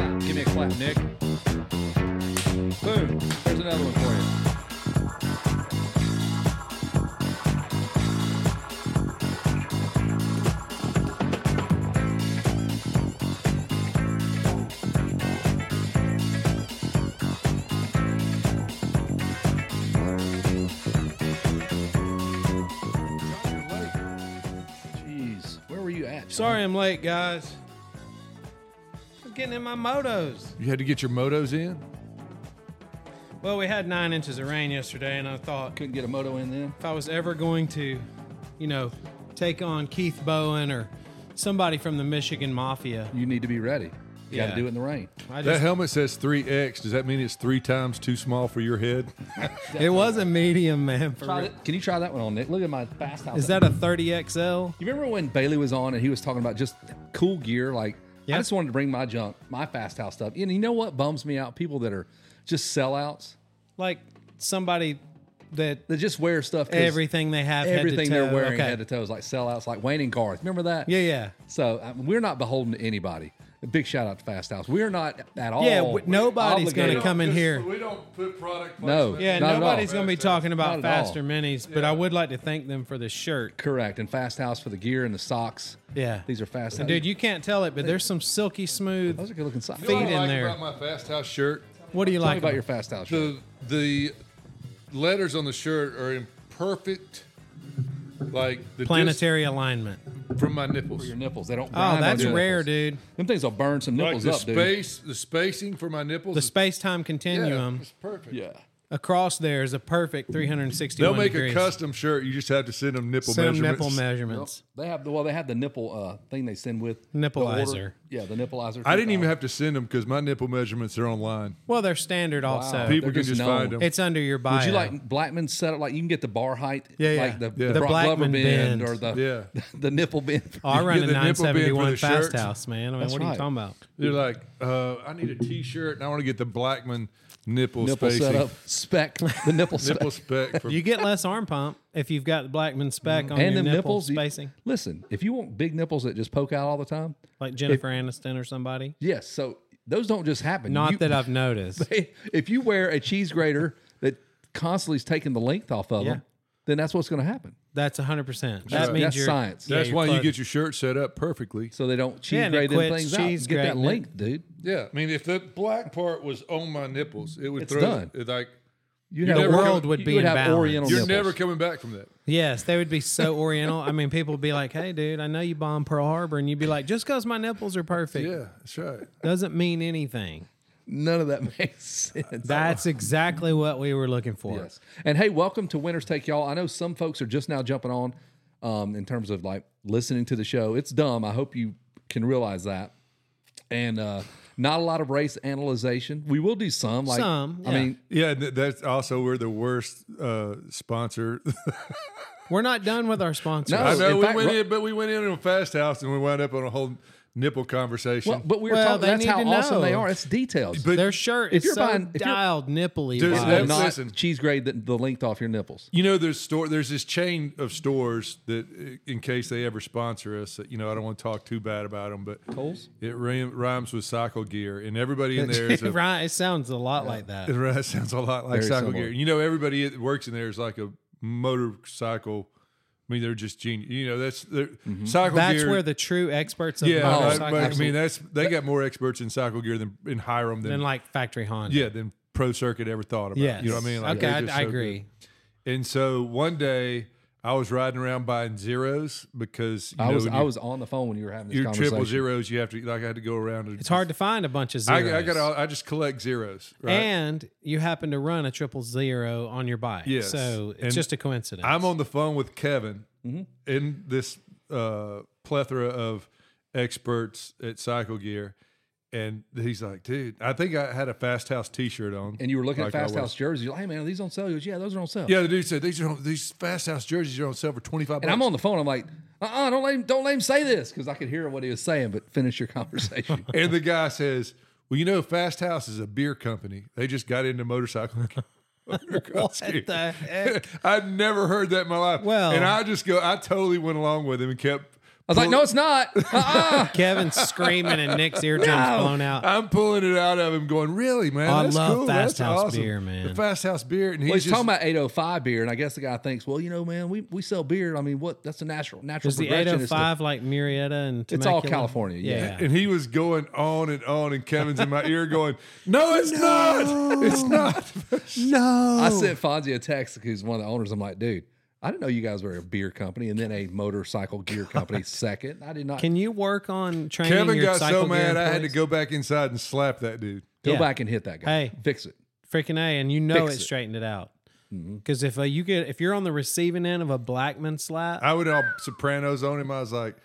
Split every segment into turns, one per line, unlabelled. slap, Nick. Boom. There's another one for you. Jeez, where were you at? John?
Sorry I'm late, guys. I'm getting in my motos.
You had to get your motos in?
Well, we had nine inches of rain yesterday, and I thought
couldn't get a moto in then.
if I was ever going to, you know, take on Keith Bowen or somebody from the Michigan Mafia,
You need to be ready. You got
Yeah.
to do it in the rain.
I
That
just,
helmet says 3X. Does that mean it's three times too small for your head?
it was a medium, man. For
Try
real.
that- Can you try that one on, Nick? Look at my fast house.
Is that a 30XL?
You remember when Bailey was on and he was talking about just cool gear? Like, I
Yeah.
just wanted to bring my junk, my fast house stuff. And you know what bums me out? People that are just sellouts
Like somebody that
that just wear stuff. 'cause
everything they have, head
everything
to
they're
toe,
wearing
okay.
head to toe is like sellouts, like Wayne and Garth. Remember that?
Yeah, yeah.
So I mean, we're not beholden to anybody. A big shout out to Fast House. We're not at all.
Yeah, w- nobody's gonna
obligated.
come in here.
We don't put product
No.
Yeah,
Not at all.
nobody's going to be talking
Not
about
at all.
faster minis, but I would like to thank them for the shirt.
Correct. And Fast House for the gear and the socks.
Yeah.
These are Fast House.
And dude, you can't tell it, but there's some silky smooth.
those are good looking socks.
Feet
Tell
in
me
like
there.
about my Fast House shirt?
What do you like
about
about
your Fast House.
The, the letters on the shirt are in perfect, like the dis-
planetary alignment?
from my nipples.
your nipples. They don't.
Oh,
grind on
that's
your
rare,
nipples.
dude.
Them things will burn some
Like
nipples
the
up, dude.
space, the spacing for my nipples.
The um,
is-
space time
yeah,
continuum
it's perfect.
Yeah.
across there is a perfect 361
They'll make
degrees.
a custom shirt. You just have to send them nipple
Some
measurements.
nipple measurements.
They have the well. They have the nipple uh, thing they send with the
Nippleizer.
order. Yeah, the nippleizer.
I didn't even have to send them because my nipple measurements are online.
Well, they're standard also.
They're
People can
just
just,
known.
find them.
It's under your bio.
Would you like Blackman's setup? Like you can get the bar height,
Yeah, yeah.
like the,
Yeah.
the,
The
Brock Glover
Blackman
bend,
bend.
or the
Yeah.
the nipple bend.
Oh, I
you
run
get
a
the nipple bend for
971
the
Fast
shirts.
House, man. I mean,
That's
what are you
right.
talking about?
They're like, uh, I need a T-shirt and I want to get the Blackman nipple,
nipple
spacing,
setup spec, the nipple setup,
nipple spec. For,
You get less arm pump if you've got the Blackman spec on
and them
your nipple
nipples. you-
spacing,
listen, if you want big nipples that just poke out all the time,
like Jennifer Aniston or somebody.
yes. So those don't just happen.
Not
You-
that I've noticed.
if you wear a cheese grater that constantly is taking the length off of
Yeah.
them, then that's what's going to happen.
That's 100%. That means
that's
you're,
science.
That's
your
why you
clothing.
get your shirt set up perfectly.
So they don't cheese
Yeah, and it
grate them things
quits cheese
out. Get that
grating it.
length, dude.
Yeah, I mean, if the black part was on my nipples, it would
It's
throw
done.
it like
You
The world
would be
you would
in
have
balance.
Oriental
you're
nipples.
never coming back from that.
Yes, they would be so oriental. I mean, people would be like, hey, dude, I know you bombed Pearl Harbor. And you'd be like, just because my nipples are perfect
Yeah, that's right.
doesn't mean anything.
None of that makes sense.
That's
uh,
exactly what we were looking for.
Yes. And hey, welcome to Winners Take Y'all. I know some folks are just now jumping on um, in terms of like listening to the show. It's dumb. I hope you can realize that. And uh, not a lot of race analyzation. We will do some. Like,
Some,
I
yeah.
mean,
Yeah, th- that's also we're the worst uh, sponsor.
We're not done with our sponsors.
No.
I know
Oh, in
we
fact,
went
Ro-
in, but we went in on Fast House and we wound up on a whole nipple conversation.
well, but we were
Well,
talking.
they
That's
need
how
to
awesome they
know.
are. It's details.
But-
Their shirt
If
is
you're
so
buying- if you're-
dialed nipply.
Dude,
wise.
Will
that's-
not
listen.
cheese grade the, the length off your nipples.
You know, there's store. There's this chain of stores that, i- in case they ever sponsor us, that, you know, I don't want to talk too bad about them, but
Kohl's?
It ri- rhymes with cycle gear, and everybody in there is a.
right. It sounds a lot like that.
it ri- sounds a lot like
Very
cycle
similar.
gear. You know, everybody that works in there is like a motorcycle. I mean, they're just genius. You know, that's they're
Mm-hmm.
cycle
That's
gear.
where the true experts of
yeah,
Oh,
I-
motorcycles
but, I mean, that's they got more experts in cycle gear than in Hiram than
than like factory Honda.
yeah than Pro Circuit ever thought about.
Yes.
You know what I mean? Like,
okay,
they're
I,
just
I
so
agree.
good. And so one day I was riding around buying zeros because you
I
know,
was
when
I
you-
was on the phone when you were having this
your
conversation.
triple zeros. You have to like I had to go around. And,
It's hard to find a bunch of zeros.
I, I got. all- I just collect zeros. Right.
And you happen to run a triple zero on your bike.
Yes.
So it's
And
just a coincidence.
I'm on the phone with Kevin
Mm-hmm.
in this uh, plethora of experts at Cycle Gear. And he's like, dude, I think I had a Fast House T-shirt on,
And you were looking
like I
at Fast
was.
House jerseys. You're like, hey man, are these on sale? He goes, yeah, those are on sale.
Yeah, the dude said these are on, these Fast House jerseys are on sale for twenty five.
And I'm on the phone. I'm like, uh, uh-uh, don't let him, don't let him say this because I could hear what he was saying. But finish your conversation.
And the guy says, "Well, you know, Fast House is a beer company. They just got into motorcycle." what
the heck?
I'd never heard that in my life.
Well-
and I just go, I totally went along with him and kept
was like, no, it's not. Uh-uh.
Kevin's screaming and Nick's eardrums blown out.
I'm pulling it out of him, going, "Really, man?
Oh, I
that's
love
cool.
Fast
that's
House
awesome.
beer, man.
The Fast House beer, and he's,
Well, he's
just,
talking about 805 beer, and I guess the guy thinks, well, you know, man, we, we sell beer. I mean, what? That's a natural natural
Is the
progression. It's the-
805 like Murrieta and
It's all
Temecula?
California, yeah.
and he was going on and on, and Kevin's in my ear going, "No, it's not. It's not."
No.
I sent Fonzie a text who's one of the owners. I'm like, dude, I didn't know you guys were a beer company and then a motorcycle gear company second. I did not
Can you work on training
Kevin
your
got
cycle
so
gear
mad, I had to
employees?
go back inside and slap that dude.
go
yeah.
back and hit that guy.
Hey.
Fix it.
freaking a and you know
Fix
it
it.
straightened it out
Mm-hmm.
because if uh, you get if you're on the receiving end of a blackman slap
I would all Sopranos on him. I was like,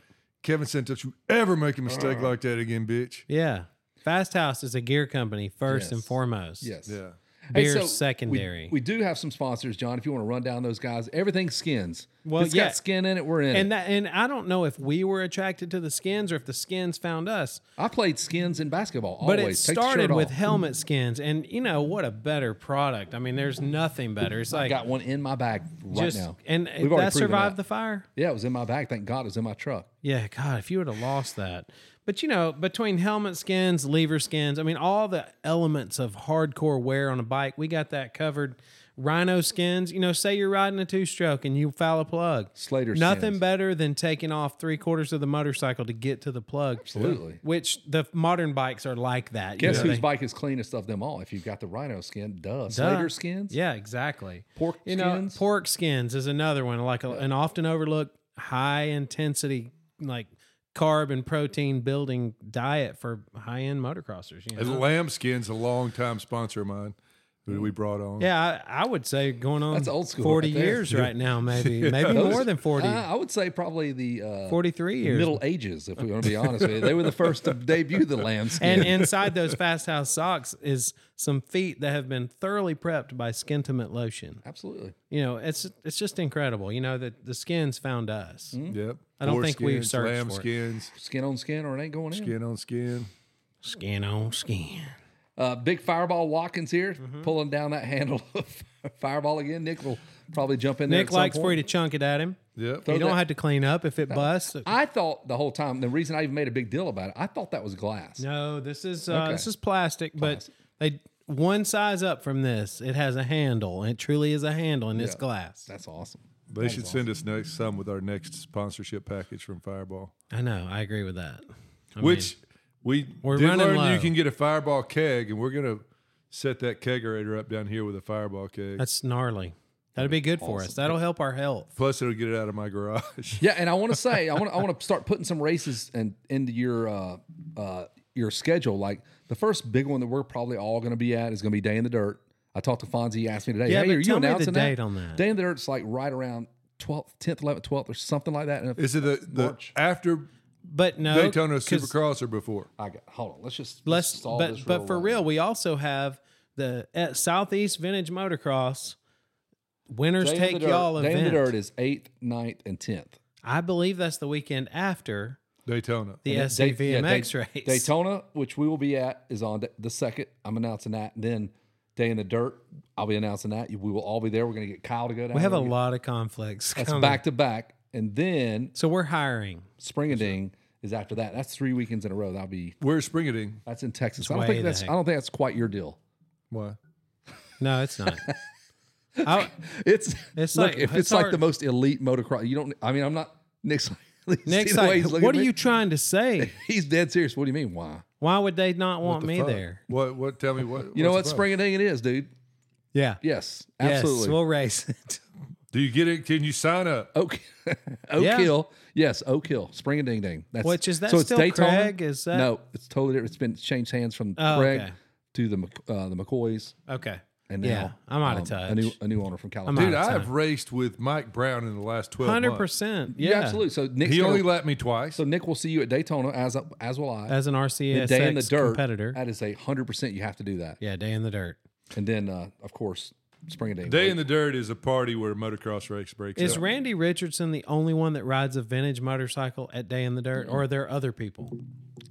"Kevin, since don't you ever make a mistake like that again, bitch."
yeah fast house is a gear company first and
Yes.
foremost
Yes.
Yeah.
Hey,
beer
so we-
secondary
We, do have some sponsors, John. If you want to run down those guys, everything skins.
Well,
Well, it's
yeah.
got skin in it. We're in
and
it.
that and i don't know if we were attracted to the skins or if the skins found us
I played skins in basketball.
but
always.
it
Take the shirt
started with
off.
helmet skins and you know what a better product i mean there's nothing better it's
I
like
got one in my bag right
just
now.
and
We've already
that
proven
survived
that.
the fire
Yeah, it was in my bag. Thank God it was in my truck.
Yeah, God, if you would have lost that. But you know, between helmet skins, lever skins, I mean, all the elements of hardcore wear on a bike, we got that covered. Rhino skins, you know, say you're riding a two stroke and you foul a plug.
Slater
Nothing
skins.
better than taking off three quarters of the motorcycle to get to the plug.
Absolutely.
Which the modern bikes are like that. you
Guess
know,
whose
they-
bike is cleanest of them all? If you've got the rhino skin, duh.
Duh.
Slater skins?
Yeah, exactly.
Pork
you know,
skins?
pork skins is another one, like a, an often overlooked high intensity, like carb and protein building diet for high end motocrossers. You
And
know?
Lambskin's a longtime sponsor of mine who we brought on.
Yeah, I, I would say going on
That's old school
forty
right there.
years right now, maybe, maybe
Those-
more than 40,
Uh, I would say probably the uh,
43 years.
Middle Ages, if we want to be honest with you. They were the first to debut the lamb skin.
and inside those fast house socks is some feet that have been thoroughly prepped by Skintimate lotion.
Absolutely.
You know, it's it's just incredible. You know that the skins found us.
Mm.
Yep.
I don't think we've searched for it.
lambskins,
Skin on skin or it ain't going in.
skin on skin.
Skin on skin.
Uh, big Fireball Watkins here,
Mm-hmm.
pulling down that handle of Fireball again. Nick will probably jump in there.
Nick
at some
likes for
point.
you to chunk it at him.
Yep.
you don't
that-
have to clean up if it busts.
I thought the whole time, the reason I even made a big deal about it, I thought that was glass.
No, this is uh,
Okay.
this is plastic, but they one size up from this. It has a handle. It truly is a handle, and it's
Yeah.
glass.
That's awesome.
They should send us next some with our next sponsorship package from Fireball,
I know. I agree with that. I
which we
We're
did
running
learn
low.
you can get a Fireball keg, and we're gonna set that kegerator up down here with a Fireball keg.
that's gnarly. That'd be good for us. That'll help our health.
Plus, it'll get it out of my garage.
Yeah, and I want to say I want I want to start putting some races and into your uh, uh, your schedule. Like the first big one that we're probably all going to be at is going to be Day in the Dirt. I talked to Fonzie. He asked me today,
Yeah,
"Hey,
but
are you
tell me the
announcing
date
that?
on that.
Day in the Dirt's like right around twelfth, tenth, eleventh, twelfth, or something like that. And if,
Is it the, the
March.
after
But no,
Daytona
'cause
Supercross or before?
I got hold on. Let's just
Let's,
solve
but
this
but for
fast.
real, we also have the at Southeast Vintage Motocross. Winners
Day in the
take
Dirt-
y'all
Day in the
event.
Dirt is eighth, 9th, and tenth.
I believe that's the weekend after
Daytona.
the SCVMX race.
Daytona, which we will be at, is on th- the second. I'm announcing that. Then Day in the Dirt, I'll be announcing that. We will all be there. We're going to get Kyle to go down.
we have a
there.
lot of conflicts.
That's
coming.
back to back, and then
So we're hiring.
Springading is after that. That's three weekends in a row. That'll be
Where's Springading?
that's in Texas. I don't
way
think
the
that's
heck.
I don't think that's quite your deal.
Why?
No, it's not. I,
It's
It's
it's look,
like-
like if
it's
it's, like
hard-
the most elite motocross. You don't. I mean, I'm not Nick's.
Nick's
see the way
like,
he's looking
what
at
are
me?
you trying to say?
He's dead serious. What do you mean? Why?
Why would they not want
The
me
fuck?
there?
What? What? Tell me what.
You know what
what's the problem?
Springading it is, dude.
Yeah.
Yes,
Yes,
absolutely.
we'll race it.
Do you get it? Can you sign up?
Oak, Oak
Yeah.
Hill. Yes, Oak Hill. Spring and Ding Ding. That's
Which is that still Craig? Is that-
no? It's totally different. It's been it's changed hands from
Oh,
Craig
okay.
to the Mc- uh, the McCoys,
Okay.
and now um,
Yeah, I'm out of
A new
touch.
a new owner from
out
California.
Dude,
of
I
time.
have raced with Mike Brown in the last twelve
Hundred
months.
percent.
yeah.
Yeah.
absolutely. So Nick's
He
gonna-
only let me twice.
so Nick will see you at Daytona as as will I.
As an RCS
Day in the dirt
competitor.
That is a hundred percent. You have to do that,
yeah, day in the dirt.
and then uh, of course Spring and Ding
Day in the Dirt is a party where a motocross race breaks
Is
out.
Randy Richardson the only one that rides a vintage motorcycle at Day in the Dirt, or are there other people?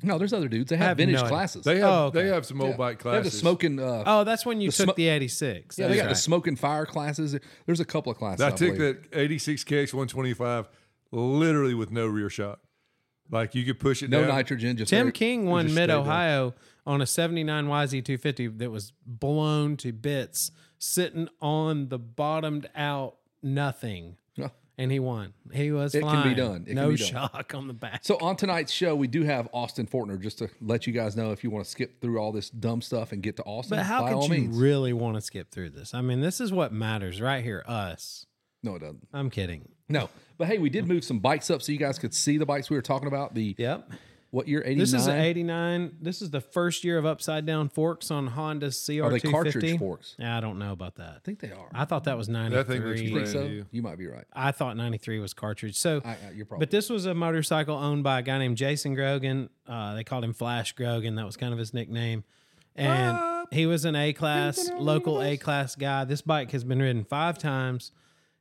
No, there's other dudes. They have,
have no
vintage
idea.
classes.
They have
Oh, okay.
they have some old bike
they have the
classes.
smoking. Uh,
Oh, that's when you took
smo-
the '86.
yeah, they got the smoking fire classes. There's a couple of classes.
I took
believe.
that eighty six KX one twenty five literally with no rear shock. Like you could push it
No
down.
nitrogen, just
Tim
very-
King won
just
Mid
stay there.
Ohio on a 79 YZ250 that was blown to bits, sitting on the bottomed out nothing.
Yeah.
And he won. He was
It can be
flying.
done. It can
no
be done.
shock on the back.
So on tonight's show, we do have Austin Fortner. Just to let you guys know, if you want to skip through all this dumb stuff and get to Austin,
but how
by all
could you
means,
really want to skip through this? I mean, this is what matters right here. Us.
no, it doesn't.
I'm kidding.
No, but hey, we did move some bikes up so you guys could see the bikes we were talking about. The
Yep.
what year? Eighty nine.
This is an 89. This is the first year of upside down forks on Honda CR250.
Are they cartridge forks?
Yeah, I don't know about that.
I think they are.
I thought that was 93.
thing looks
You think
Brand
so?
new.
You might be right.
I thought 93 was cartridge. So,
I, I, you're probably.
but this was a motorcycle owned by a guy named Jason Grogan. Uh, they called him Flash Grogan. That was kind of his nickname. And he was an A class, local A class guy. This bike has been ridden five times.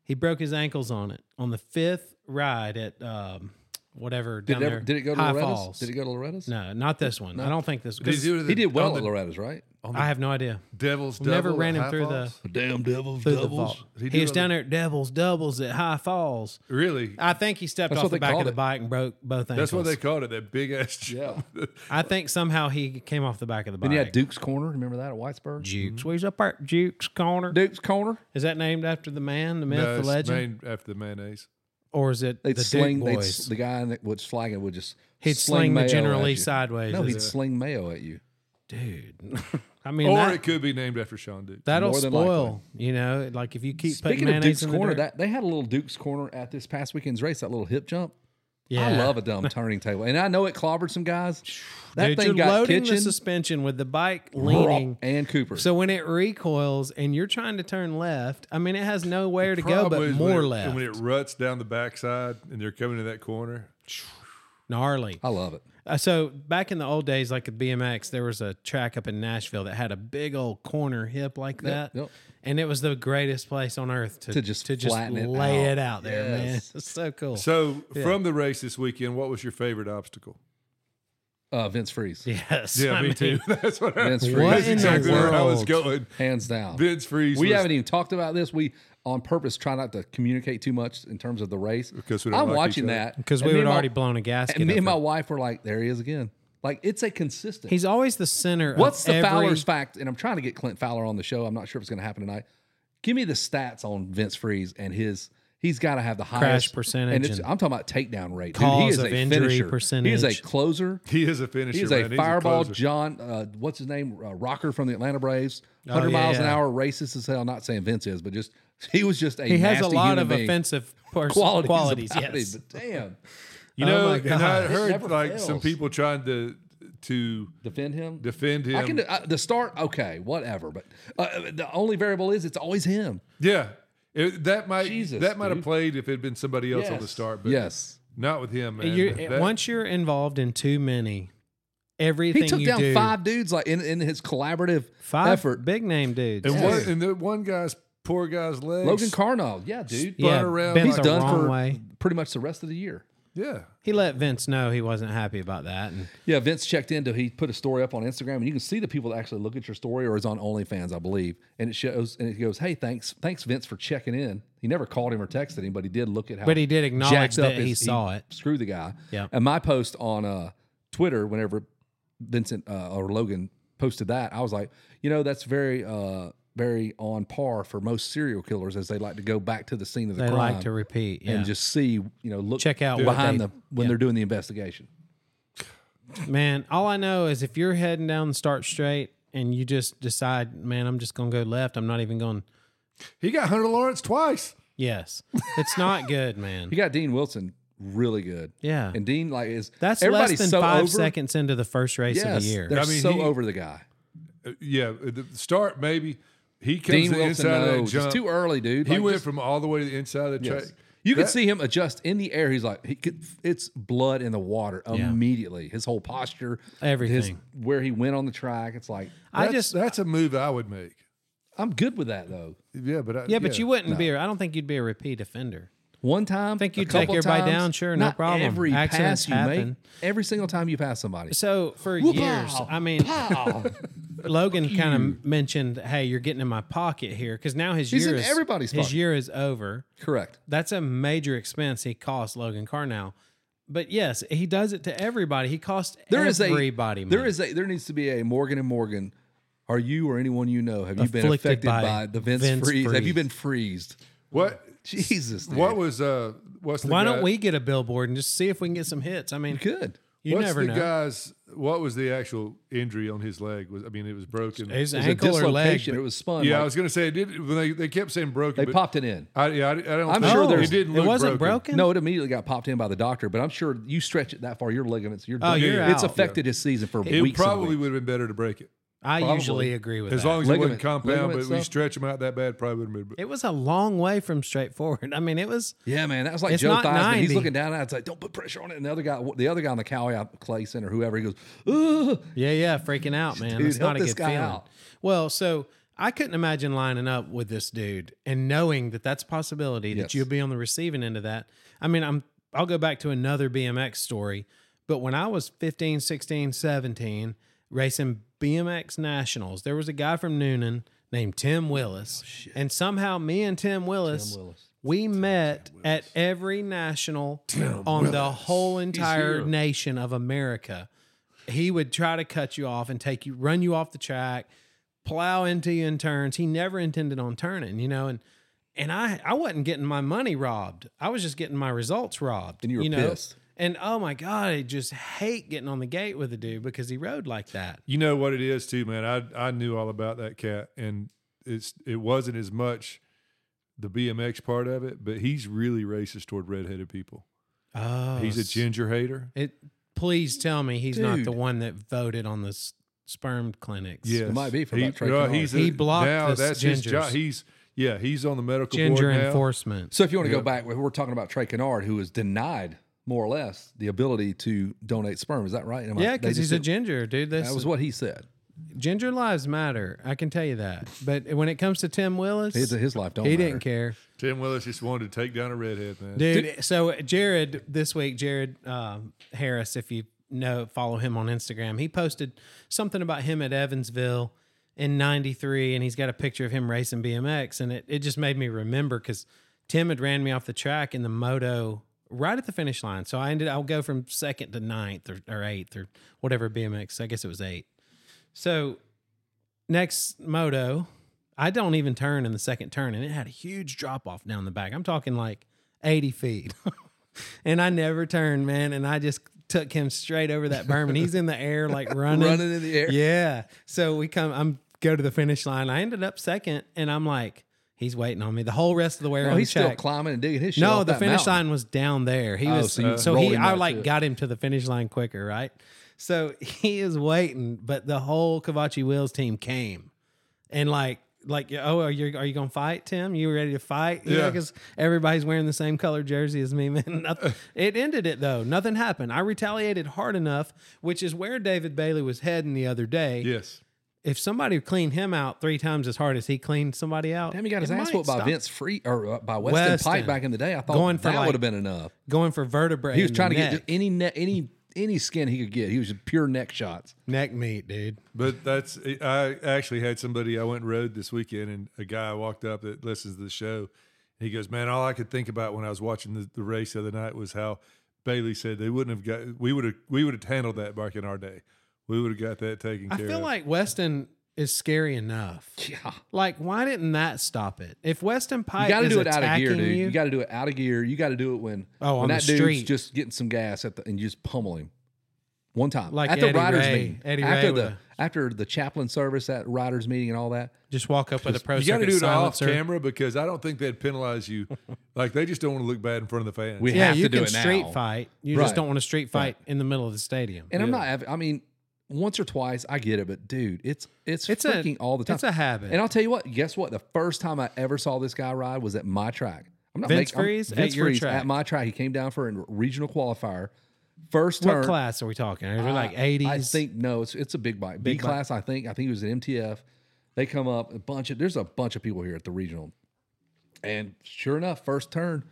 He broke his ankles on it on the fifth ride at um, whatever
did,
down
it
there.
ever, did it go to
High
Loretta's?
Falls.
Did it go to Loretta's?
No, not this one. I don't think this.
Did he,
'cause
do the,
He did
on
well
the
at Loretta's, right?
I have no idea.
Devil's Devil.
Never
at
ran him
High
through the-
Falls?
Oh, The damn devils,
Through the vault.
He
He,
did
was
on
down there at Devils Doubles at High Falls.
Really?
I think he stepped
That's what
off
they
the back
called
of the
it.
bike and broke both ankles.
That's what they called it. That big ass.
Yeah.
I think somehow he came off the back of the bike. Mm-hmm.
Then you had Duke's Corner. Remember that at Whitesburg?
Jukes. Where's up there? Jukes Corner.
Duke's Corner.
Is that named after the man, the myth,
No,
the
it's
legend,
named after the mayonnaise.
or is it
They'd
the
sling.
Duke
They'd,
boys?
s- the guy that would slag it would just.
he'd
sling,
sling the
mayo
General
at
Lee
you.
sideways.
No,
as
he'd
a-
sling mayo at you.
dude. I mean,
or
that,
it could be named after Sean Duke.
that'll
more than
spoil. You know, like if you keep
Speaking
putting
of
mayonnaise
Duke's
in the
Corner,
dirt-
that they had a little Duke's Corner at this past weekend's race. That little hip jump.
yeah,
I love a dumb turning table, and I know it clobbered some guys. That
dude,
thing
you're
got
loading
kitchen
the suspension with the bike leaning.
and Cooper.
So when it recoils and you're trying to turn left, I mean it has nowhere to go
Problem
but
is
more
when it,
left.
When it ruts down the backside and they're coming to that corner,
Gnarly.
I love it.
Uh, so back in the old days, like the BMX, there was a track up in Nashville that had a big old corner hip like that,
yep.
and it was the greatest place on earth to,
To just
to just
flatten it
lay
out.
it out there, man.
Yes.
It's so cool.
So, from the race this weekend, what was your favorite obstacle?
Uh, Vince Freeze,
yes,
Yeah,
I
me
mean,
too. That's what I,
Vince
that's
Freeze.
What in the
exactly where I was
world?
going.
hands down.
Vince Freeze.
we
was-
haven't even talked about this. We on purpose try not to communicate too much in terms of the race
Because we don't
I'm
like each
watching
other.
that
Because
and
we
me
had
and my-
already blown a gasket.
And me and
over
my
it.
wife were like, "There he is again." Like it's a consistent.
He's always the center.
What's
of
the
every,
Fowler's fact? And I'm trying to get Clint Fowler on the show. I'm not sure if it's going to happen tonight. Give me the stats on Vince Freeze and his. He's got to have the highest
percentage
And it's,
and
I'm talking about takedown rate. Dude, he
cause
is
of
a
injury
finisher. He is a
percentage.
closer.
He is a finisher.
He is
man.
a
He's
fireball.
closer.
John, uh, what's his name? Uh, rocker from the Atlanta Braves. 100
Oh, yeah,
miles an
yeah.
hour, racist as hell. Not saying Vince is, but just he was just a.
He has a
nasty
lot
human
of
being.
offensive pers-
qualities.
qualities.
about
yes.
him, but damn,
You
Oh
know,
my
and I
God.
It
heard
never
like some
fails.
people trying to to
defend him.
defend him.
I can uh, the start. Okay, whatever. But uh, the only variable is it's always him.
yeah, It- that might
Jesus,
that might have
dude.
played if it had been somebody else on the start, but
yes,
not with him. Man.
You're,
That-
once you're involved in too many,
he
everything
took
you
down
do,
five dudes like in, in his collaborative
five
effort.
big name dudes.
and
Yes.
one and the one guy's poor guy's legs.
Logan Carnall, yeah, dude,
yeah,
around
bent
he's
like-
the
done
wrong
for
way.
pretty much the rest of the year.
yeah,
He let Vince know he wasn't happy about that, and
Yeah, Vince checked into he put a story up on Instagram, and you can see the people that actually look at your story or is on OnlyFans, I believe, and it shows and it goes, "Hey, thanks, thanks Vince for checking in." He never called him or texted him, but he did look at how.
But he did acknowledge
jacked
that
up his-
he saw it.
Screw the guy.
Yeah.
And my post on uh, Twitter, whenever Vincent uh, or Logan posted that, I was like, you know, that's very. Uh, very on par for most serial killers as they like to go back to the scene of the
they
crime
like to repeat. Yeah.
and just see, you know, look
Check out what
behind
they-
the when they're doing the investigation.
man, all I know is if you're heading down the start straight and you just decide, man, I'm just gonna go left. I'm not even going.
he got Hunter Lawrence twice.
Yes, it's not good, man.
You got Dean Wilson really good.
Yeah.
And Dean like is
That's
everybody's
less than
so
five
over.
seconds into the first race
Yes,
of the year.
They're
I mean,
so
he-
over the guy.
Uh, Yeah, the start maybe he comes
Dean
to the
Wilson,
inside of
no,
that jump.
just too early, dude.
He
Like,
went
just-
from all the way to the inside of the track.
yes. You can
That-
see him adjust in the air. He's like, he could, it's blood in the water immediately. His whole posture, his,
Everything.
where he went on the track. It's like
I
that's-
just
that's a move I would make.
I'm good with that though.
Yeah, but I,
yeah, but you wouldn't be. I don't think you'd be a repeat offender.
One time,
Think
a
you'd take
couple
everybody
times,
down? Sure, no
not
problem.
Every
Accidents
pass you make,
happen.
every single time you pass somebody,
So for years,
Pow!
I mean,
Pow!
Logan kind of mentioned, "Hey, you're getting in my pocket here," because now his
He's
year
in
is
everybody's
his
pocket.
year is over.
correct.
That's a major expense he cost Logan Carnow. But yes, he does it to everybody. He costs
There is a
everybody money.
There is a there needs to be a Morgan and Morgan. Are you or anyone you know have you been
Afflicted
affected by,
by
the Vince,
Vince
freeze? Have you
Freeze.
been freezed?
What?
Jesus, dude.
What was uh? What's the
Why
guy-
don't we get a billboard and just see if we can get some hits? I mean,
good?
you
what's
never
the
know.
guy's? What was the actual injury on his leg? Was I mean, it was broken.
His
It was a
ankle or leg.
dislocation. It was spun.
yeah, I
like,
was gonna say it did. When they, they kept saying broken,
they
but
popped it in.
I, yeah, I, I don't.
I'm
but-
think-
sure
Oh,
there's-
it didn't. Look
wasn't broken.
No, it immediately got popped in by the doctor, but I'm sure you stretch it that far, your ligaments, your
Oh, you're
it's
out.
affected his season for
It
weeks. and
probably
weeks.
would have been better to break it.
I
Probably.
usually agree with
As
that.
long as
Ligament-
it wasn't compound,
ligament
but we
stuff?
stretch them out that bad, probably would have been.
it was a long way from straightforward. I mean, it was
Yeah, man, that was like
It's
Joe
not
Theismann. He's
90.
looking down at it. It's like, don't put pressure on it. And the other guy, the other guy on the Cali Clay Center, whoever, he goes, Ugh.
yeah, yeah, freaking out, man.
Dude,
it's
help
not a
this
good
guy
feeling.
out.
Well, so I couldn't imagine lining up with this dude and knowing that that's a possibility
Yes.
that you'll be on the receiving end of that. I mean, I'm I'll go back to another BMX story, but when I was 15, 16, 17 racing BMX Nationals, there was a guy from Noonan named Tim Willis. and somehow me and Tim Willis,
Willis.
we met at every national on the whole entire
here.
nation of America he would try to cut you off and take you, run you off the track, plow into you in turns. He never intended on turning, you know, and and I I wasn't getting my money robbed. I was just getting my results robbed.
And you were
know?
pissed.
And oh my god, I just hate getting on the gate with a dude because he rode like that.
You know what it is too, man. I I knew all about that cat, and it's it wasn't as much the BMX part of it, but he's really racist toward redheaded people.
Oh,
He's a ginger hater.
It, please tell me he's not the
Dude.
one that voted on the s- sperm clinics.
Yes.
might be for
he,
about Trey
no,
Connolly.
he's
He
a-
blocked
now
the
that's his
gingers.
job. He's yeah, he's on the medical
Ginger
board now.
enforcement.
So if you want to
Yeah.
go back, we're talking about Trey Kennard, who was denied more or less the ability to donate sperm. Is that right? Am I-
Yeah,
uh, they
because
just
he's a
did-
ginger, dude. This
That was what he said.
Ginger lives matter. I can tell you that. But when it comes to Tim Willis,
His, his life don't.
he
matter.
didn't care,
Tim Willis just wanted to take down a redhead, man.
dude. So Jared this week, Jared um, Harris, if you know, follow him on Instagram. He posted something about him at Evansville in '93, and he's got a picture of him racing BMX, and it it just made me remember because Tim had ran me off the track in the moto right at the finish line. So I ended. I'll go from second to ninth or, or eighth or whatever BMX. I guess it was eight. So next moto, I don't even turn in the second turn, and it had a huge drop off down the back. I'm talking like 80 feet. and I never turned, man. And I just took him straight over that berm, and he's in the air, like running.
Running in the air.
Yeah. So we come, I'm go to the finish line. I ended up second, and I'm like, he's waiting on me the whole rest of the way around
No, Oh, he's
the
still
track.
climbing and digging his. shit
No,
off
the
that
finish
mountain.
line was down there. He
Oh,
was
so
so,
you rolled
he
him
I
back to
like
it.
got him to the finish line quicker, right? So he is waiting, but the whole Kavachi Wheels team came and like like oh are you are you gonna fight Tim? You ready to fight? You
Yeah.
because everybody's wearing the same color jersey as me, man. Nothing- it ended it though. Nothing happened. I retaliated hard enough, which is where David Bailey was heading the other day.
yes,
If somebody cleaned him out three times as hard as he cleaned somebody out,
Damn, he got his
it
ass
might
whooped by
stop.
Vince Free or uh, by Weston, Pike
Weston.
back in the day. I thought
Going for
that
like-
would have been enough.
Going for vertebrae.
He was
in the
trying to get
neck.
just any ne- any any skin he could get. He was just pure neck shots.
neck meat, dude.
but that's I actually had somebody I went and rode this weekend, and a guy walked up that listens to the show. He goes, "Man, all I could think about when I was watching the, the race the other night was how Bailey said they wouldn't have got we would have we would have handled that back in our day. We would have got that taken
I
care
feel
of."
like Weston is scary enough.
Yeah.
Like, why didn't that stop it? If Weston Pike
You got to
is
do it out of gear,
attacking
dude. You,
you,
got to do it out of gear. You got to do it when
Oh,
when
on
that
the
dude's
street.
just getting some gas at the and you just pummel him one time
Like
at the
Eddie
riders
Ray.
meeting
Eddie
after
Ray
the
would've-
after the chaplain service at riders meeting and all that.
just walk up with a pro
you got to
circuit
do it off
silencer.
camera because I don't think they'd penalize you. like they just don't want to look bad in front of the fans.
We
yeah,
have
you
to do
can
it now.
street fight. You just
Right.
don't want to street fight in the middle of the stadium.
And I'm not. av- I mean, once or twice I get it, but dude, it's it's,
It's a
freaking all the time.
It's a habit.
And I'll tell you what, guess what? The first time I ever saw this guy ride was at my track. I'm not
Vince
making- I'm-
Freeze at
Vince
your
Freeze
track.
at my track. He came down for a regional qualifier. First
what
turn.
class are we talking? Are we like
I-
80s?
I think no, it's it's a big bike. B
Big bike.
class, I think. I think it was an MTF. They come up a bunch of there's a bunch of people here at the regional. And sure enough, first turn,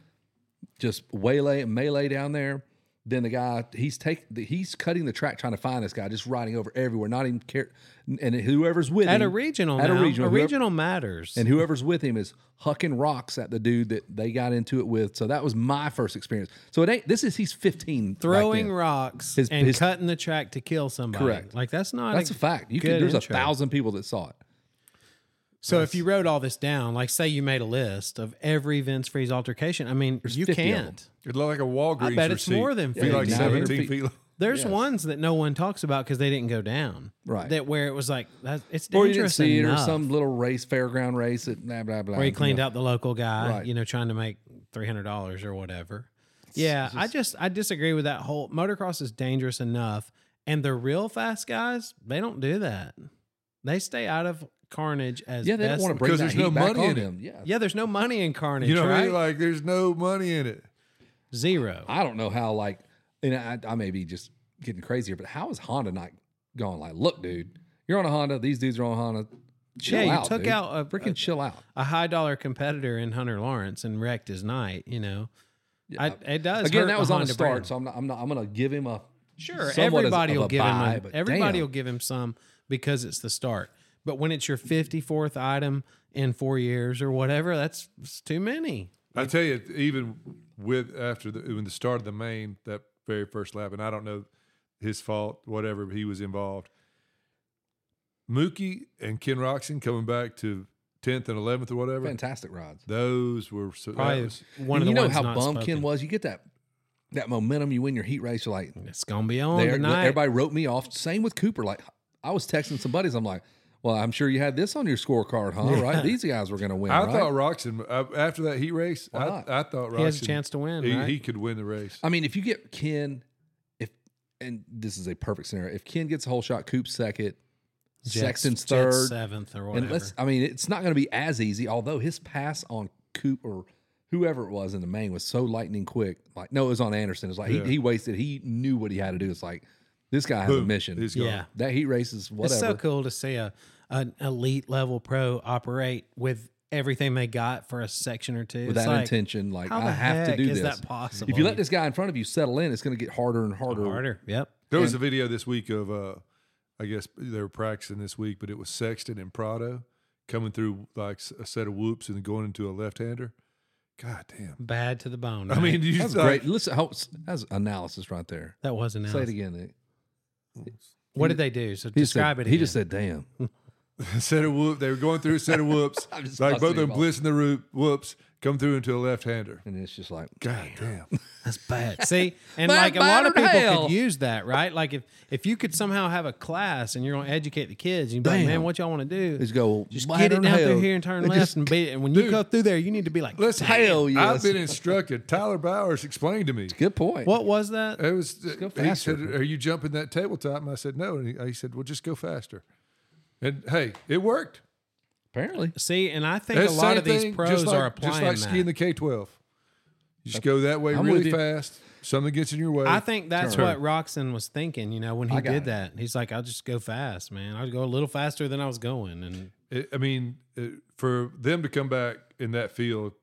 just waylay melee down there. Then the guy he's take he's cutting the track trying to find this guy, just riding over everywhere, not even care. And whoever's with
At
him
a regional,
At a
now.
regional, whoever-
matters.
and whoever's with him is hucking rocks at the dude that they got into it with. So that was my first experience. So it ain't this is he's 15 back
throwing
then.
rocks
His-
and
his-
cutting the track to kill somebody.
Correct.
Like that's not
That's a fact. You
good
can, there's
intro.
a thousand people that saw it.
So if you wrote all this down, like say you made a list of every Vince Freeze altercation, I mean you
50 of 'em.
can't.
It'd look like a Walgreens.
I bet it's
receipt.
more than
Be like
50.
seventeen
Yeah.
feet. long.
There's ones that no one talks about because they didn't go down.
Right.
That where it was like that, it's
Or you
dangerous
didn't see it, or
enough.
some little race, fairground race, at blah blah blah.
Or he
you
cleaned
know.
out the local guy,
Right.
you know, trying to make three hundred dollars or whatever. yeah, I just I disagree with that whole motocross is dangerous enough, and the real fast guys they don't do that. They stay out of carnage as
Yeah, they don't
best-
want to bring
Because
that
there's no
heat back
money
on
in it.
him. Yeah.
Yeah, there's no money in carnage,
You know what I
right?
mean? Like there's no money in it.
Zero.
I don't know how like, and I, I may be just getting crazier, but how is Honda not going like, look, dude, you're on a Honda. These dudes are on a Honda. Chill
Yeah, you
out,
took
dude.
out a-
freaking
a-
chill out.
a high dollar competitor in Hunter Lawrence and wrecked his night. You know, I, it does. hurt
Again, that was on the
Honda
start,
brand.
so I'm not. I'm not. I'm gonna give him a.
Sure,
somewhat as-
everybody
of
will
a
give
buy,
him.
but
A, everybody
damn.
will give him some because it's the start. But when it's your fifty fourth item in four years or whatever, that's it's too many.
I tell you, even with after the when the start of the main that very first lap, and I don't know his fault, whatever but he was involved. Mookie and Ken Roxon coming back to tenth and eleventh or whatever.
Fantastic rods.
Those were so, that
Probably
was-
one
And
of the
you know
ones
how
not
bum Ken
spoken.
was. You get that that momentum. You win your heat race. You're like,
It's gonna be on
there,
tonight.
everybody wrote me off. Same with Cooper. Like I was texting some buddies. I'm like, well, I'm sure you had this on your scorecard, huh? Right? These guys were gonna win.
I
right?
thought Roxon I- after that heat race. I,
not?
I thought Roxon
he has a chance to win.
He,
right?
he could win the race.
I mean, if you get Ken, if and this is a perfect scenario. If Ken gets a whole shot, Coop second,
Jets-
Sexton's
Jets
third,
seventh, or whatever.
and let's. I mean, it's not going to be as easy. Although his pass on Coop or whoever it was in the main was so lightning quick. Like no, it was on Anderson. It's like
Yeah.
he, he wasted. He knew what he had to do. It's like this guy has a
Boom.
mission.
He's gone.
yeah,
that heat race is whatever.
it's so cool to see a an elite level pro operate with everything they got for a section or two.
with
It's
that
like,
intention. Like
How the
I have
heck
to do
is
this.
that possible?
If you let this guy in front of you settle in, it's going to get harder and harder.
harder, yep.
There was a video this week of, uh, I guess they were practicing this week, but it was Sexton and Prado coming through like s- a set of whoops and going into a left hander. God damn.
Bad to the bone.
I
right?
mean, you
That's
thought-
great. Listen, how, that's analysis right there.
that wasn't
Say it again. Nick.
What did they do? So
He just
describe
said,
it.
He
again.
just said, "Damn."
a set of whoop. They were going through a set of whoops.
I'm just
like
busting
both of them
balls.
blitzing the roop, whoops, come through into a left hander.
And it's just like,
God damn.
that's bad. See, and
Bad
like a lot of
battered
people
hell.
could use that, right? Like if if you could somehow have a class and you're going to educate the kids, you'd be like,
Damn.
man, what y'all want to do?
Just go,
just
"Bladder
get it
in
out through
hell."
here and turn
They
left
just-
and beat it. And when you go through there, you need to be like,
Listen,
Hell yes.
I've been instructed. Tyler Bowers explained to me.
"Good point."
what was that?
It was.
go
he said,
faster.
"Are you jumping that tabletop?" And I said, "No." And he, he said, "Well, just go faster." And hey, it worked.
Apparently,
See, and I think a
That's the
lot
same
of these
thing,
pros
just like,
are applying
just like
that.
skiing the K twelve. You just go that way
I'm with
really
you.
fast. Something gets in your way.
I think that's
Turn.
what Roxon was thinking, you know, when he
I got
did
it.
that. He's like, I'll just go fast, man. I'll go a little faster than I was going. And
It- I mean, it, for them to come back in that field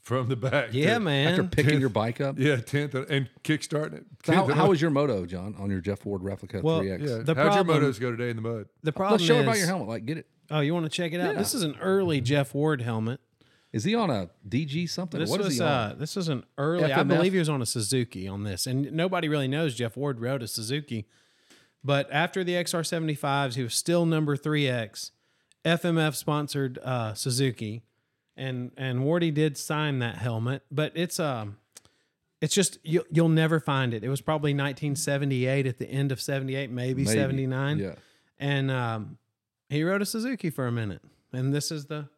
from the back,
yeah,
to-
man.
after picking your bike up,
yeah, tenth and kickstarting it.
so how,
10th
how was your moto, John, on your Jeff Ward replica
Well,
3X?
yeah?
the
how'd
problem-
your motos go today in the mud?
the problem
Let's show
is,
everybody your helmet. Like, get it?
Oh, you want to check it out? This is an early Jeff Ward helmet.
Is he on a DG something?
This
what is
was
he on?
uh, this was an early. I
FMF?
believe he was on a Suzuki on this, and nobody really knows Jeff Ward rode a Suzuki. But after the XR75s, he was still number three X, FMF sponsored uh, Suzuki, and and Wardy did sign that helmet. But it's um, it's just you, you'll never find it. It was probably 1978 at the end of 78, maybe,
Maybe.
79,
Yeah.
and um, he rode a Suzuki for a minute, and this is the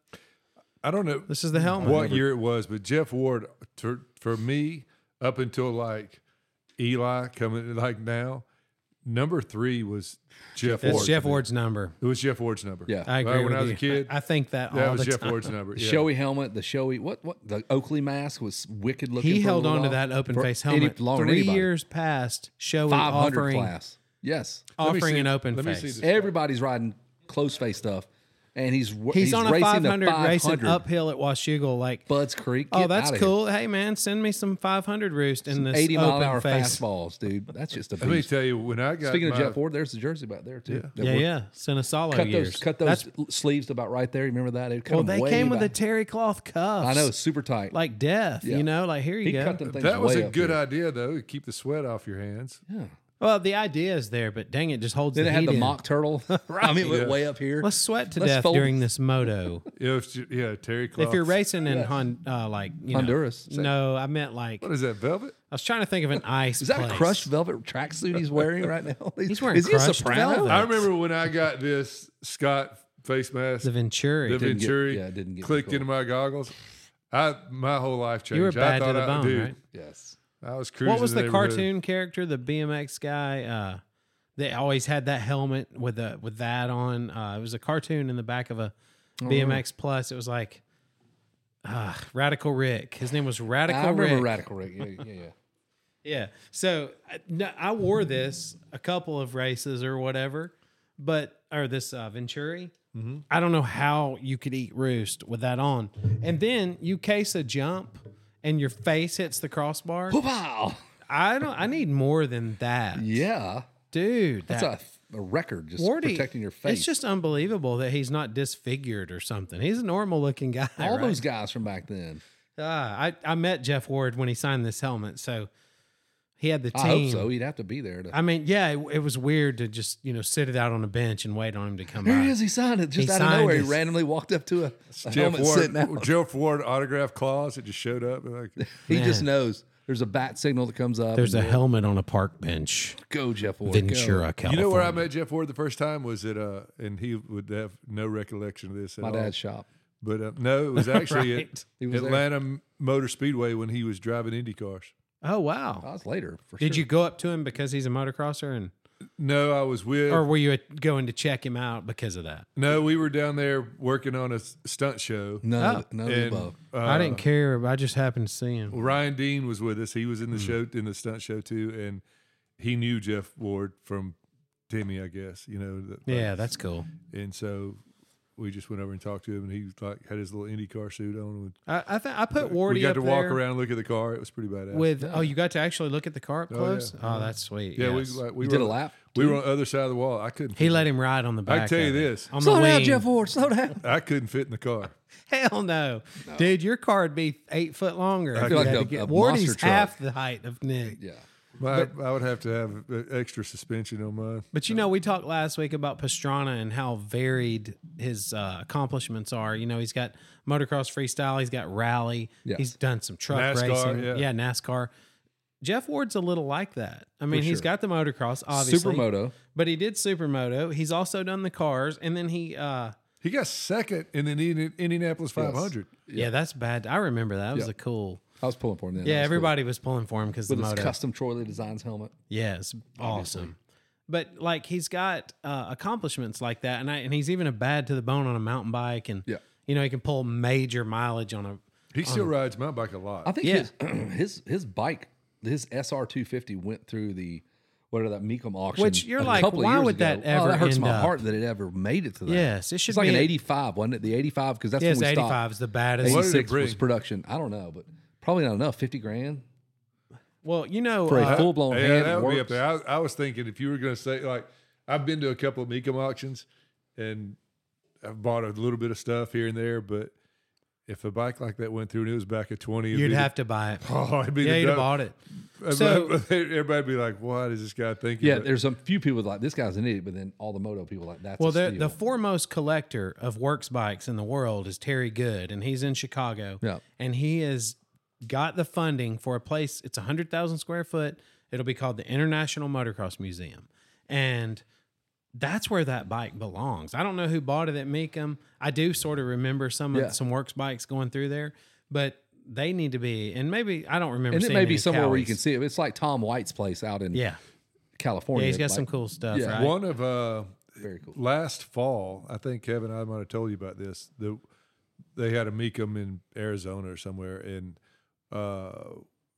I don't know.
this is the helmet.
what year it was, but Jeff Ward for, for me up until like Eli coming like now, number three was Jeff
That's
Ward.
Jeff Ward's number.
It was Jeff Ward's number.
Yeah.
I agree.
Right, when
with
I was a
you.
kid,
I, I think that
that
all
was
the
Jeff
time.
Ward's number.
The
Yeah.
showy helmet, the showy what what the Oakley mask was wicked looking.
He
for a
held
little
on to
while.
that open
For
face
any-
helmet
longer than
three
anybody.
years past, showing
500
offering
class. Yes,
Let me
offering
see-
an open
let me see
face.
this.
everybody's riding close face stuff. and he's w-
He's, on a
racing the
500, racing
500.
uphill at Washougal. Like,
Bud's Creek.
oh,
Get
that's
outta here.
cool. Hey, man, send me some 500 roost in this
80 mile an
open
hour
face.
fastballs, dude. That's just a
Let me
beast.
tell you, when I got
Speaking of
my-
Jeff Ford, there's the jersey back there too. That
Yeah,
we're-
yeah. Send a solo
Cut
years.
those, cut those
That's-
sleeves about right there. You remember that? It
well, they came with a
back.
terry cloth cuff.
I know, super tight.
like death.
Yeah.
You know, like here you
he
go.
cut them things.
that was
way
a
up
good
here.
idea though. to Keep the sweat off your hands.
Well, the idea is there, but dang it, just holds.
Then
the
it had
heat
the
in.
mock turtle. I mean, it went
Yeah.
way up here.
Let's sweat to
Let's
death
fold-
during this moto.
If you- yeah, Terry cloth.
if you're racing in Hon, uh, like you know-
Honduras.
no, I meant like
what is that velvet?
I was trying to think of an ice.
Is that
place.
a crushed velvet tracksuit he's wearing right now?
He's wearing
Is he a
crushed
soprano?
velvet.
I remember when I got this Scott face mask,
The
the,
Venturi.
Didn't get-
Venturi,
yeah, it didn't get
clicked
cool.
into my goggles. I my whole life changed.
you were bad
I
to
thought
the
I,
bone,
dude,
right?
Yes.
I was cruising.
What was the
neighborhood.
cartoon character? The BMX guy. Uh, they always had that helmet with the with that on. Uh, it was a cartoon in the back of a
Oh,
BMX Plus. It was like. Uh, Radical Rick. His name was Radical
I remember
Rick.
Radical Rick. Yeah, yeah, yeah.
Yeah. So I, no, I wore this a couple of races or whatever, but or this uh, Venturi.
Mm-hmm.
I don't know how you could eat roost with that on, and then you case a jump and your face hits the crossbar.
Wow.
I don't. I need more than that,
Yeah.
dude. That's
It's a, a record just protecting your face.
It's just unbelievable that he's not disfigured or something. He's a normal looking guy.
all
right?
those guys from back then.
Ah, I I met Jeff Ward when he signed this helmet, so he had the team.
I hope so. He'd have to be there. To,
I mean, yeah, it, it was weird to just you know sit it out on a bench and wait on him to come
Here
by.
he is. He signed it just
He
out of
signed
nowhere.
his-
He randomly walked up to a, a
Jeff
helmet sitting
Ward,
out.
Jeff Ward autograph claws. It just showed up. Like,
He just
Man.
knows there's a bat signal that comes up.
There's a helmet on a park bench,
go Jeff Ward. Go.
Ventura,
you
California.
know where I met Jeff Ward the first time was at uh, and he would have no recollection of this. At
My
all.
dad's shop.
but uh, no, it was actually
Right.
He
at
was there.
Atlanta Motor Speedway when he was driving Indy cars.
Oh wow!
I was later. For
Did
sure.
you go up to him because he's a motocrosser, and
No, I was with.
or were you going to check him out because of that?
no, we were down there working on a s- stunt show.
None,
Oh.
of, the- none of the
And,
above.
uh,
I didn't care. but I just happened to see him.
Ryan Dean was with us. He was
Hmm.
in the show, in the stunt show too, and he knew Jeff Ward from Timmy, I guess. You know. that-
Yeah, that's cool.
And so we just went over and talked to him, and he like had his little Indy car suit on.
I, I think I put
And
Wardy
we got
up
to walk
there
around, and look at the car. It was pretty badass.
with. Oh, you got to actually look at the car up
yeah.
close. Oh, that's sweet.
yeah,
yes.
we like we
You
were
did a
on-
lap,
We were on the other side of the wall. I couldn't.
he
fit-
let him ride on the
I
back.
can tell you
of it.
this.
On
Slow
the
down,
wing.
Jeff Ward. Slow down.
I couldn't fit in the car.
Hell no. Dude, your car would be eight foot longer. if
feel
you
like
had
a-
to get-
a
Wardy's
monster truck.
half the height of Nick.
Yeah.
My, I would have to have uh, extra suspension on mine.
But you know, we talked last week about Pastrana and how varied his uh, accomplishments are. You know, he's got motocross freestyle, he's got rally,
Yes.
he's done some truck
NASCAR,
racing.
yeah.
NASCAR. Jeff Ward's a little like that. I mean, he's
sure.
got the motocross, obviously.
Supermoto.
But he did supermoto. He's also done the cars, and then he uh
He got second in the Indi- Indianapolis 500.
yeah, that's bad. I remember that. That was
Yeah.
a cool
I was pulling for him then.
Yeah,
That was
everybody was pulling for him because the
cool. With
moto.
his custom Troy Lee Designs helmet.
Yeah, it's awesome. But like he's got uh, accomplishments like that, and I, and he's even a bad to the bone on a mountain bike, and
Yeah.
you know he can pull major mileage on a.
He still rides my bike a lot.
I think
Yeah.
his, his his bike, his SR two fifty went through the whatever that Mecum auction.
Which you're
a
like,
couple of
why
years
would that
ago.
ever
Oh, that hurts
end
my
up?
heart that it ever made it to that.
Yes, it should
it's like
be
an
an-
eighty five, wasn't it? The eighty five because that's
Yes,
when we
eighty
stopped.
five is the baddest.
What did it
86 was
bring?
production. I don't know, but probably not enough. 50 grand
Well, you know,
for
uh,
a full blown
yeah,
hand.
that
it
would be
works.
up there. I, I was thinking if you were going to say like, I've been to a couple of Mecum auctions, and I've bought a little bit of stuff here and there, but if a bike like that went through and it was back at twenty, it'd
you'd
be
have to buy it.
The, oh, it'd be
yeah,
the
you'd have
dumb-
bought it.
everybody-
So-
everybody'd be like, "What is this guy thinking?"
Yeah,
But
there's a few people like this guy's an idiot, but then all the moto people like that's
Well,
a
the
steal.
the foremost collector of works bikes in the world is Terry Good, and he's in Chicago.
Yeah.
and he has got the funding for a place. It's hundred thousand square foot. It'll be called the International Motocross Museum, and that's where that bike belongs. I don't know who bought it at Meekum. I do sort of remember some
Yeah.
of some works bikes going through there, but they need to be. And maybe I don't remember.
and it
seeing
may be
any
somewhere where you
Cowies.
can see it. It's like Tom White's place out in
Yeah,
California.
yeah, he's got
like,
some cool stuff.
Yeah.
Right?
one of uh,
Very cool.
last fall, I think Kevin, I might have told you about this. The they had a Mecum in Arizona or somewhere, and uh,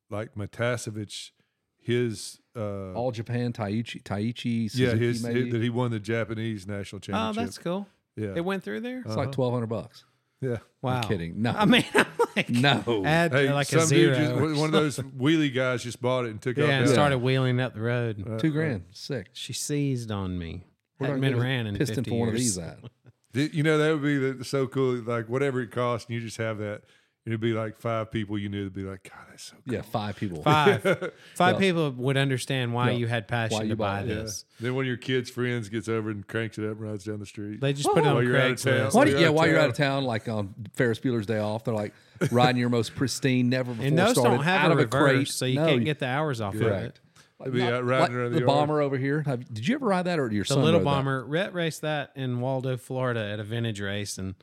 like Matasevich, his uh,
All Japan Taichi Taichi Suzuki
yeah, his,
maybe.
that he won the Japanese national
Oh,
championship.
that's cool.
Yeah.
It went through there.
It's like twelve hundred bucks.
yeah.
Uh-huh. wow.
I'm kidding. No,
I mean, I'm like,
no.
add
Hey,
like a
some
zero.
dude just,
or
one of those wheelie guys just bought it and took
Yeah,
off.
and
down-
started wheeling up the road.
Two grand, sick.
she seized on me.
We're
Hadn't
gonna
been
get a
around in
piston
50
for one of
years.
these at.
Th- You know, that would be the, so cool. Like, whatever it costs, and you just have that. It'd be like five people you knew. It'd be like, God, that's so cool.
Yeah, five people.
Five, five
Yeah.
people would understand why
Yeah.
you had passion
Why you
to
bought
buy
it.
Yeah.
this.
Then one of your kids' friends gets over and cranks it up and rides down the street.
They just put it on
While Oh, you're out of town.
Craigslist.
Why
While
do-
you're
yeah,
out of
while you're
town.
out of town, like on Ferris Bueller's Day Off, they're like riding your most pristine, never before
And those
started
don't have
out
a
of a crate.
reverse, so you
no,
can't get the hours off of it.
correct.
They'd be out riding around
the,
the yard.
bomber over here. Have, did you ever ride that, or your
The
son
little
rode that?
bomber, Rhett raced that in Waldo, Florida at a vintage race, and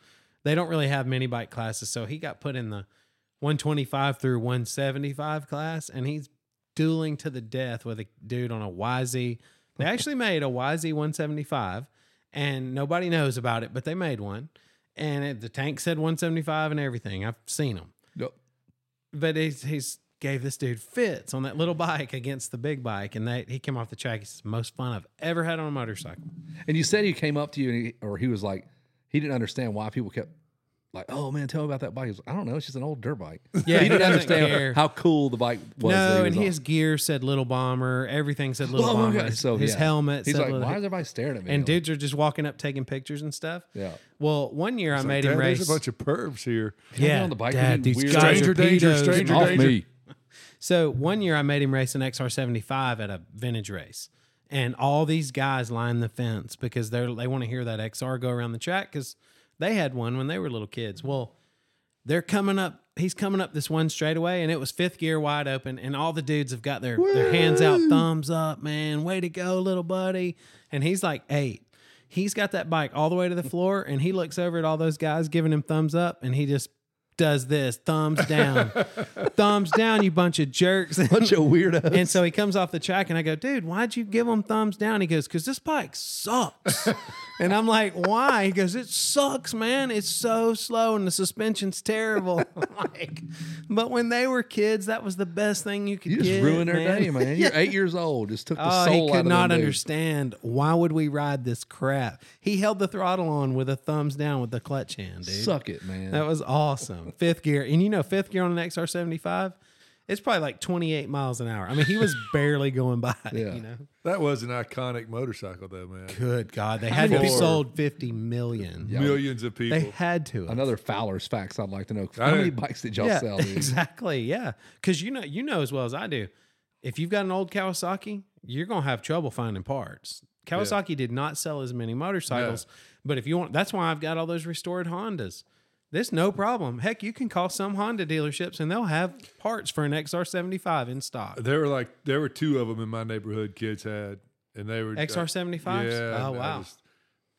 they don't really have many bike classes, so he got put in the 125 through 175 class, and he's dueling to the death with a dude on a YZ. They actually made a YZ 175, and nobody knows about it, but they made one, and it, the tank said 175 and everything. I've seen them.
Yep.
but he's, he's gave this dude fits on that little bike against the big bike, and they he came off the track. It's the most fun I've ever had on a motorcycle.
And you said he came up to you, and he, or he was like, he didn't understand why people kept like, oh man, tell me about that bike. He was like, I don't know, it's just an old dirt bike.
Yeah,
he didn't
doesn't
understand
care.
how cool the bike was. that
no,
he
and
was on.
his gear said little bomber. Everything said little
Oh, my
bomber.
God. So,
his
yeah.
helmet
He's
said
like,
little.
why is everybody staring at me?
and
Like,
dudes are just walking up, taking pictures and stuff.
Yeah.
Well, one year I made
Dad,
him race.
There's a bunch of pervs here.
yeah,
on the bike with
Dad,
you
these
weird-
guys
Stranger
are
danger,
pedos.
stranger
off
danger.
me.
So one year I made him race an XR75 at a vintage race, and all these guys line the fence because they they want to hear that XR go around the track because they had one when they were little kids. Well, they're coming up. He's coming up this one straightaway, and it was fifth gear wide open, and all the dudes have got their their hands out, thumbs up, man, way to go, little buddy. And he's like eight. He's got that bike all the way to the floor, and he looks over at all those guys giving him thumbs up, and he just does this thumbs down, thumbs down, you bunch of jerks.
Bunch of weirdos.
And so he comes off the track, and I go, dude, why'd you give him thumbs down? He goes, because this bike sucks. and I'm like, why? He goes, it sucks, man. It's so slow, and the suspension's terrible. I'm like, but when they were kids, that was the best thing you could
You just
get.
ruined their
man.
day, man. You're eight years old. Just took the
Oh,
soul
he
out of
could not
them dudes.
understand why would we ride this crap. He held the throttle on with a thumbs down with the clutch hand, dude.
Suck it, man.
That was awesome. Fifth gear. And you know, fifth gear on an XR 75, it's probably like 28 miles an hour. I mean, he was barely going by, it,
Yeah.
you know.
That was an iconic motorcycle, though, man.
Good God. They had to be
Four.
sold 50 million.
Millions of people.
They had to. have.
Another Fowler's facts I'd like to know.
I
How many
don't-
bikes did y'all
yeah,
sell, dude?
Exactly. Yeah. Cause you know, you know as well as I do, if you've got an old Kawasaki, you're gonna have trouble finding parts. Kawasaki did not sell as many motorcycles, but if you want that's why I've got all those restored Hondas. This no problem. Heck, you can call some Honda dealerships and they'll have parts for an XR seventy five in stock.
There were like there were two of them in my neighborhood. Kids had, and they were uh,
XR seventy
Yeah.
fives? Oh
and I
wow.
just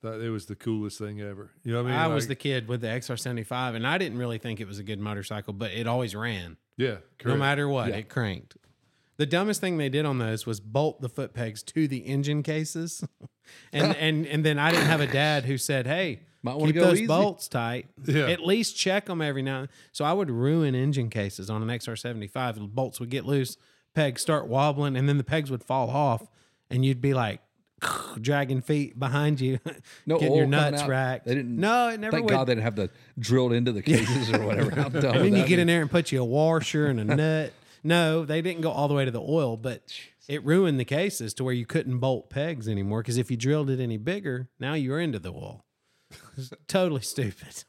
thought it was the coolest thing ever. You know what I mean?
I was the
Like,
kid with the XR seventy five and I didn't really think it was a good motorcycle, but it always ran.
yeah. Correct.
No matter what, it cranked. The dumbest thing they did on those was bolt the foot pegs to the engine cases, and and and then I didn't have a dad who said, "Hey,
Might wanna
keep
go
those
easy."
bolts tight.
Yeah.
At least check them every now." and So I would ruin engine cases on an XR seventy five. The bolts would get loose, pegs start wobbling, and then the pegs would fall off, and you'd be like. Dragging feet behind you,
No
getting
oil
your
coming
nuts
out.
racked.
They didn't-
No, it never
Thank
would.
God they didn't have the drilled into the cases or whatever. How dumb
And
would
then you
that
get
be?
in there and put you a washer and a nut. No, they didn't go all the way to the oil, but it ruined the cases to where you couldn't bolt pegs anymore. Because if you drilled it any bigger, now you're into the oil. It's totally stupid.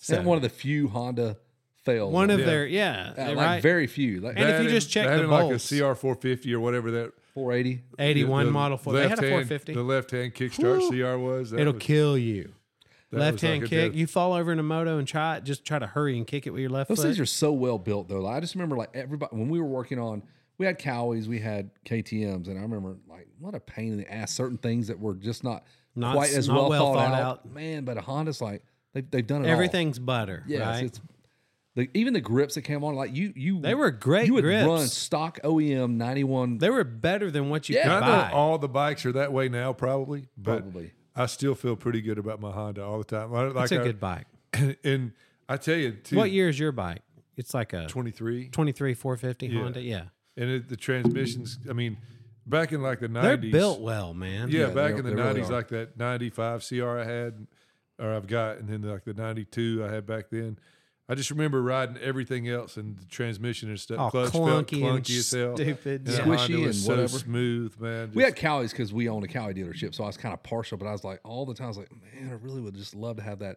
Is that one of the few Honda fails.
One of
Yeah.
their yeah,
Uh, like
right.
very few, like
And if
They
you
had
just
in-
check
they
the
had in, like a
bolts.
CR450 or whatever that
480.
eighty one
the
model for they had a
left-hand-
four fifty.
The left hand kickstart CR was. That
It'll
was-
kill you.
that was
Left hand
like a
kick.
death-
You fall over in a moto and try it. Just try to hurry and kick it with your left
Those
foot.
things are so well built though. Like, I just remember like everybody when we were working on we had Cowies, we had KTMs, and I remember like what a pain in the ass certain things that were just not,
Not-
quite as
not
well,
well
thought,
thought
out.
out.
Man, but a Honda's like they've, they've done it all.
Everything's butter.
Yes,
right?
it's the, even the grips that came on like you you
They were great
You would
grips.
run stock E OEM ninety one.
they were better than what you
Yeah.
could
I know
buy.
all the bikes are that way now, probably, but
Probably.
I still feel pretty good about my Honda all the time. I, like
it's a
I-
good bike.
And I tell you, too,
What year is your bike? It's like a
23,
23 450 Honda. Yeah.
and it, the transmissions. I mean, back in like the 90s,
They're built well, man.
Yeah, back
they-
in the
they really
90s,
are.
like that 95 CR I had, or I've got, and then like the '92 I had back then. I just remember riding everything else and the transmission and stuff.
All
Clutch felt
clunky, and
clunky as hell.
stupid.
And the
Yeah.
Squishy
Honda was
and
so
whatever.
smooth, man.
We
Just-
had Cowies because we own a Cowie dealership, so I was kind of partial. But I was like, all the time, I was like, man, I really would just love to have that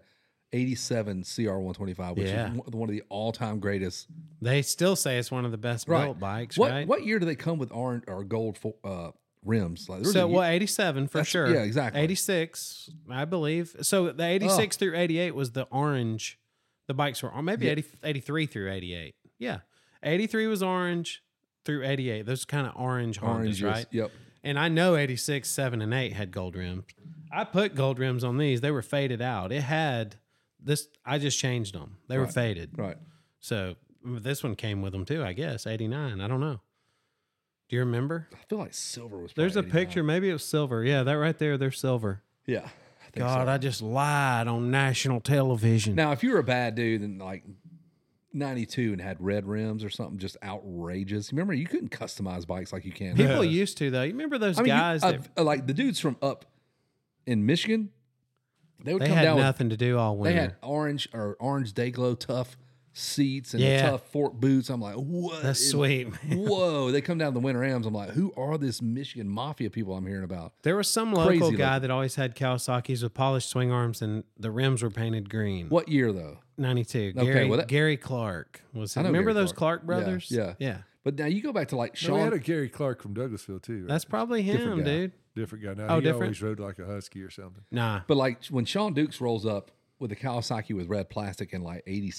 '87 CR125, which
Yeah.
is one one of the all-time greatest.
They still say it's one of the best built bikes,
What
right?
what year do they come with orange or gold fo- uh, rims? Like, there was a
So
year-
well, eighty seven for
That's-
sure.
yeah, exactly.
Eighty six, I believe. So the eighty six through eighty eight was the orange. The bikes were or maybe
Yeah.
eighty eighty three 83 through eighty eight. Yeah, eighty three was orange through eighty eight. Those kind of orange Hondas,
orange, yes.
right?
Yep.
And I know 86, 7, and 8 had gold rims. I put gold rims on these. They were faded out. It had this, I just changed them. They were
Right.
faded.
Right.
So this one came with them too, I guess. 89. I don't know. Do you remember?
I feel like silver was.
There's a
probably 89.
picture. Maybe it was silver. Yeah, that right there. They're silver.
Yeah. I think
God,
so.
I just lied on national television.
Now, if you were a bad dude and like 92 and had red rims or something just outrageous, remember you couldn't customize bikes like you can. now.
People used to, though. You remember those
I mean, you-
guys
uh,
that
like the dudes from up in Michigan, they would
they
come
had
down. With,
nothing to do all
they
winter?
had uh, orange or orange day glow tough seats and the
Yeah.
tough fork boots. I'm like, what?
That's
in-
sweet. man.
Whoa! They come down the winter AMs. I'm like, who are this Michigan mafia people I'm hearing about?
There was some
Crazy
local
looking.
guy that always had Kawasaki's with polished swing arms and the rims were painted green.
What year though?
92.
Okay,
Gary,
well, that-
Gary Clark was
I know
Remember
Gary
those Clark,
Clark. Yeah,
brothers?
yeah.
Yeah.
But now you go back to like
No, we
Sean.
had a Gary Clark from Douglasville too. Right?
That's probably
Different
him,
guy.
dude.
different guy. Now
Oh,
he
different?
always rode like a husky or something.
Nah.
But like when Sean Dukes rolls up with a Kawasaki with red plastic in like eighty,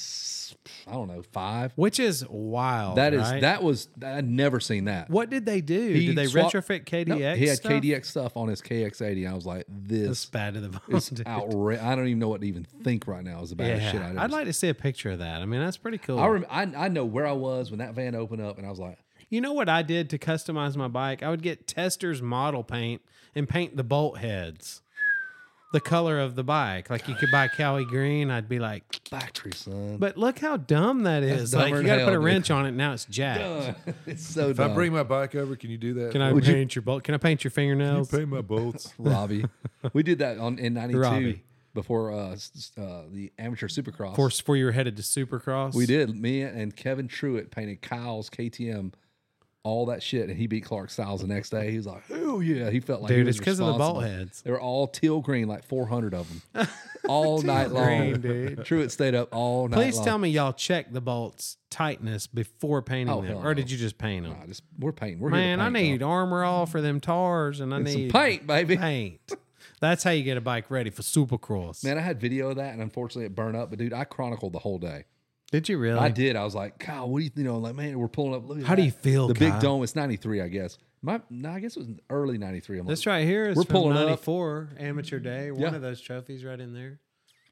I don't know five.
Which is wild.
That is
right?
that was I'd never seen that.
What did they do?
He
did they
swap-
retrofit KDX?
No, he had
stuff?
KDX stuff on his KX80. I was like,
That's
this
bad to the bone.
is
dude.
outrageous. I don't even know what to even think right now is the baddest
Yeah.
shit I ever
I'd
seen.
like to see a picture of that. I mean, that's pretty cool.
I, rem- I I know where I was when that van opened up, and I was like,
You know what I did to customize my bike? I would get tester's model paint and paint the bolt heads. The color of the bike. Like you could buy Cowie green. I'd be like,
factory son.
but look how dumb that is.
dumber
Like you
than
gotta
hell,
put a
dude.
wrench on it. Now it's jacked.
it's so
If I
dumb.
bring my bike over, can you do that?
Can I
for me?
paint your bolt? Can I paint your fingernails?
pay my bolts?
Robbie, we did that on in '92
Robbie.
before uh, s- uh, the amateur supercross.
of course, before you were headed to Supercross.
we did. Me and Kevin Truitt painted Kyle's KTM. All that shit, and he beat Clark Styles the next day. He was like, "Oh yeah!" He felt like he
Dude,
was
it's because of the bolt
responsible.
heads.
They were all teal green, like 400 of them, all night long.
green, dude.
Truitt stayed up all night.
Please
long.
tell me y'all check the bolts tightness before painting
Oh,
them.
hell
Or did
no.
you just paint them?
Nah, just, we're painting. We're
Man, I
here to paint,
need armor all for them tars and I
dog.
need
some paint, baby.
paint. That's how you get a bike ready for Supercross.
Man, I had video of that, and unfortunately, it burned up. But dude, I chronicled the whole day.
did you really?
I did. I was like, Kyle, what do you, you know? Like, man, we're pulling up. Look at
How do
that.
you feel,
The
Kyle?
big dome. It's '93, I guess. My, no, I guess it was early '93. I'm like,
This right here is
We're
from
pulling up.
94 amateur day. One
Yeah.
of those trophies right in there.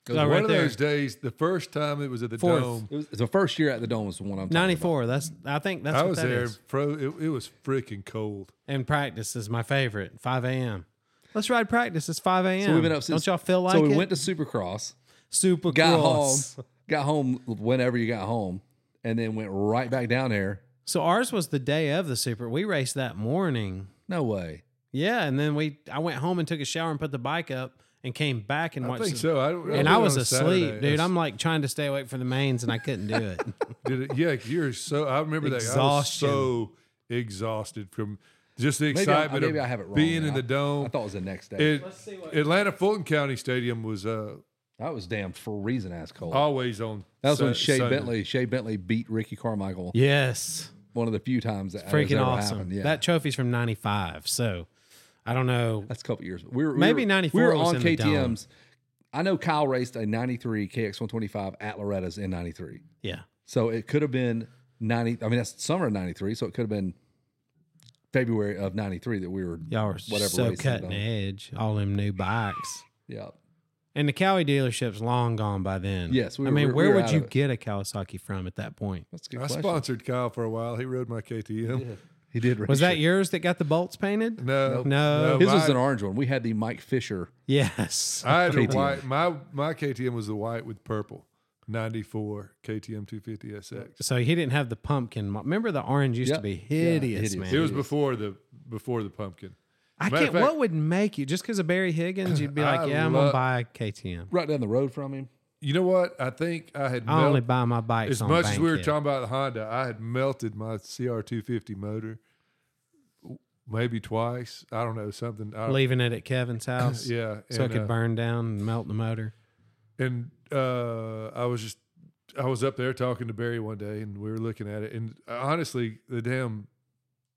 was
Oh,
one
One
right
of
there.
those days, the first time it was at the
Fourth.
dome,
It was the first year at the dome was the one I'm talking about.
94. That's I think that's
I
what
was
that
there.
is.
Pro, it, it was freaking cold.
And practice is my favorite. 5 a.m. Let's ride practice. It's 5 a.m.
So we've been up since.
Don't y'all feel like
So we
it?
went to Supercross,
Supercross.
got home, got home whenever you got home, and then went right back down there.
So ours was the day of the super. We raced that morning.
No way.
Yeah, and then we I went home and took a shower and put the bike up and came back and
I
watched.
think
the-
so. I, don't-
And
did it
I
on
was
a
asleep,
Saturday.
dude.
I-
I'm like trying to stay awake for the mains, and I couldn't do it.
did it. Yeah, you're so. I remember that. I was
Exhaustion.
so exhausted from just the
Maybe, I,
excitement
maybe
of
I have it wrong.
being
man.
in the
I-
dome.
I thought it was the next day.
It-
Let's see what-
Atlanta Fulton County Stadium was uh,
That was damn freezing ass cold.
always on.
that was when
Sun-
Shea
Sunday.
Bentley Shea Bentley beat Ricky Carmichael.
yes,
One of the few times that has
freaking
ever
awesome.
Happened. Yeah,
That trophy's from '95, so I don't know.
that's a couple years. We were we
Maybe
were-
94
We were
was
on
in the dome.
KTM's. I know Kyle raced a '93 KX125 at Loretta's in '93,
Yeah,
so it could have been '90. I mean, that's summer of '93, so it could have been February of '93 that we were.
y'all were just
Whatever
so
race they've
cutting
done.
edge. All them new bikes,
Yeah,
and the Cowie dealership's long gone by then.
Yes, we
I
were-
mean,
we-
where
we were
would
out
you
of it.
get a Kawasaki from at that point?
that's a good
I
question.
sponsored Kyle for a while. He rode my KTM.
He did. Race
Was that
it.
yours that got the bolts painted?
No,
No.
His was
mine-
an orange one. We had the Mike Fisher.
Yes.
I had a
KTM.
white. My my KTM was the white with purple. 94 KTM 250 SX.
So he didn't have the pumpkin. mo- Remember the orange used to
Yep.
be
Yeah,
hideous,
hideous.
man.
It was before the before the pumpkin.
I
Matter
can't.
of fact-
what would make you just because of Barry Higgins? You'd be like,
I
yeah, I'm gonna
love-
buy a KTM.
Right down the road from him.
You know what? I think I had
I only
melted,
buy my bikes
as
on
much as we were
Bankhead.
talking about the Honda. I had melted my CR250 motor, w- maybe twice. I don't know something. I,
leaving it at Kevin's house.
yeah,
so
and,
it could
uh,
burn down and melt the motor.
and uh, I was just I was up there talking to Barry one day, and we were looking at it. And honestly, the damn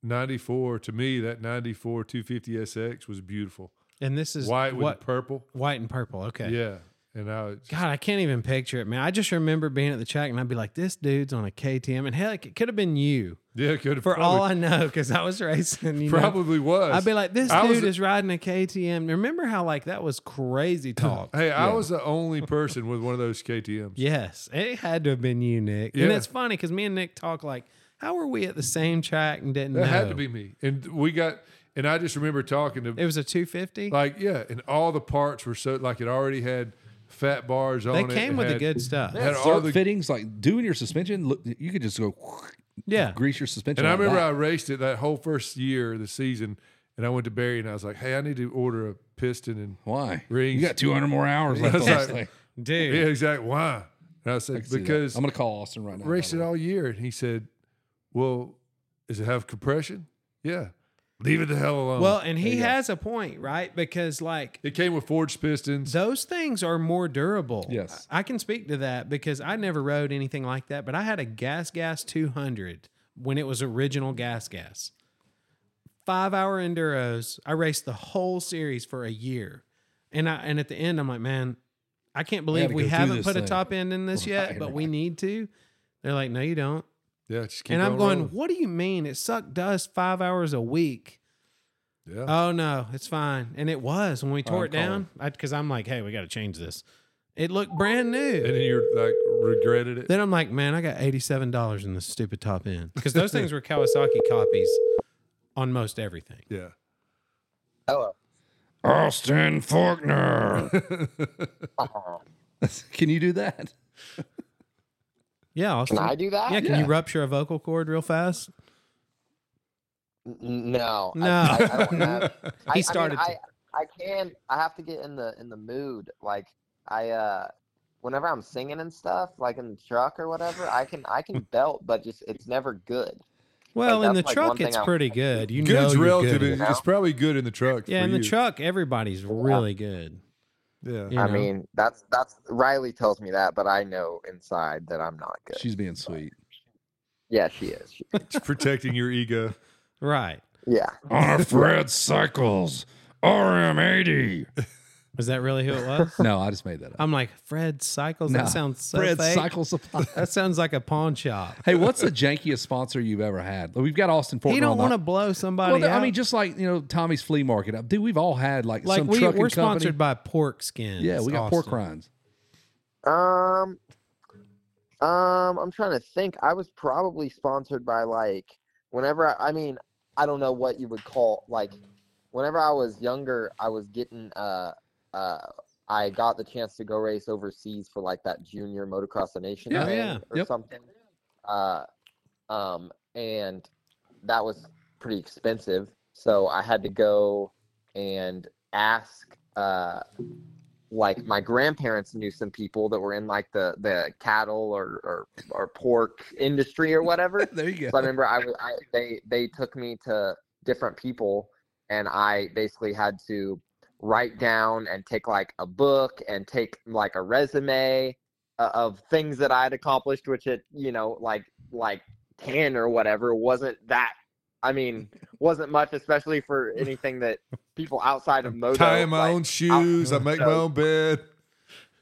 ninety four to me that ninety four two fifty SX was beautiful,
And this is
white with
what
purple.
white and purple. Okay.
Yeah, and I was-
God, I can't even picture it, man. I just remember being at the track and I'd be like, this dude's on a KTM. And heck, it could have been you
yeah could have
for all
probably,
I know because I was racing. You know?
probably was.
I'd be like, this
I
dude
was-
is riding a KTM. Remember how, like, that was crazy talk.
Hey, I was the only person with one of those KTM's.
Yes, it had to have been you, Nick. And
Yeah.
it's funny because me and Nick talk like, how were we at the same track and didn't
That
know?
had to be me. And we got, and I just remember talking to,
It was a 250.
like, yeah, and all the parts were so, like, it already had fat bars on
they
it.
came
It
with the
had-
good stuff.
Had all
Start
the,
fittings, like doing your suspension. Look, you could just go
Yeah.
grease your suspension.
and I
like
remember
that.
I raced it that whole first year of the season, and I went to Barry and I was like, hey, I need to order a piston. And
why
Rings.
You got 200 more hours left.
I was
on this
like,
thing.
Dude.
yeah, he's like, why? And I said,
See that.
because
I'm gonna call Austin right now. by
raced
the
it
way.
all year. And he said, well, does it have compression? Yeah. Leave it the hell alone.
Well, and he
you go.
has a point, right? Because like
it came with forged pistons.
those things are more durable.
Yes.
I I can speak to that because I never rode anything like that, but I had a Gas Gas 200 when it was original Gas Gas. 5-hour enduros. I raced the whole series for a year. And I and at the end I'm like, "Man, I can't believe
gotta
we
go through
haven't
this
put a
thing."
top end in this yet,
Right,
but we
right.
need to." They're like, "No, you don't."
yeah, just keep
and I'm
on
going,
rolling.
"What do you mean? It sucked dust 5 hours a week."
Yeah.
Oh no, it's fine. And it was when we tore
I'm
it down because I'm like, hey, we got to change this. It looked brand
And
new.
then you're like regretted it.
Then I'm like, man, I got eighty-seven dollars in this stupid top end because those things were Kawasaki copies on most everything.
Yeah.
Austin Faulkner.
Uh,
Can you do that?
Yeah, Austin.
Can I do that?
yeah, can you
Yeah.
rupture a vocal cord real fast?
N- No, I-
No.
I, I don't have, I,
He started
I,
to.
mean, I, I can. I have to get in the in the mood. Like I, uh, whenever I'm singing and stuff, like in the truck or whatever, I can I can belt, but just it's never good.
Well, in
that's
the
like
truck,
one thing
it's
I-
pretty good. You know,
Good's
you're
relative.
good.
It's- It's probably good in the truck.
Yeah,
for
in the
you.
truck, everybody's really good.
Yeah.
You
I
know?
mean, that's that's Riley tells me that, but I know inside that I'm not good.
She's being sweet.
yeah, she is. She-
It's protecting your ego.
right?
yeah,
On our Fred Cycles RM80.
Is that really who it was?
No, I just made that up.
I'm like Fred Cycles.
No.
That sounds so
Fred
fake.
Cycle Supply.
That sounds like a pawn shop.
hey, what's the jankiest sponsor you've ever had? We've got Austin Faulkner.
He don't
on
want
the-
to blow somebody.
Well, no, I
out.
mean, just like you know, Tommy's flea market. Dude, we've all had like,
like
some
we,
trucking
we're
company.
sponsored by Pork Skins.
yeah, we got pork
Austin.
rinds.
Um, um, I'm trying to think. I was probably sponsored by like whenever I, I mean, I don't know what you would call like whenever I was younger, I was getting uh uh I got the chance to go race overseas for like that junior motocross the nation
Yeah.
Oh,
thing
yeah.
or
Yep.
something. Uh um and that was pretty expensive. So I had to go and ask uh like my grandparents knew some people that were in like the the cattle or or, or pork industry or whatever
There you
so
go.
I remember I, was- I they they took me to different people and I basically had to write down and take like a book and take like a resume uh, of things that I'd accomplished which it you know like like 10 or whatever wasn't that I mean wasn't much especially for anything that people outside of moto
Tying my
like-
own shoes. I make my own bed.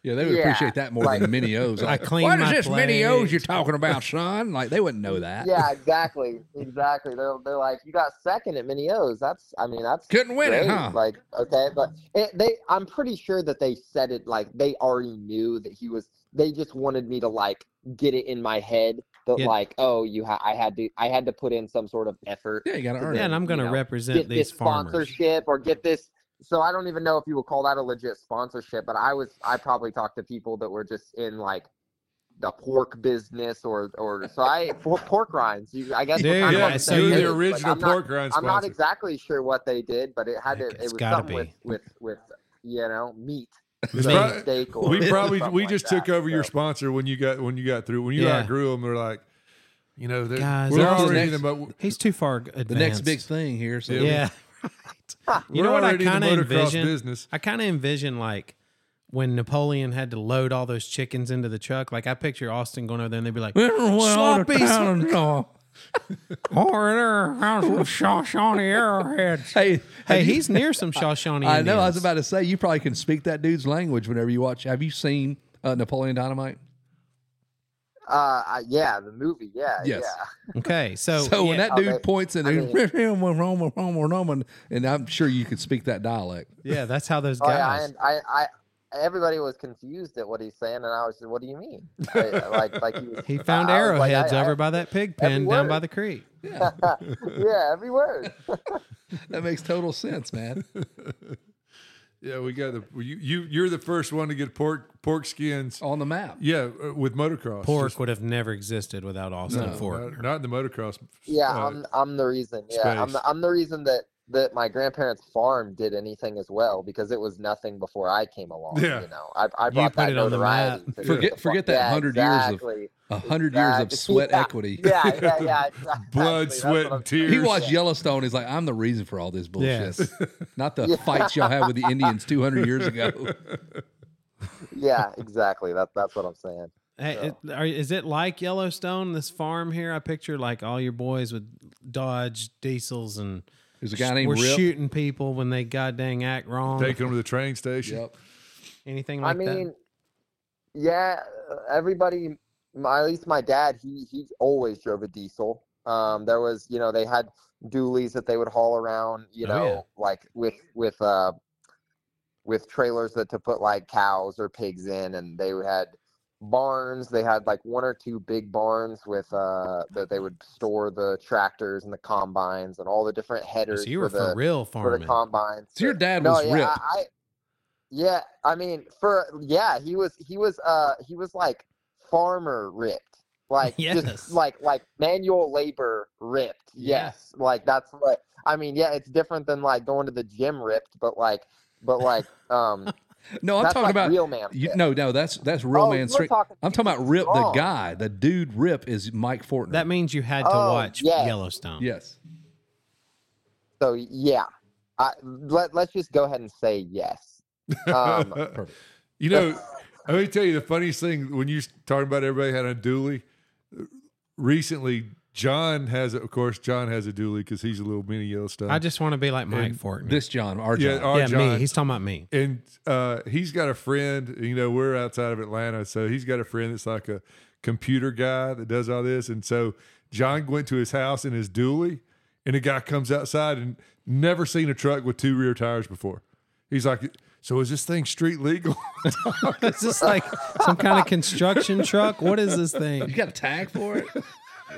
Yeah, they would
Yeah,
appreciate that more than many O's.
I
Like,
clean
what is
my
this many O's
plate."
you're talking about, son? Like they wouldn't know that.
yeah, exactly, exactly. They're they're like, you got second at many O's. That's, I mean, that's
Couldn't win it,
great.
huh?
Like, okay, but it, they, I'm pretty sure that they said it like they already knew that he was. They just wanted me to like get it in my head that
Yeah.
like, oh, you, ha- I had to, I had to put in some sort of effort,
yeah, you got to earn
Yeah,
it.
and I'm going to
You know,
represent
get
these
this
farmers.
sponsorship or get this. So I don't even know if you would call that a legit sponsorship, but I was, I probably talked to people that were just in like the pork business or or so I for pork rinds. You, I guess we're
Dude,
kind of
yeah,
on the
so
same
you're the
page, but
original
I'm not-
pork rind
I'm not
sponsor.
exactly sure what they did, but it had to,
Like,
it
it's
was
gotta
something with
be.
with with you know meat,
It's
mean,
prob-
steak. Or
we probably
something
we
like
just took
that,
over your
so.
sponsor when you got when you got through when you
Yeah.
outgrew them. They're like, you know, they're,
Guys,
we're
that's the
already
next-
in the mo-
He's too far advanced.
the next big thing here. So
Yeah. right. you
we're
know what I
already in
kind
the
of
motocross
envision?
business.
I kind of envision like when Napoleon had to load all those chickens into the truck. Like I picture Austin going over there and they'd be like, Sloppy "Oh, Horner, how's with Shoshone Arrowheads?
Hey, have
Hey,
you-
he's near some Shoshone.
I know. I
Indians.
was about to say you probably can speak that dude's language whenever you watch. Have you seen uh, Napoleon Dynamite?
Uh, I- yeah, the movie. Yeah,
Yes.
yeah.
Okay, so,
So,
yeah,
when that
Oh,
dude
they-
points and
I
and and I'm sure you could speak that dialect.
yeah, that's how those
Oh, yeah, I,
guys.
and I, I, everybody was confused at what he's saying, and I was just, "What do you mean?" I, like, like he, was,
he found
I- I was like,
arrowheads
I- I-
over by that pig pen down
every word.
by the creek.
yeah, every word.
That makes total sense, man.
Yeah, we got the you, you you're the first one to get pork pork skins.
On the map.
Yeah, uh, with motocross.
Pork
Just-
would have never existed without Austin
No,
Fork.
not, not in the motocross.
Yeah,
uh,
I'm, I'm the reason. Yeah, I'm
space.
the, I'm the reason that that my grandparents' farm did anything as well because it was nothing before I came along.
Yeah.
you know, I, I
You
brought
put
that
it on the
notoriety.
map.
to
Forget-
the farm.
forget that
Yeah,
100 years of-
exactly.
A hundred years of
Exactly.
sweat
Yeah.
equity.
Yeah, yeah, yeah. exactly.
Blood,
That's
sweat,
what I'm
and
saying.
He
tears.
watched Yellowstone. He's like, I'm the reason for all this bullshit.
Yes.
Not the fights y'all had with the Indians 200 years ago.
Yeah, exactly. That, that's what I'm saying.
Hey, it, are, is it like Yellowstone? This farm here, I picture like all your boys with Dodge diesels and
There's a guy
sh-
named
were
Rip.
shooting people when they goddamn act
um,
wrong.
Taking them to the train station.
Yep.
Anything like
I mean, yeah, everybody. My, at least my dad, he he always drove a diesel. Um, there was, you know, they had dualies that they would haul around, you
Oh, yeah.
know, like with with uh with trailers that to put like cows or pigs in, and they had barns. They had like one or two big barns with uh that they would store the tractors and the combines and all the different
that?
headers.
Oh, So you were
for
for
the,
real
for the
farming.
combines.
So your dad was
yeah,
Rip.
I, I, yeah, I mean, for yeah, he was he was uh he was like farmer ripped, like
Yes.
just like like manual labor ripped.
Yeah.
Yes, like that's what I mean. Yeah, it's different than like going to the gym ripped, but like but like um
No, I'm
that's
talking
like
about.
real man.
You,
fit.
no, no, that's that's real
Oh,
man
you're
strength. I'm talking about Rip, the
strong.
guy, the dude. Rip is Mike Fortner.
that means you had to
Oh,
watch
yes.
Yellowstone.
yes.
So yeah, I, let let's just go ahead and say yes. Um,
Perfect.
you know, let me tell you the funniest thing when you s- talking about everybody had a dually. Recently, John has, of course, John has a dually because he's a little mini Yellowstone.
I just want to be like Mike
And
Fortner.
This John, our
yeah,
John.
our
yeah,
John.
me. He's talking about me.
and uh, he's got a friend. You know, we're outside of Atlanta, so he's got a friend that's like a computer guy that does all this. And so John went to his house in his dually, and a guy comes outside and never seen a truck with two rear tires before. He's like, "So is this thing street legal?"
Is this like some kind of construction truck? What is this
you
thing?
got a tag for it?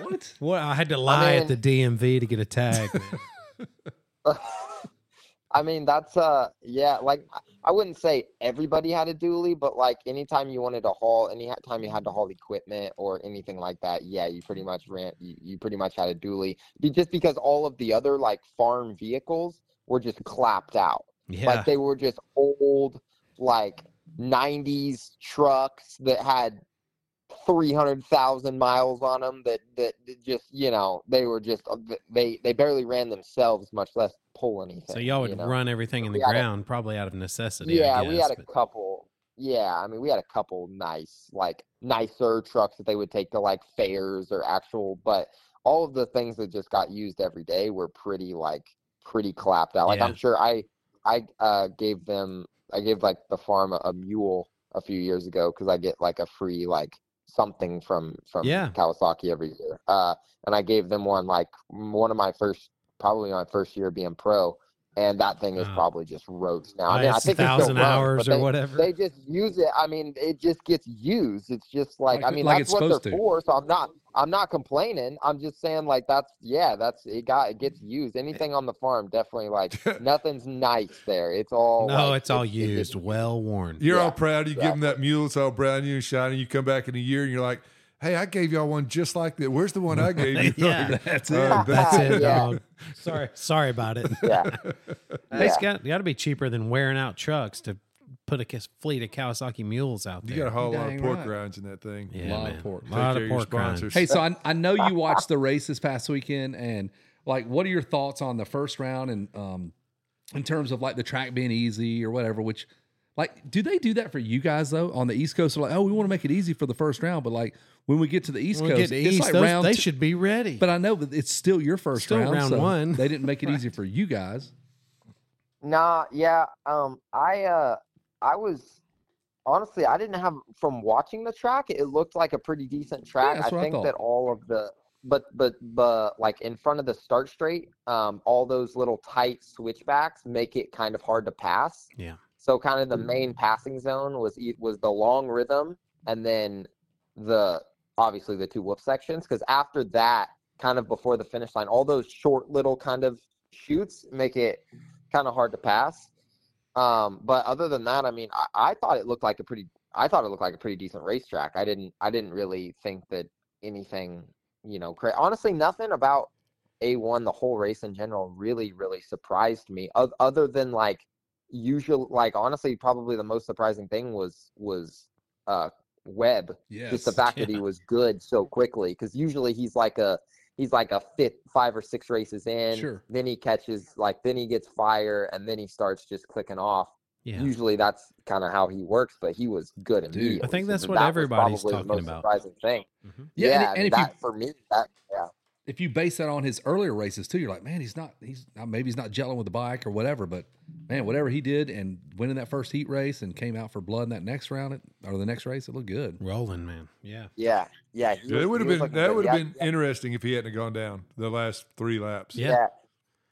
what?
What I had to lie at the
mean-
DMV to get a tag.
I mean, that's uh, yeah, like I- I wouldn't say everybody had a dually, but like anytime you wanted to haul, anytime you had to haul equipment or anything like that, yeah, you pretty much ran, you, you pretty much had a dually. Be- Just because all of the other like farm vehicles were just clapped out,
yeah.
like they were just old, like '90s trucks that had. 300,000 miles on them that, that that just you know they were just uh, they they barely ran themselves much less pull anything
so y'all would
you know?
run everything in the
We had a-
ground, probably out of necessity.
Yeah,
I
we
guess,
had a
but-
couple. Yeah, I mean, we had a couple nice, like nicer trucks that they would take to like fairs or actual, but all of the things that just got used every day were pretty like pretty clapped out. Like
Yeah.
I'm sure I I uh gave them I gave like the farm a, a mule a few years ago because I get like a free like something from from
Yeah.
Kawasaki every year. Uh, and I gave them one like m- one of my first probably my first year being pro and that thing is
Wow.
probably just roast now.
Oh,
I mean, I
it's a
think it's still
thousand
run,
hours
but
or
they-
whatever.
They just use it. I mean, it just gets used. It's just like,
Like-
I mean,
like
that's
it's
what
supposed
they're
to.
for. So I'm not I'm not complaining. I'm just saying like that's yeah, that's it got it gets
Eh.
used. Anything on the farm definitely like nothing's nice there. It's all
no,
like,
it's all
it- it
used,
gets-
well worn.
You're all
Yeah,
proud. You give them that mule. It's all brown, you and shiny. You come back in a year and you're like, hey, I gave y'all one just like that. Where's the one I gave you?
Yeah.
That's it.
Uh,
That's
that-
it,
Yeah.
dog. Sorry, sorry about it.
yeah.
It's
Yeah.
got got to be cheaper than wearing out trucks to put a cas- fleet of Kawasaki mules out
You
there.
got a whole lot of
Dang
pork
right.
rinds in that thing.
yeah,
Lot of
man.
pork.
Take
lot
care
of
your
pork rinds.
sponsors.
Hey, so I, I know you watched the race this past weekend, and like, what are your thoughts on the first round and um, in terms of like the track being easy or whatever? Which, like, do they do that for you guys though on the East Coast? They're like, oh, we want to make it easy for the first round, but like when we get to the East
When we
Coast,
get to
it's
East,
like
those-
round.
they
two-
should be ready.
but I know that it's still your first
Still
round.
round
so
one.
They didn't make it easy for you guys.
Nah, yeah. Um, I uh, I was honestly, I didn't have from watching the track. It looked like a pretty decent track.
that's
I
what I
think
thought.
that all of the, but but but like in front of the start straight, um, all those little tight switchbacks make it kind of hard to pass.
Yeah.
So kind of the main
Mm-hmm.
passing zone was e- was the long rhythm, and then the obviously the two whoop sections. Because after that, kind of before the finish line, all those short little kind of shoots make it kind of hard to pass. Um, but other than that, I mean, I, I thought it looked like a pretty, I thought it looked like a pretty decent racetrack. I didn't, I didn't really think that anything, you know, cra- honestly, nothing about A1, the whole race in general, really, really surprised me. O- other than like usual, like honestly, probably the most surprising thing was was uh Webb
Yeah,
just the fact that he was good so quickly because usually he's like a he's like a fit five or six races in
Sure.
then he catches like then he gets fire and then he starts just clicking off
yeah,
usually that's kind of how he works but he was good immediately
I think
so
that's
that
what
was
everybody's
probably the
talking
most
about.
surprising thing
Yeah,
yeah,
and-
and,
and if you-
that for me that yeah
if you base that on his earlier races too, you're like, man, he's not, he's uh, maybe he's not gelling with the bike or whatever, but man, whatever he did and winning that first heat race and came out for blood in that next round it, or the next race, it looked good.
rolling, man. Yeah,
yeah yeah he
Yeah,
was-
that would have
he
been
was looking
that
good.
would have
Yeah,
been interesting if he hadn't have gone down the last three laps.
yeah.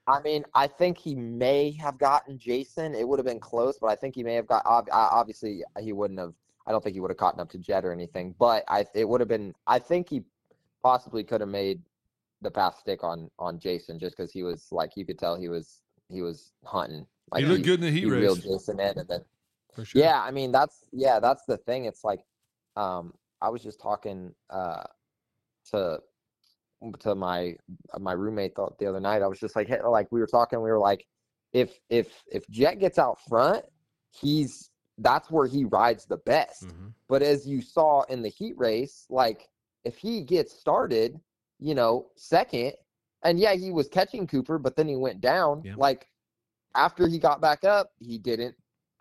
I mean, I think he may have gotten Jason. It would have been close, but I think he may have got. Ob- I- obviously, he wouldn't have. I don't think he would have gotten up to Jet or anything. But I, it would have been. I think he possibly could have made the pass stick on on Jason just because he was like you could tell he was he was hunting. Like
he looked good in the
He,
heat
reeled
race.
Jason in, and then
for sure.
yeah, I mean that's yeah, that's the thing. It's like um I was just talking uh to to my my roommate the, the other night. I was just like hey, like we were talking, we were like if if if Jet gets out front, he's that's where he rides the best.
Mhm.
But as you saw in the heat race, like if he gets started, you know, second, and yeah, he was catching Cooper, but then he went down.
Yeah.
Like after he got back up, he didn't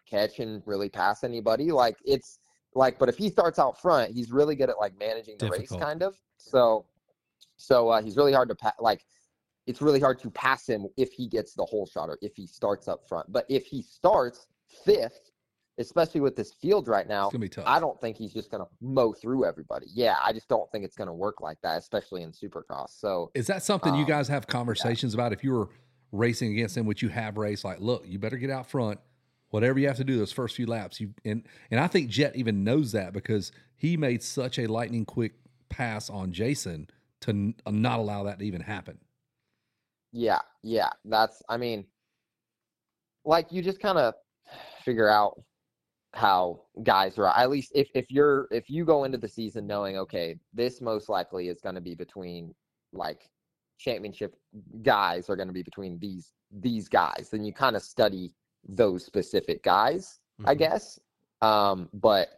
catch and really pass anybody. Like it's like, but if he starts out front, he's really good at like managing the
Difficult.
race, kind of. So, so uh, he's really hard to pa- like. It's really hard to pass him if he gets the whole shot or if he starts up front. But if he starts fifth, especially with this field right now,
It's gonna be tough.
I don't think he's just going to mow through everybody. Yeah, I just don't think it's going to work like that, especially in Supercross. So,
Is that something you
Um,
guys have conversations about? If you were racing against him, which you have raced, like, look, you better get out front. Whatever you have to do those first few laps, you and and I think Jet even knows that because he made such a lightning quick pass on Jason to n- uh, not allow that to even happen.
yeah, yeah, that's, I mean, like you just kind of figure out how guys are at least if, if you're if you go into the season knowing okay this most likely is going to be between like championship guys are going to be between these these guys then you kind of study those specific guys I
Mhm.
guess. Um, but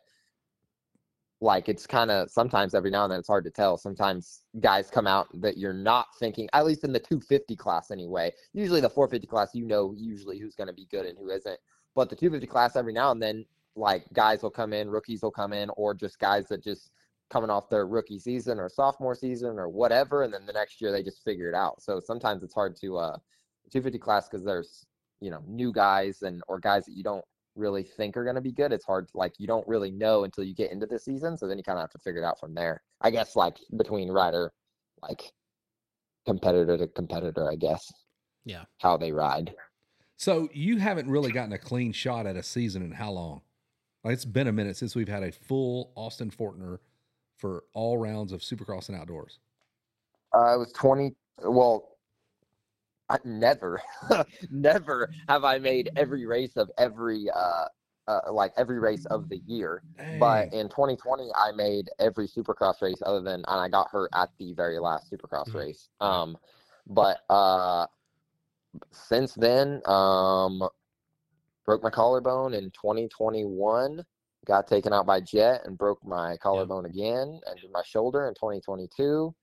like it's kind of sometimes every now and then it's hard to tell. Sometimes guys come out that you're not thinking, at least in the 250 class anyway. Usually the 450 class, you know, usually who's going to be good and who isn't. But the 250 class, every now and then, like guys will come in, rookies will come in, or just guys that just coming off their rookie season or sophomore season or whatever, and then the next year they just figure it out. So sometimes it's hard to uh 250 class because there's you know new guys and or guys that you don't really think are going to be good. It's hard, like you don't really know until you get into the season. So then you kind of have to figure it out from there. I guess like between rider, like competitor to competitor, I guess.
Yeah.
How they ride.
So you haven't really gotten a clean shot at a season in how long? Like it's been a minute since we've had a full Austin Fortner for all rounds of Supercross and outdoors.
Uh, it was 20. Well, I, never, never have I made every race of every, uh, uh, like every race of the year. But
Dang.
in 2020, I made every Supercross race other than, and I got hurt at the very last Supercross
Mm.
race. Um, but uh, since then, um, broke my collarbone in 2021. Got taken out by jet and broke my collarbone again, and did my shoulder in 2022.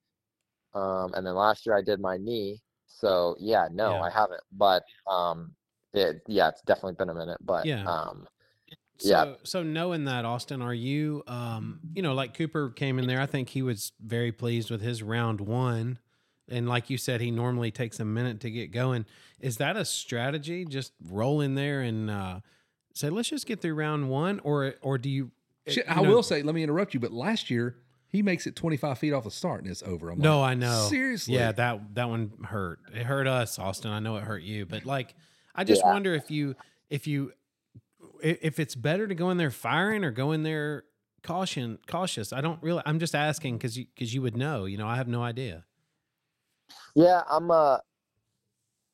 Um, and then last year I did my knee. So yeah, no,
Yeah.
I haven't. But um, it, yeah, it's definitely been a minute. But
Yeah.
um,
So,
Yeah.
so knowing that, Austin, are you, um, you know, like Cooper came in there, I think he was very pleased with his round one. And like you said, he normally takes a minute to get going. Is that a strategy? Just roll in there and uh, say, let's just get through round one, or or do you?
Shit,
you
I
know-
will say, let me interrupt you, but last year he makes it 25 feet off the start and it's over. I'm
No,
like,
I know.
Seriously.
Yeah, that that one hurt. It hurt us, Austin. I know it hurt you, but like, I just
Yeah.
wonder if you if you i- if it's better to go in there firing or go in there caution cautious. I don't really. I'm just asking because you because you would know. You know, I have no idea.
Yeah, I'm uh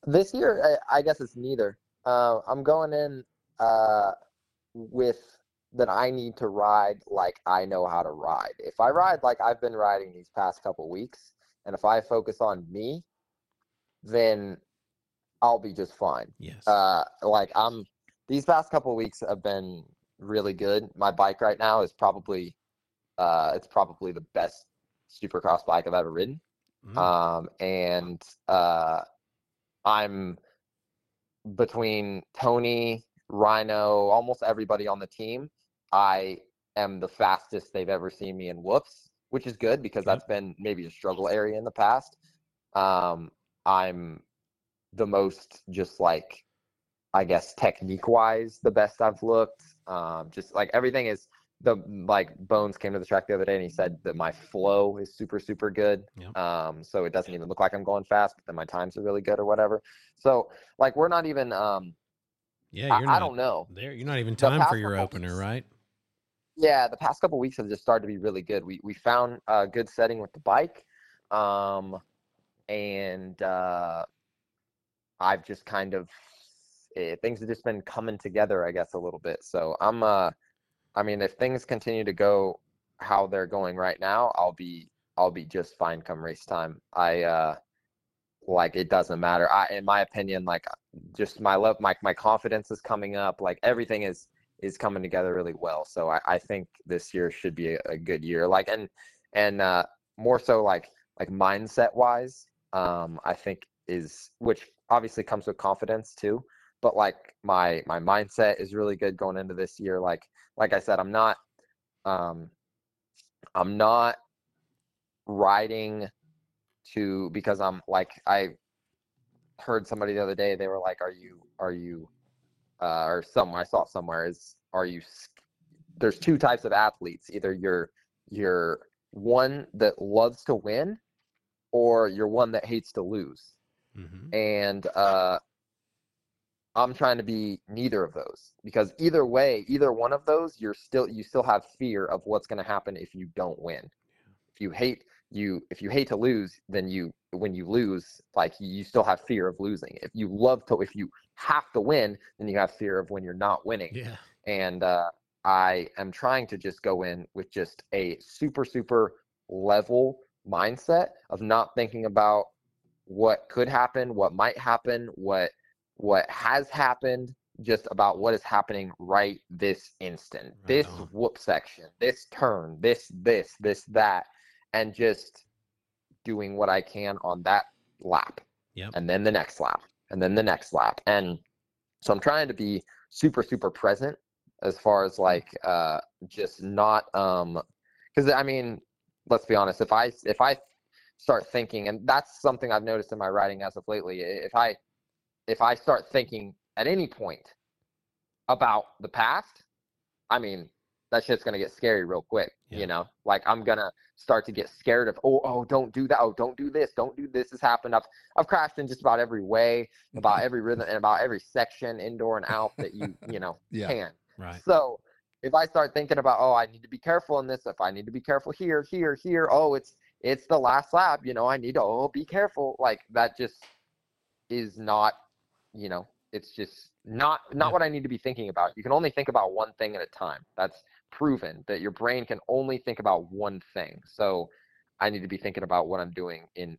this year I, I guess it's neither. Uh, I'm going in uh with that I need to ride like I know how to ride. If I ride like I've been riding these past couple weeks and if I focus on me, then I'll be just fine.
Yes.
Uh like I'm these past couple weeks have been really good. My bike right now is probably uh it's probably the best supercross bike I've ever ridden
Mm.
um, and uh, I'm between Tony, Rhino, almost everybody on the team. I am the fastest they've ever seen me in whoops, which is good
Yep.
because that's been maybe a struggle area in the past. Um, I'm the most just like I guess technique wise the best I've looked. Um, just like everything is the like Bones came to the track the other day and he said that my flow is super super good.
Yep.
Um, so it doesn't even look like I'm going fast, but then my times are really good or whatever. So like we're not even um
yeah,
I,
you're
I
not
don't know.
there. You're not even
The
time
past
for your
couple
opener,
weeks-
right?
Yeah, the past couple weeks have just started to be really good. We we found a good setting with the bike, um, and uh, I've just kind of eh, things have just been coming together, I guess, a little bit. So I'm uh, I mean, if things continue to go how they're going right now, I'll be I'll be just fine come race time. I uh, like it doesn't matter. I, in my opinion, like just my love, my my confidence is coming up. Like everything is is coming together really well. So I, I think this year should be a, a good year. Like and and uh, more so like like mindset wise, um, I think is which obviously comes with confidence too. But like my my mindset is really good going into this year. Like like I said, I'm not um, I'm not riding to because I'm like I heard somebody the other day. They were like, "Are you are you?" uh, or somewhere I saw it somewhere is are you s- there's two types of athletes either you're you're one that loves to win or you're one that hates to lose
Mm-hmm.
and uh, I'm trying to be neither of those because either way, either one of those, you're still you still have fear of what's going to happen if you don't win. If you hate you if you hate to lose, then you when you lose, like you still have fear of losing. If you love to, if you have to win, then you have fear of when you're not winning
Yeah.
and uh, I am trying to just go in with just a super super level mindset of not thinking about what could happen, what might happen, what what has happened, just about what is happening right this instant,
Right
this
on.
whoop section, this turn, this this this that, and just doing what I can on that lap,
Yep.
and then the next lap, and then the next lap, and so I'm trying to be super super present as far as like uh just not um because i mean let's be honest if i if i start thinking and that's something i've noticed in my writing as of lately i- if i if i start thinking at any point about the past i mean that shit's gonna get scary real quick.
Yeah.
You know, like I'm gonna start to get scared of oh oh don't do that oh don't do this don't do this has happened. I've I've crashed in just about every way, about every rhythm, and about every section, indoor and out that you you know
Yeah.
can.
Right.
So if I start thinking about, oh, I need to be careful in this, if I need to be careful here, here, here, oh, it's it's the last lap, you know, I need to oh be careful. Like that just is not, you know, it's just not not
Yeah.
what I need to be thinking about. You can only think about one thing at a time. That's proven that your brain can only think about one thing. So I need to be thinking about what I'm doing in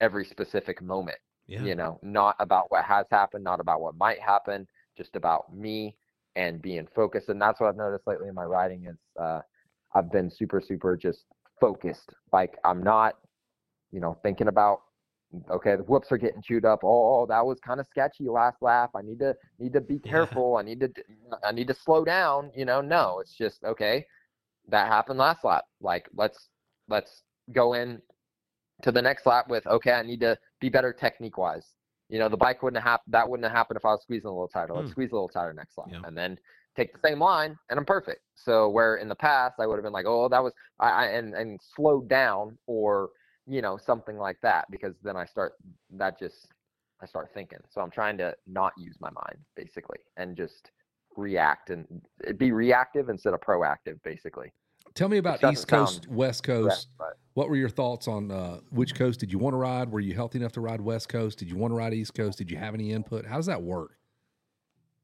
every specific moment
Yeah.
you know, not about what has happened, not about what might happen, just about me and being focused. And that's what I've noticed lately in my writing is uh, I've been super, super just focused. Like I'm not, you know, thinking about okay, the whoops are getting chewed up. Oh, oh, that was kind of sketchy last lap. I need to need to be
Yeah.
careful. I need to d- I need to slow down. You know, no, it's just okay. That happened last lap. Like let's let's go in to the next lap with okay, I need to be better technique wise. You know, the bike wouldn't have that wouldn't have happened if I was squeezing a little tighter. Let's
Hmm.
squeeze a little tighter next lap,
Yeah.
and then take the same line, and I'm perfect. So where in the past I would have been like, oh, that was I, I and and slowed down or you know something like that because then I start that just I start thinking. So I'm trying to not use my mind basically and just react and eh, be reactive instead of proactive basically.
Tell me about
doesn't
East Coast, West Coast.
But
What were your thoughts on uh, which coast did you want to ride? Were you healthy enough to ride West Coast? Did you want to ride East Coast? Did you have any input? How does that work?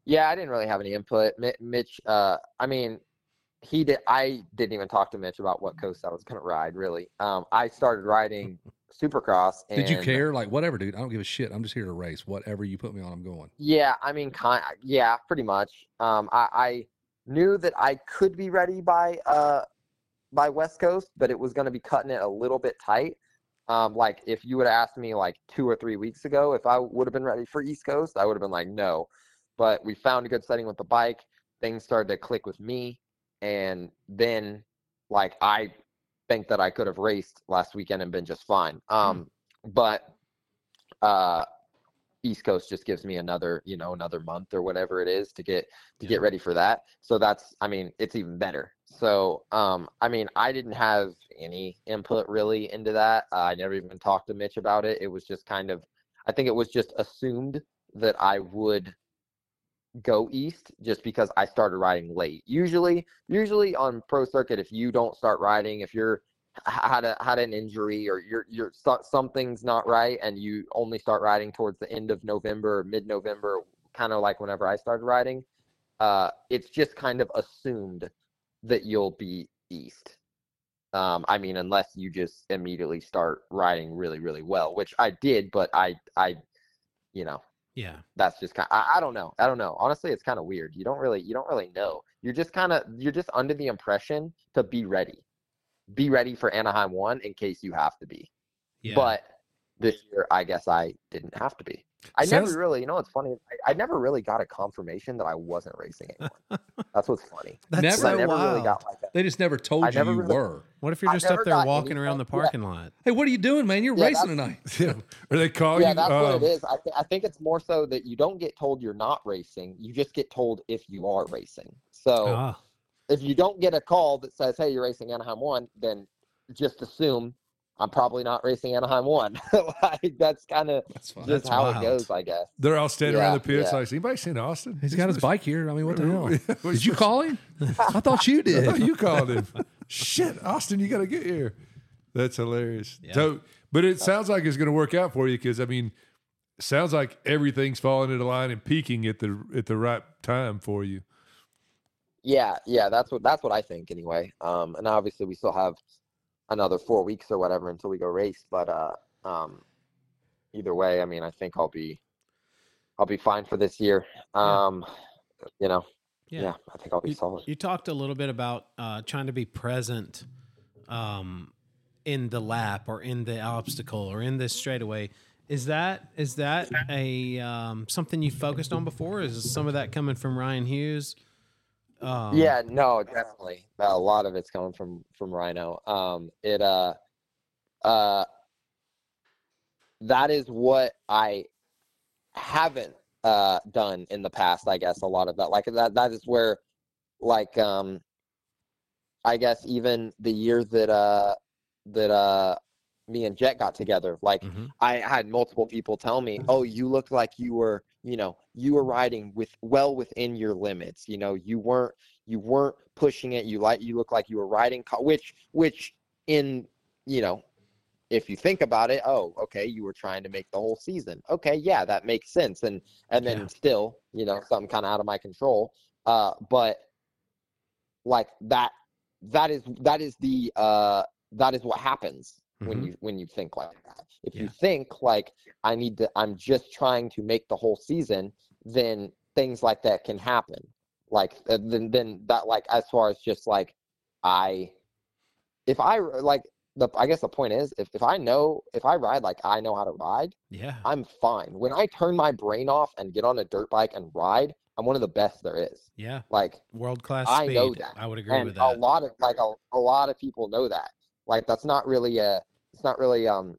Yeah, I didn't really have any input. Mi- Mitch, uh, I mean, he did. I didn't even talk to Mitch about what coast I was gonna ride. Really, um, I started riding Supercross. And uh,
Did you care? Like whatever, dude. I don't give a shit. I'm just here to race. Whatever you put me on, I'm going.
Yeah, I mean, kind. Yeah, pretty much. Um, I, I knew that I could be ready by uh by West Coast, but it was gonna be cutting it a little bit tight. Um, like if you would have asked me like two or three weeks ago if I would have been ready for East Coast, I would have been like, no. But we found a good setting with the bike. Things started to click with me, and then like I think that I could have raced last weekend and been just fine. Um, but uh East Coast just gives me another, you know, another month or whatever it is to get to
Yeah.
get ready for that. So that's I mean, it's even better. So um I mean, I didn't have any input really into that. Uh, I never even talked to Mitch about it. It was just kind of I think it was just assumed that I would go east just because I started riding late. Usually, usually on pro circuit if you don't start riding, if you're h- had a had an injury or you're you're so- something's not right and you only start riding towards the end of November or mid November, kind of like whenever I started riding, uh, it's just kind of assumed that you'll be east. Um, I mean, unless you just immediately start riding really, really well, which I did, but I, I, you know,
Yeah.
that's just kind I, I don't know i don't know honestly it's kind of weird you don't really you don't really know you're just kind of you're just under the impression to be ready be ready for anaheim 1 in case you have to be
Yeah.
but this year i guess i didn't have to be i
Sounds-
never really you know what's funny I, I never really got a confirmation that i wasn't racing anyone that's what's funny
That's
Never-
'Cause
so
i never
wild.
really got like a,
They just never told
I
you
never
you
really-
were.
what if you're
I
just up
never
there
got
walking around the
anything. Yeah.
parking lot?
Hey, what are you doing, man? You're
Yeah,
racing
that's-
tonight.
Yeah. Or they call
yeah
you.
that's what
um,
it is I, th- I think it's more so that you don't get told you're not racing you just get told if you are racing so
Ah,
if you don't get a call that says, "Hey, you're racing Anaheim one," then just assume I'm probably not racing Anaheim one. like that's kind of
That's fine.
just
that's
how
wild.
it goes, I guess.
They're all standing around the
Yeah,
pits.
yeah.
Like, anybody seen Austin?
He's got his bike here. I mean, what the hell?
We-
Did you call him? I thought you
I thought
did.
you called him. Shit, Austin, you got to get here. That's hilarious.
Yeah.
So, but it sounds like it's going to work out for you because I mean, sounds like everything's falling into line and peaking at the at the right time for you.
Yeah, yeah, that's what that's what I think anyway. Um, and obviously we still have another four weeks or whatever until we go race, but uh, um, either way, I mean, I think I'll be I'll be fine for this year.
Yeah.
Um, you know,
yeah.
yeah. I think I'll be
You-
solid.
You talked a little bit about uh, trying to be present um, in the lap or in the obstacle or in this straightaway. Is that is that a um, something you focused on before? Is some of that coming from Ryan Hughes? Um,
yeah no definitely a lot of it's coming from from rhino um it uh uh that is what i haven't uh done in the past i guess a lot of that like that that is where like um I guess even the year that uh that uh me and Jet got together, like
Mhm.
I had multiple people tell me, "Oh, you looked like you were, you know, you were riding with well within your limits. You know, you weren't you weren't pushing it. You like you look like you were riding co- which which in, you know, if you think about it, oh, okay, you were trying to make the whole season. Okay, yeah, that makes sense. And and then
Yeah.
still, you know, something kind of out of my control. Uh, but like that that is that is the uh that is what happens when
Mhm.
you when you think like that. If you
Yeah.
think like I need to I'm just trying to make the whole season, then things like that can happen. Like uh, then then that like as far as just like I if I r- like the I guess the point is if, if I know if I ride like I know how to ride,
Yeah.
I'm fine. When I turn my brain off and get on a dirt bike and ride, I'm one of the best there is.
Yeah.
Like
World class
I
speed.
know that.
I would agree
and
with
a
that.
lot of like a, a lot of people know that like that's not really a it's not really um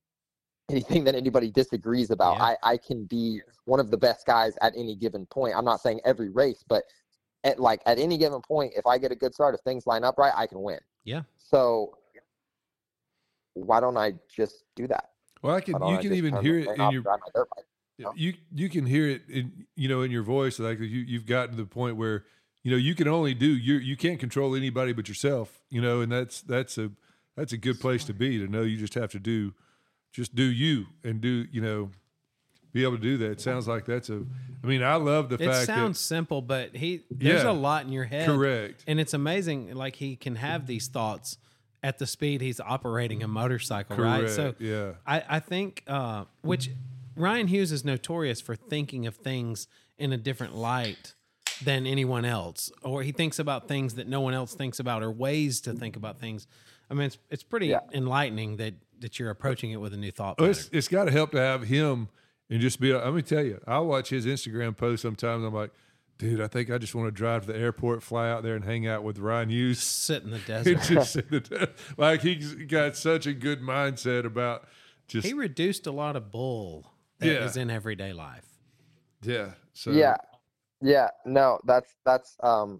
anything that anybody disagrees about
Yeah.
i i can be one of the best guys at any given point i'm not saying every race but at like at any given point if i get a good start if things line up right i can win
Yeah.
so why don't i just do that
Well, I
Why
can.
don't
You
I
can
just
even
turn
hear
my
it
brain
in
off
your
and ride my dirt bike? Yeah.
you you can hear it in you know in your voice like you you've gotten to the point where you know you can only do you you can't control anybody but yourself you know and that's that's a that's a good place to be to know you just have to do just do you and do you know be able to do that it sounds like that's a i mean i love the
It
fact
sounds simple, but he there's
Yeah.
a lot in your
that
head.
correct
And it's amazing like he can have these thoughts at the speed he's operating a motorcycle,
correct
right? So
yeah
I, I think uh, which Ryan Hughes is notorious for thinking of things in a different light than anyone else, or he thinks about things that no one else thinks about, or ways to think about things. I mean, it's it's pretty
Yeah.
enlightening that that you're approaching it with a new thought
Oh,
pattern.
it's, it's got to help to have him and just be. Let me tell you, I watch his Instagram post sometimes. I'm like, dude, I think I just want to drive to the airport, fly out there, and hang out with Ryan Hughes.
Sit in the desert.
It just like he's got such a good mindset about just
he reduced a lot of bull that is
Yeah.
in everyday life.
yeah. So
yeah yeah no that's that's um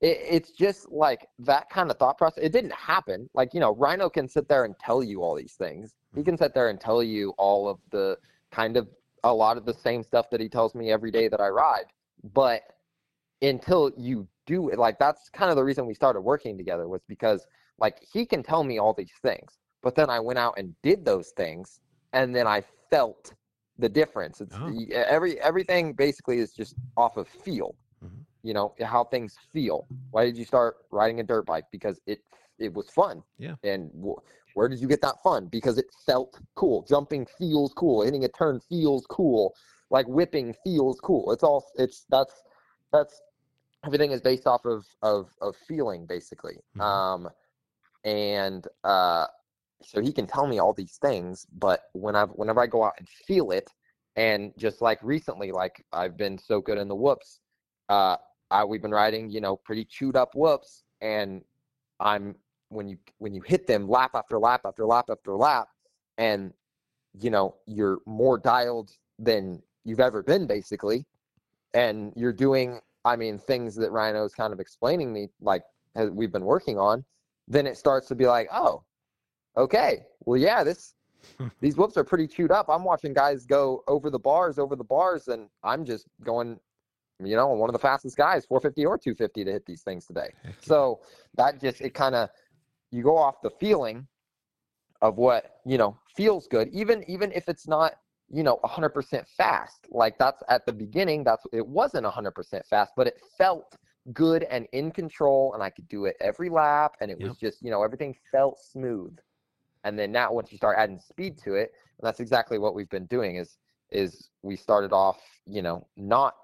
it, it's just like that kind of thought process it didn't happen like you know rhino can sit there and tell you all these things he can sit there and tell you all of the kind of a lot of the same stuff that he tells me every day that i ride but until you do it like that's kind of the reason we started working together was because like he can tell me all these things but then i went out and did those things and then i felt the difference it's
Oh.
y- every everything basically is just off of feel
Mhm.
you know how things feel why did you start riding a dirt bike because it it was fun
Yeah.
and wh- where did you get that fun because it felt cool jumping feels cool hitting a turn feels cool like whipping feels cool it's all it's that's that's everything is based off of of of feeling basically
Mhm.
um and uh so he can tell me all these things but when i whenever i go out and feel it and just like recently like i've been so good in the whoops uh I, we've been riding you know pretty chewed up whoops and i'm when you when you hit them lap after lap after lap after lap and you know you're more dialed than you've ever been basically and you're doing i mean things that rhino's kind of explaining me like has, we've been working on then it starts to be like oh okay well yeah this these whoops are pretty chewed up i'm watching guys go over the bars over the bars and i'm just going you know one of the fastest guys 450 or 250 to hit these things today so that just it kind of you go off the feeling of what you know feels good even even if it's not you know 100% fast like that's at the beginning that's it wasn't 100% fast but it felt good and in control and i could do it every lap and it was just you know everything felt smooth and then now once you start adding speed to it and that's exactly what we've been doing is is we started off you know not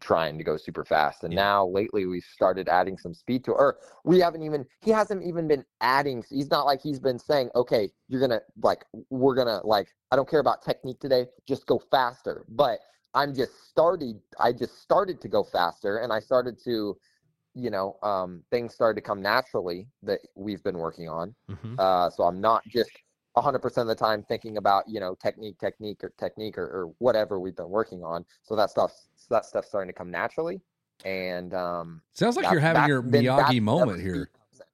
trying to go super fast and
Yeah.
now lately we've started adding some speed to or we haven't even he hasn't even been adding he's not like he's been saying okay you're gonna like we're gonna like i don't care about technique today just go faster but i'm just started i just started to go faster and i started to you know um things started to come naturally that we've been working on
Mhm.
uh, so I'm not just 100% of the time thinking about you know technique, technique, or technique, or, or whatever we've been working on. So that stuff's so that stuff's starting to come naturally. And um,
Sounds like
that-
you're having
that's
your
been- that's-
Miyagi
that's
moment
the
here.
speed.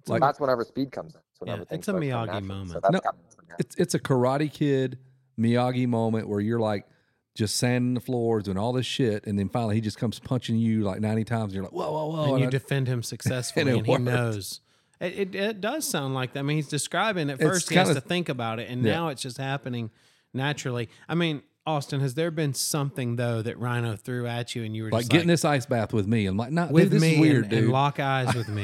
It's a-
Like-
that's whenever speed comes in. It's whenever
Yeah,
things
it's a
start coming
Miyagi
natural.
moment.
So that's
No.
coming from that.
it's it's a Karate Kid Miyagi moment where you're like just sanding the floors doing all this shit, and then finally he just comes punching you like ninety times, Oh, and you're like, whoa, whoa, whoa,
and you
I-
defend him successfully, and,
and it
he
worked.
knows. It, it, it does sound like that. I mean, he's describing it
It's
first. He has
kinda-
to think about it, and
Yeah.
now it's just happening naturally. I mean, Austin, has there been something though that Rhino threw at you, and you were
like
just
getting
like,
this ice bath with me. I'm like, nah,
with
dude, this
me
is weird,
and,
dude.
and lock eyes with me,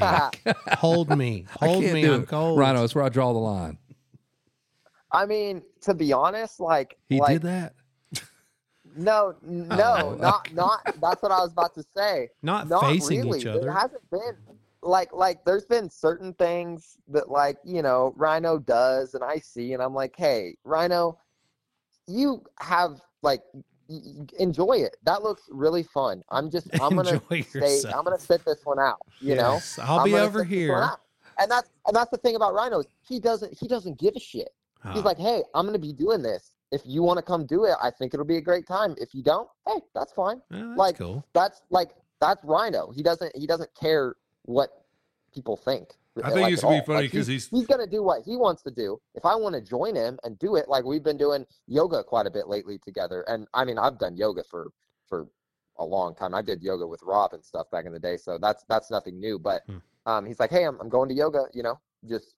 hold me,
I
hold
can't
me,
do
I'm
it.
cold.
Rhino, that's where I draw the line.
I mean, to be honest, like
He
like,
did that.
No, n- no,
Oh,
not not. That's what I was about to say.
not,
Not
facing
really.
each
There
other.
hasn't been like like. There's been certain things that like you know Rhino does, and I see, and I'm like, hey, Rhino, you have like y- y- enjoy it. That looks really fun. I'm just I'm gonna
Enjoy
stay. I'm
yourself.
gonna sit this one out. You know,
Yes, I'll
I'm
be
gonna
over
sit this one
here.
out. And that's and that's the thing about Rhino. is He doesn't he doesn't give a shit.
Ah.
He's like, hey, I'm gonna be doing this. If you want to come do it, I think it'll be a great time. If you don't, hey, that's fine.
Oh, that's
like-
cool.
That's like that's Rhino. He doesn't he doesn't care what people think. eh,
I think
like,
it's
at
gonna be
all.
funny
Like,
because he's
he's gonna do what he wants to do. If I want to join him and do it, like we've been doing yoga quite a bit lately together. And I mean, I've done yoga for for a long time. I did yoga with Rob and stuff back in the day, so that's that's nothing new. But
Hmm.
um, he's like, hey, I'm I'm going to yoga. You know, just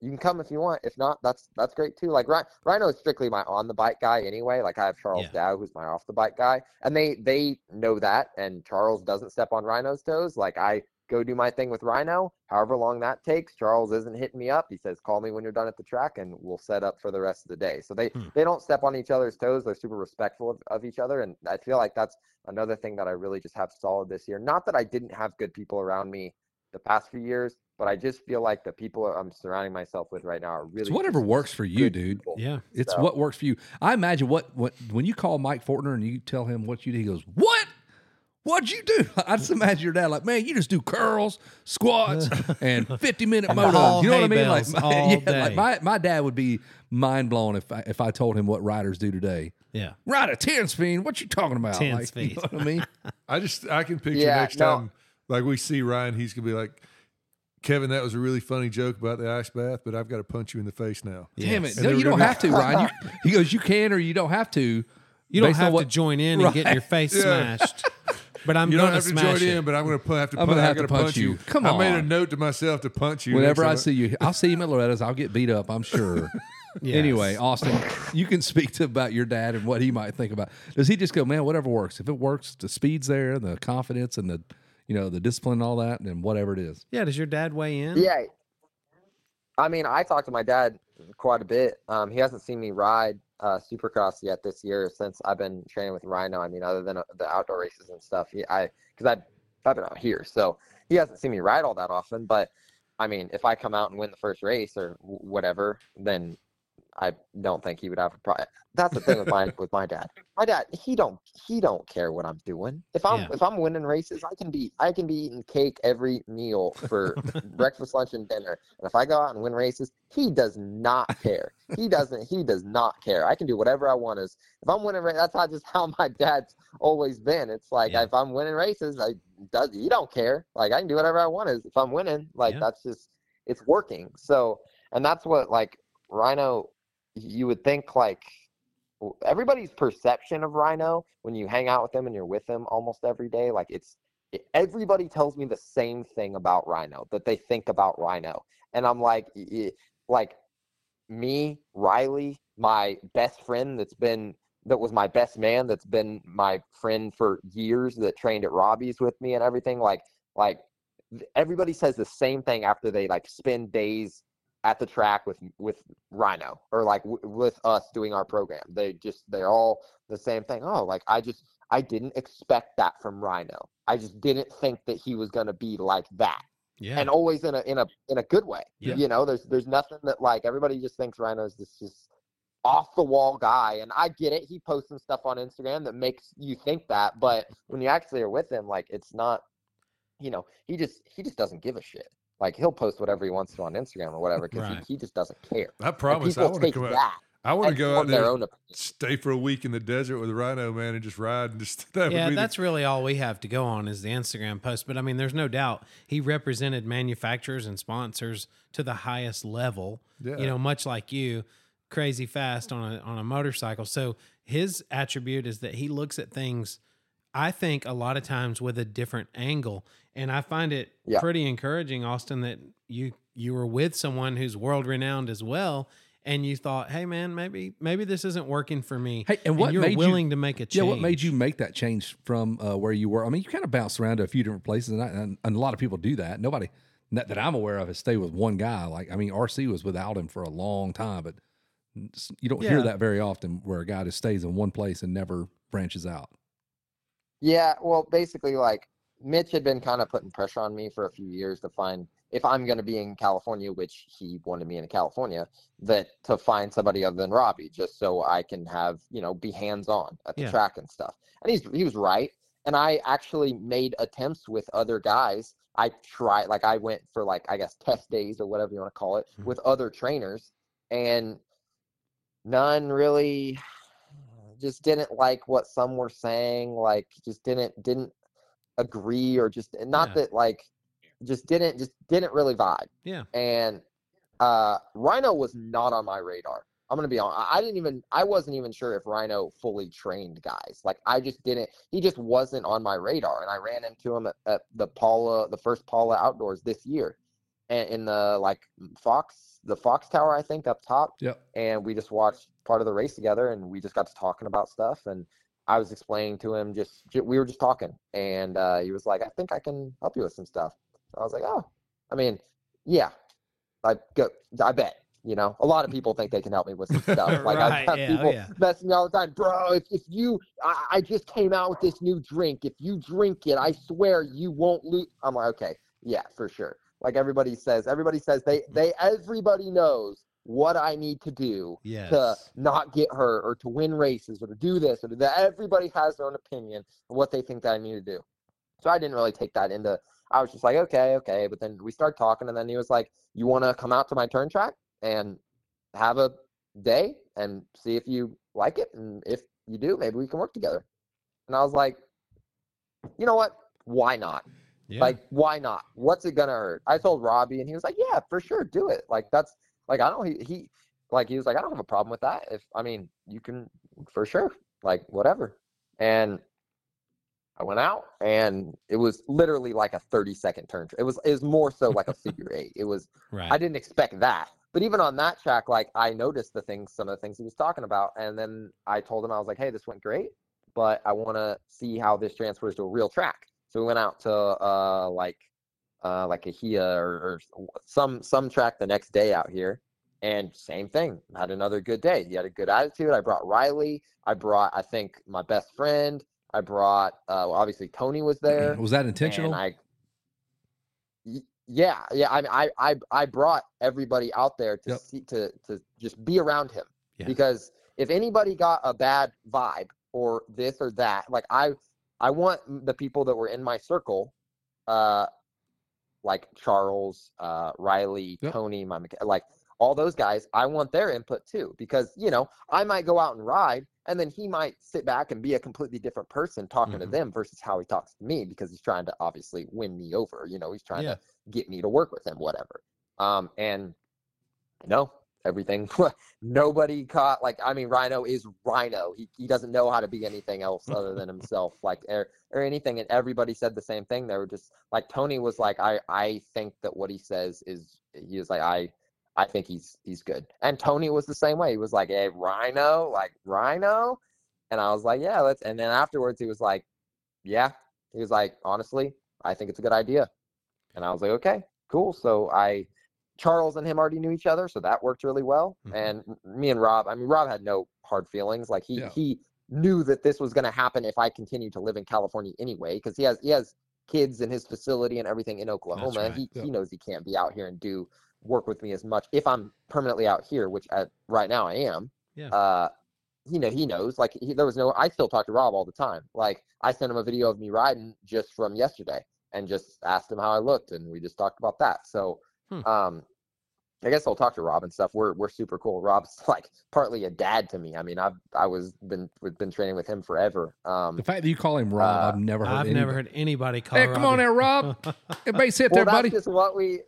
you can come if you want. If not, that's that's great too. Like Rhino, Rhino is strictly my on the bike guy anyway. Like I have Charles Dow, who's my off the bike guy, and they they know that. And Charles doesn't step on Rhino's toes. Like I go do my thing with Rhino. However long that takes, Charles isn't hitting me up. He says, "Call me when you're done at the track, and we'll set up for the rest of the day." So they
Hmm.
they don't step on each other's toes. They're super respectful of, of each other, and I feel like that's another thing that I really just have solid this year. Not that I didn't have good people around me the past few years, but I just feel like the people I'm surrounding myself with right now are really
It's whatever
just
works for you,
good
dude.
people.
Yeah.
It's
So-
what works for you. I imagine what, what when you call Mike Fortner and you tell him what you do, he goes, "What? What'd you do?" I just imagine your dad like, "Man, you just do curls, squats, and fifty minute
And
motos."
haul
You know what I
hay
mean? Like,
bales
my,
all
yeah, like
day.
my, my dad would be mind blown if I, if I told him what riders do today.
Yeah.
Ride a ten speed? What you talking about?
Ten
like, You
speed.
know what I mean?
I just I can picture
Yeah,
next
no.
time like we see Ryan, he's gonna be like, Kevin, that was a really funny joke about the ice bath, but I've got to punch you in the face now.
Damn
Yes.
it! No,
they were
you don't
gonna-
have to, Ryan. You, he goes, "You can or you don't have to."
You don't
Based on
have to
what-
join in and get your face
Yeah.
smashed. But I'm
You don't
going
have to
smash
join
it.
in, but I'm gonna pu- have to,
I'm
punch,
gonna
I
have to
gotta
punch
punch
you.
you.
Come
I made a
on.
note to myself to punch you.
Whenever I
next time
see you, I'll see him at Loretta's. I'll get beat up. I'm sure.
Yes.
Anyway, Austin, you can speak to about your dad and what he might think about. Does he just go, man, whatever works? If it works, the speed's there, and the confidence, and the you know the discipline, and all that, and whatever it is.
Yeah, does your dad weigh in?
Yeah. I mean, I talked to my dad quite a bit. Um, he hasn't seen me ride uh, Supercross yet this year since I've been training with Rhino. I mean, other than uh, the outdoor races and stuff, he, I because I've, I've been out here, so he hasn't seen me ride all that often. But I mean, if I come out and win the first race or wh- whatever, then I don't think he would have a problem. That's the thing with my with my dad. My dad, he don't he don't care what I'm doing. If I'm
Yeah.
if I'm winning races, I can be I can be eating cake every meal for breakfast, lunch, and dinner. And if I go out and win races, he does not care. He doesn't he does not care. I can do whatever I want. As if I'm winning, ra- that's how just how my dad's always been. It's like
Yeah.
if I'm winning races, I does he don't care. Like I can do whatever I want. As if I'm winning, like
Yeah.
that's just it's working. So and that's what like Rhino, you would think like w- everybody's perception of Rhino when you hang out with them and you're with them almost every day, like it's i- everybody tells me the same thing about Rhino that they think about Rhino, and I'm like, y- y- like me, Riley, my best friend that's been that was my best man that's been my friend for years that trained at Robbie's with me and everything like like th- everybody says the same thing after they like spend days at the track with with Rhino or like w- with us doing our program. They just they're all the same thing. Oh, like I just I didn't expect that from Rhino. I just didn't think that he was going to be like that
Yeah.
and always in a in a in a good way.
Yeah.
You know, there's there's nothing that like everybody just thinks Rhino's this just off the wall guy, and I get it. He posts some stuff on Instagram that makes you think that, but when you actually are with him, like it's not. You know, he just he just doesn't give a shit. Like he'll post whatever he wants to on Instagram or whatever because
Right.
he, he just doesn't care.
I
And
promise I
people
want to
take
come out.
that.
I want to
and
go
form
out there,
their own opinion.
stay for a week in the desert with a rhino man, and just ride and just that
yeah,
would be
that's
the,
really all we have to go on is the Instagram post. But I mean, there's no doubt he represented manufacturers and sponsors to the highest level.
Yeah.
You know, much like you, crazy fast on a on a motorcycle. So his attribute is that he looks at things. I think a lot of times with a different angle, and I find it
Yeah.
pretty encouraging, Austin, that you you were with someone who's world renowned as well, and you thought, hey man, maybe maybe this isn't working for me.
Hey, and what
you're
made you-
willing to make a change?
Yeah, what made you make that change from uh, where you were? I mean, you kind of bounced around to a few different places, and, I, and, and a lot of people do that. Nobody not that I'm aware of has stayed with one guy. Like, I mean, RC was without him for a long time, but s- you don't
Yeah.
hear that very often where a guy just stays in one place and never branches out.
Yeah, well, basically, like Mitch had been kind of putting pressure on me for a few years to find if I'm going to be in California, which he wanted me in California, that to find somebody other than Robbie, just so I can have you know be hands on at the
Yeah.
track and stuff. And he's he was right. And I actually made attempts with other guys. I tried, like I went for like I guess test days or whatever you want to call it
Mhm.
with other trainers, and none really just didn't like what some were saying like just didn't didn't agree or just not
Yeah.
that like just didn't just didn't really vibe
Yeah.
and uh rhino was not on my radar i'm gonna be honest i didn't even i wasn't even sure if rhino fully trained guys like i just didn't he just wasn't on my radar and i ran into him at, at the paula the first paula outdoors this year and in the like fox the fox tower i think up top
Yep.
and we just watched part of the race together and we just got to talking about stuff and i was explaining to him just ju- we were just talking and uh, he was like i think i can help you with some stuff i was like oh i mean yeah i go i bet you know a lot of people think they can help me with some stuff like i
Right,
have
yeah, oh
people
yeah.
messing me all the time bro if, if you I, I just came out with this new drink if you drink it i swear you won't lose i'm like okay yeah for sure like everybody says everybody says they
Mm-hmm.
they everybody knows what i need to do
Yes.
to not get hurt or to win races or to do this or to that everybody has their own opinion of what they think that i need to do so i didn't really take that into i was just like okay okay but then we started talking and then he was like you want to come out to my turn track and have a day and see if you like it and if you do maybe we can work together and i was like you know what why not
Yeah.
like, why not? What's it gonna hurt? I told Robbie, and he was like, "Yeah, for sure, do it." Like, that's like I don't he, he like he was like, "I don't have a problem with that." If I mean, you can for sure, like whatever. And I went out, and it was literally like a thirty second turn. It was it was more so like a figure eight. It was
right.
I didn't expect that. But even on that track, like I noticed the things, some of the things he was talking about, and then I told him I was like, "Hey, this went great, but I want to see how this transfers to a real track." So we went out to uh like uh like a Hia or, or some some track the next day out here, and same thing. Had another good day. He had a good attitude. I brought Riley. I brought I think my best friend. I brought uh, obviously Tony was there.
Was that intentional?
And I, Y- yeah, yeah. I mean, I, I, I brought everybody out there to
Yep.
see, to, to just be around him
Yeah.
because if anybody got a bad vibe or this or that, like I, I want m- the people that were in my circle, uh, like Charles, uh, Riley,
Yep.
Tony, my mecha- like all those guys. I want their input too because you know I might go out and ride, and then he might sit back and be a completely different person talking
Mhm.
to them versus how he talks to me because he's trying to obviously win me over. You know, he's trying
Yeah.
to get me to work with him, whatever. Um, and no, everything. nobody caught. Like, I mean, Rhino is Rhino. He he doesn't know how to be anything else other than himself. Like, or, or anything. And everybody said the same thing. They were just like Tony was like, I I think that what he says is he was like I. I think he's he's good. And Tony was the same way. He was like, "Hey, Rhino, like Rhino," and I was like, "Yeah, let's." And then afterwards, he was like, "Yeah," he was like, "Honestly, I think it's a good idea," and I was like, "Okay, cool." So I, Charles and him already knew each other, so that worked really well.
Mhm.
And m- me and Rob, I mean, Rob had no hard feelings. Like he
Yeah.
he knew that this was going to happen if I continued to live in California anyway, because he has he has kids in his facility and everything in Oklahoma, and
right,
he
yeah.
he knows he can't be out here and do work with me as much if I'm permanently out here, which I, right now I am.
Yeah.
Uh, you know, he knows. Like he, there was no. I still talk to Rob all the time. Like I sent him a video of me riding just from yesterday, and just asked him how I looked, and we just talked about that. So,
Hmm.
um, I guess I'll talk to Rob and stuff. We're we're super cool. Rob's like partly a dad to me. I mean, I've I was been we've been training with him forever. Um,
The fact that you call him Rob,
Uh,
I've never heard.
I've
anybody-
never heard anybody call.
Hey, come on
Robbie-
there, Rob. Hey, base hit
well,
there,
that's
buddy.
just what we.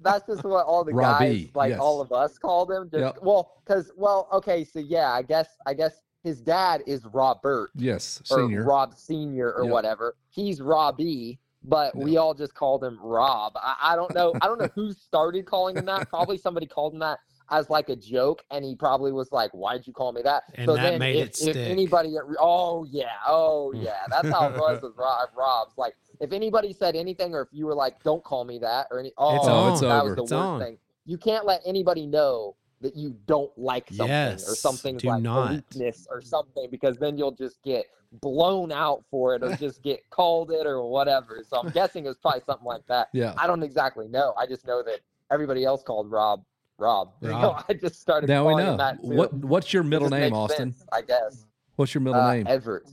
That's just what all the
Robbie,
guys, like
yes.
all of us, call them. Just
Yep.
well, because well, okay, so yeah, I guess I guess his dad is Robert
Yes,
or
senior.
uh, Rob Senior or
Yep.
whatever. He's Robbie, but we all just called him Rob. I, I don't know. I don't know who started calling him that. Probably somebody called him that as like a joke, and he probably was like, "Why'd you call me that?"
And that made
if,
it
if
stick. Hmm.
anybody, oh yeah, oh yeah, that's how it was with Rob. Rob's like, if anybody said anything, or if you were like, "Don't call me that," or any, oh,
It's
Oh, it's
that
over.
was the
It's
worst
on.
thing. You can't let anybody know that you don't like something or
Yes,
something
do
like
not.
a weakness or something because then you'll just get blown out for it or just get called it or whatever. So I'm guessing it was probably something like that.
Yeah.
I don't exactly know. I just know that everybody else called Rob Rob. So
Rob.
I just started
Now we
calling
know.
him that too.
What
It
What's your middle
just
name,
makes
Austin?
sense, I guess.
What's your middle
uh,
name?
Everett.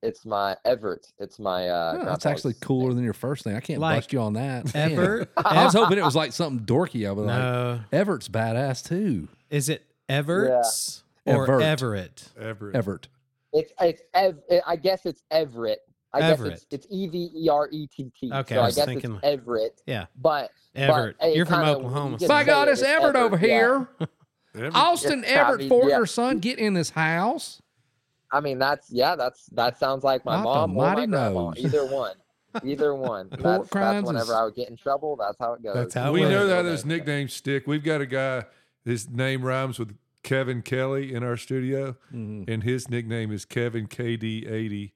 It's my Everett. It's my uh
Oh, that's
grandpa's
actually cooler than your first name. I can't
Like,
bust you on that. Man.
Ever?
I was hoping it was like something dorky. I was like,
no.
Everett's badass too.
Is it Everett's or
Evert.
Everett?
Everett.
Everett.
It's it's Ev. eh, I guess it's Everett. I guess
Everett.
it's it's E V E R E T T.
Okay,
so
I
I,
was
guess
thinking-
it's Everett.
Yeah.
but
Everett.
hey,
You're from
kinda-
Oklahoma.
you get-
so-
My God,
it,
it's
it's
Everett
Everett,
over
yeah.
here.
Everett.
Austin
Yeah, I
Everett
mean,
Fortner,
yeah.
son, get in this house.
I mean that's yeah, that's that sounds like my
Not the
mom or
mighty
my grandma.
nose.
Either one, either one.
Pork rinds
that's, that's whenever
is-
I would get in trouble. That's how it goes.
That's how it
we
was.
know that those nicknames stick. We've got a guy, his name rhymes with Kevin Kelly in our studio,
Mm-hmm.
and his nickname is Kevin KD80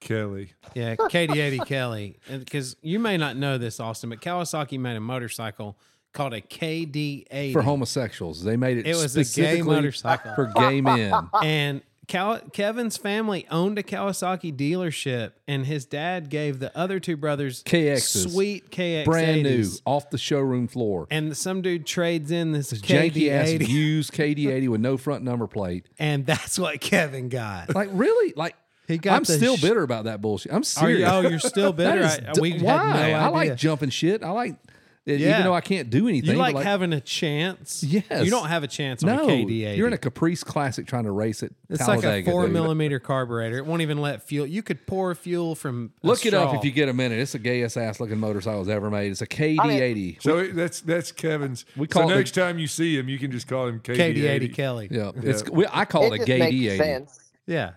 Kelly.
Yeah, Katie 80 Kelly. Because you may not know this, Austin, but Kawasaki made a motorcycle called a KD 80.
For homosexuals, they made it.
It was a gay
specifically
motorcycle.
for gay men.
Ah.
and Cal- Kevin's family owned a Kawasaki dealership, and his dad gave the other two brothers
KXs.
sweet KX
Brand new, off the showroom floor.
And some dude trades in this
Janky ass
KD80,
used KD80 with no front number plate.
and that's what Kevin got.
Like really? Like
He got.
I'm
the
still
sh-
bitter about that bullshit. I'm
Are you,
serious.
oh, you're still
That
bitter.
is
I,
d-
we had no
why?
idea.
I like jumping shit. I like uh, even
Yeah.
though I can't do anything.
You
but
like, having a chance.
Yes.
You don't have a chance on
no.
a KD80.
You're in a Caprice Classic trying to race it.
It's like a four
dude.
millimeter carburetor. It won't even let fuel. You could pour fuel from. a
Look it up if
straw.
you get a minute. It's the gayest ass looking motorcycle ever made. It's a
I
KD80.
So it- that's that's Kevin's.
We
We
call
call
it
so
the-
next time you see him, you can just call him KD80.
KD80 Kelly. Yeah.
yeah, it's we, I call it,
it
a
just
gay
makes
D80.
sense.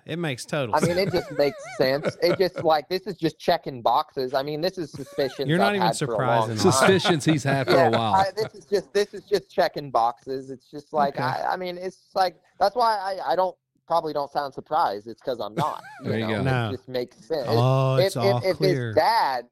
it makes total
I
sense.
mean, it just makes sense. It just like this is just checking boxes. I mean, this is suspicion.
You're not
I've
even
had for a long
surprising.
time.
Suspicions he's had for
yeah,
a while.
I, this is just this is just checking boxes. It's just like
Okay.
I, I mean, it's like that's why I, I don't probably don't sound surprised. It's because I'm not. You
There you
know?
go.
No.
It just makes sense.
oh,
if,
it's
if-
all
if
clear.
his dad,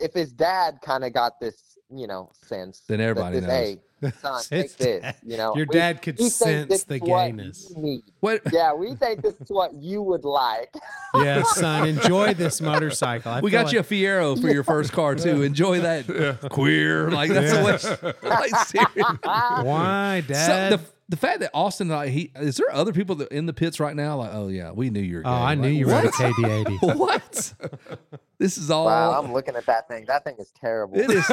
if his dad kind of got this, you know, sense.
Then
that
everybody
this,
knows.
Hey, son,
Since
take this.
that-
You know,
Your
we-
dad could
we think
sense
this
the
is what
gayness.
you need.
What?
Yeah, we think this is what you would like.
yeah, son, enjoy this motorcycle. I
We
feel
got you a
like-
Fiero for your first car too. Enjoy that queer. Like that's the way. Like seriously.
Why,
So
dad?
the, the fact that Austin like he is there other people that in the pits right now like oh yeah we knew you were gay.
oh, I knew
Like,
you were a KD80.
what what this is all
Wow, I'm looking at that thing. That thing is terrible.
it is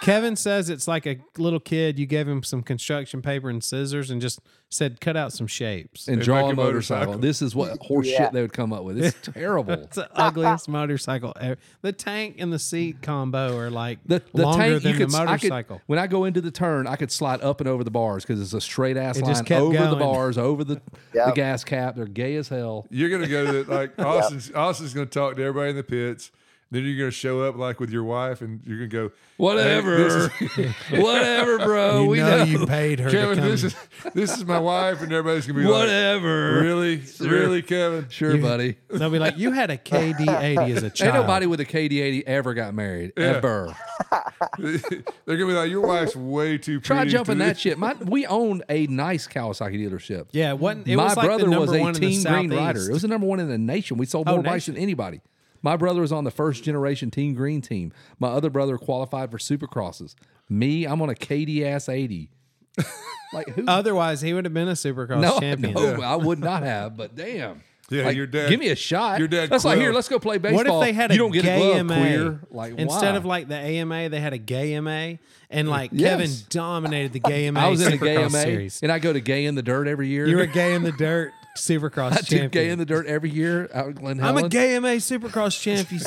Kevin says it's like a little kid. You gave him some construction paper and scissors and just said, cut out some shapes.
and
They
draw
make
a
a
motorcycle.
motorcycle.
This is what horse
Yeah.
shit they would come up with. It's terrible.
It's the ugliest motorcycle ever. The tank and the seat combo are like
The, the
longer
tank
than
you could,
the
I could-
motorcycle.
when I go into the turn I could slide up and over the bars because it's a straight ass
It
line
just kept
over the
going.
bars over the, the
Yep.
gas cap. They're gay as hell.
You're gonna go to like Austin's. Austin's gonna talk to everybody in the pits. Then you're gonna show up like with your wife, and you're gonna go "Hey, this
Whatever,
is-
whatever, bro. Oh, we know,
you paid her to
Kevin,
come.
this is this is my wife, and everybody's gonna be
whatever.
like, "Really, really, Kevin?
Sure, buddy.
They'll be like, you had a KD80 as a child.
Ain't nobody with a KD80 ever got married ever.
They're gonna be like, "Your wife's way too pretty."
Try
to
jumping that
this."
shit. My, we owned a nice Kawasaki dealership.
Yeah, it wasn't. It
My
was like
brother
the number
was a
one
team
in the
green
Southeast. Oh,
rider. It was the number one in the nation. We sold more bikes
nation.
than anybody. My brother was on the first generation team green team. My other brother qualified for supercrosses. Me, I'm on a KD ass 80. Like who?
Otherwise, he would have been a Supercross
no,
champion.
no, I would not have. But damn,
Yeah,
Like,
your dad.
Give me a shot.
your dad
That's like
quit.
here. Let's go play baseball.
What if they had a
you don't get
gay
a glove,
MA
queer? Like
instead
why?
of like the AMA, they had a gay MA, and like
Yes.
Kevin dominated the gay MA.
I was in a gay
Supercross
MA,
series.
and I go to Gay in the Dirt every year.
You were gay in the dirt Supercross
I
champion.
did Gay in the Dirt every year out in Glen
I'm
Helen.
a gay MA Supercross champion.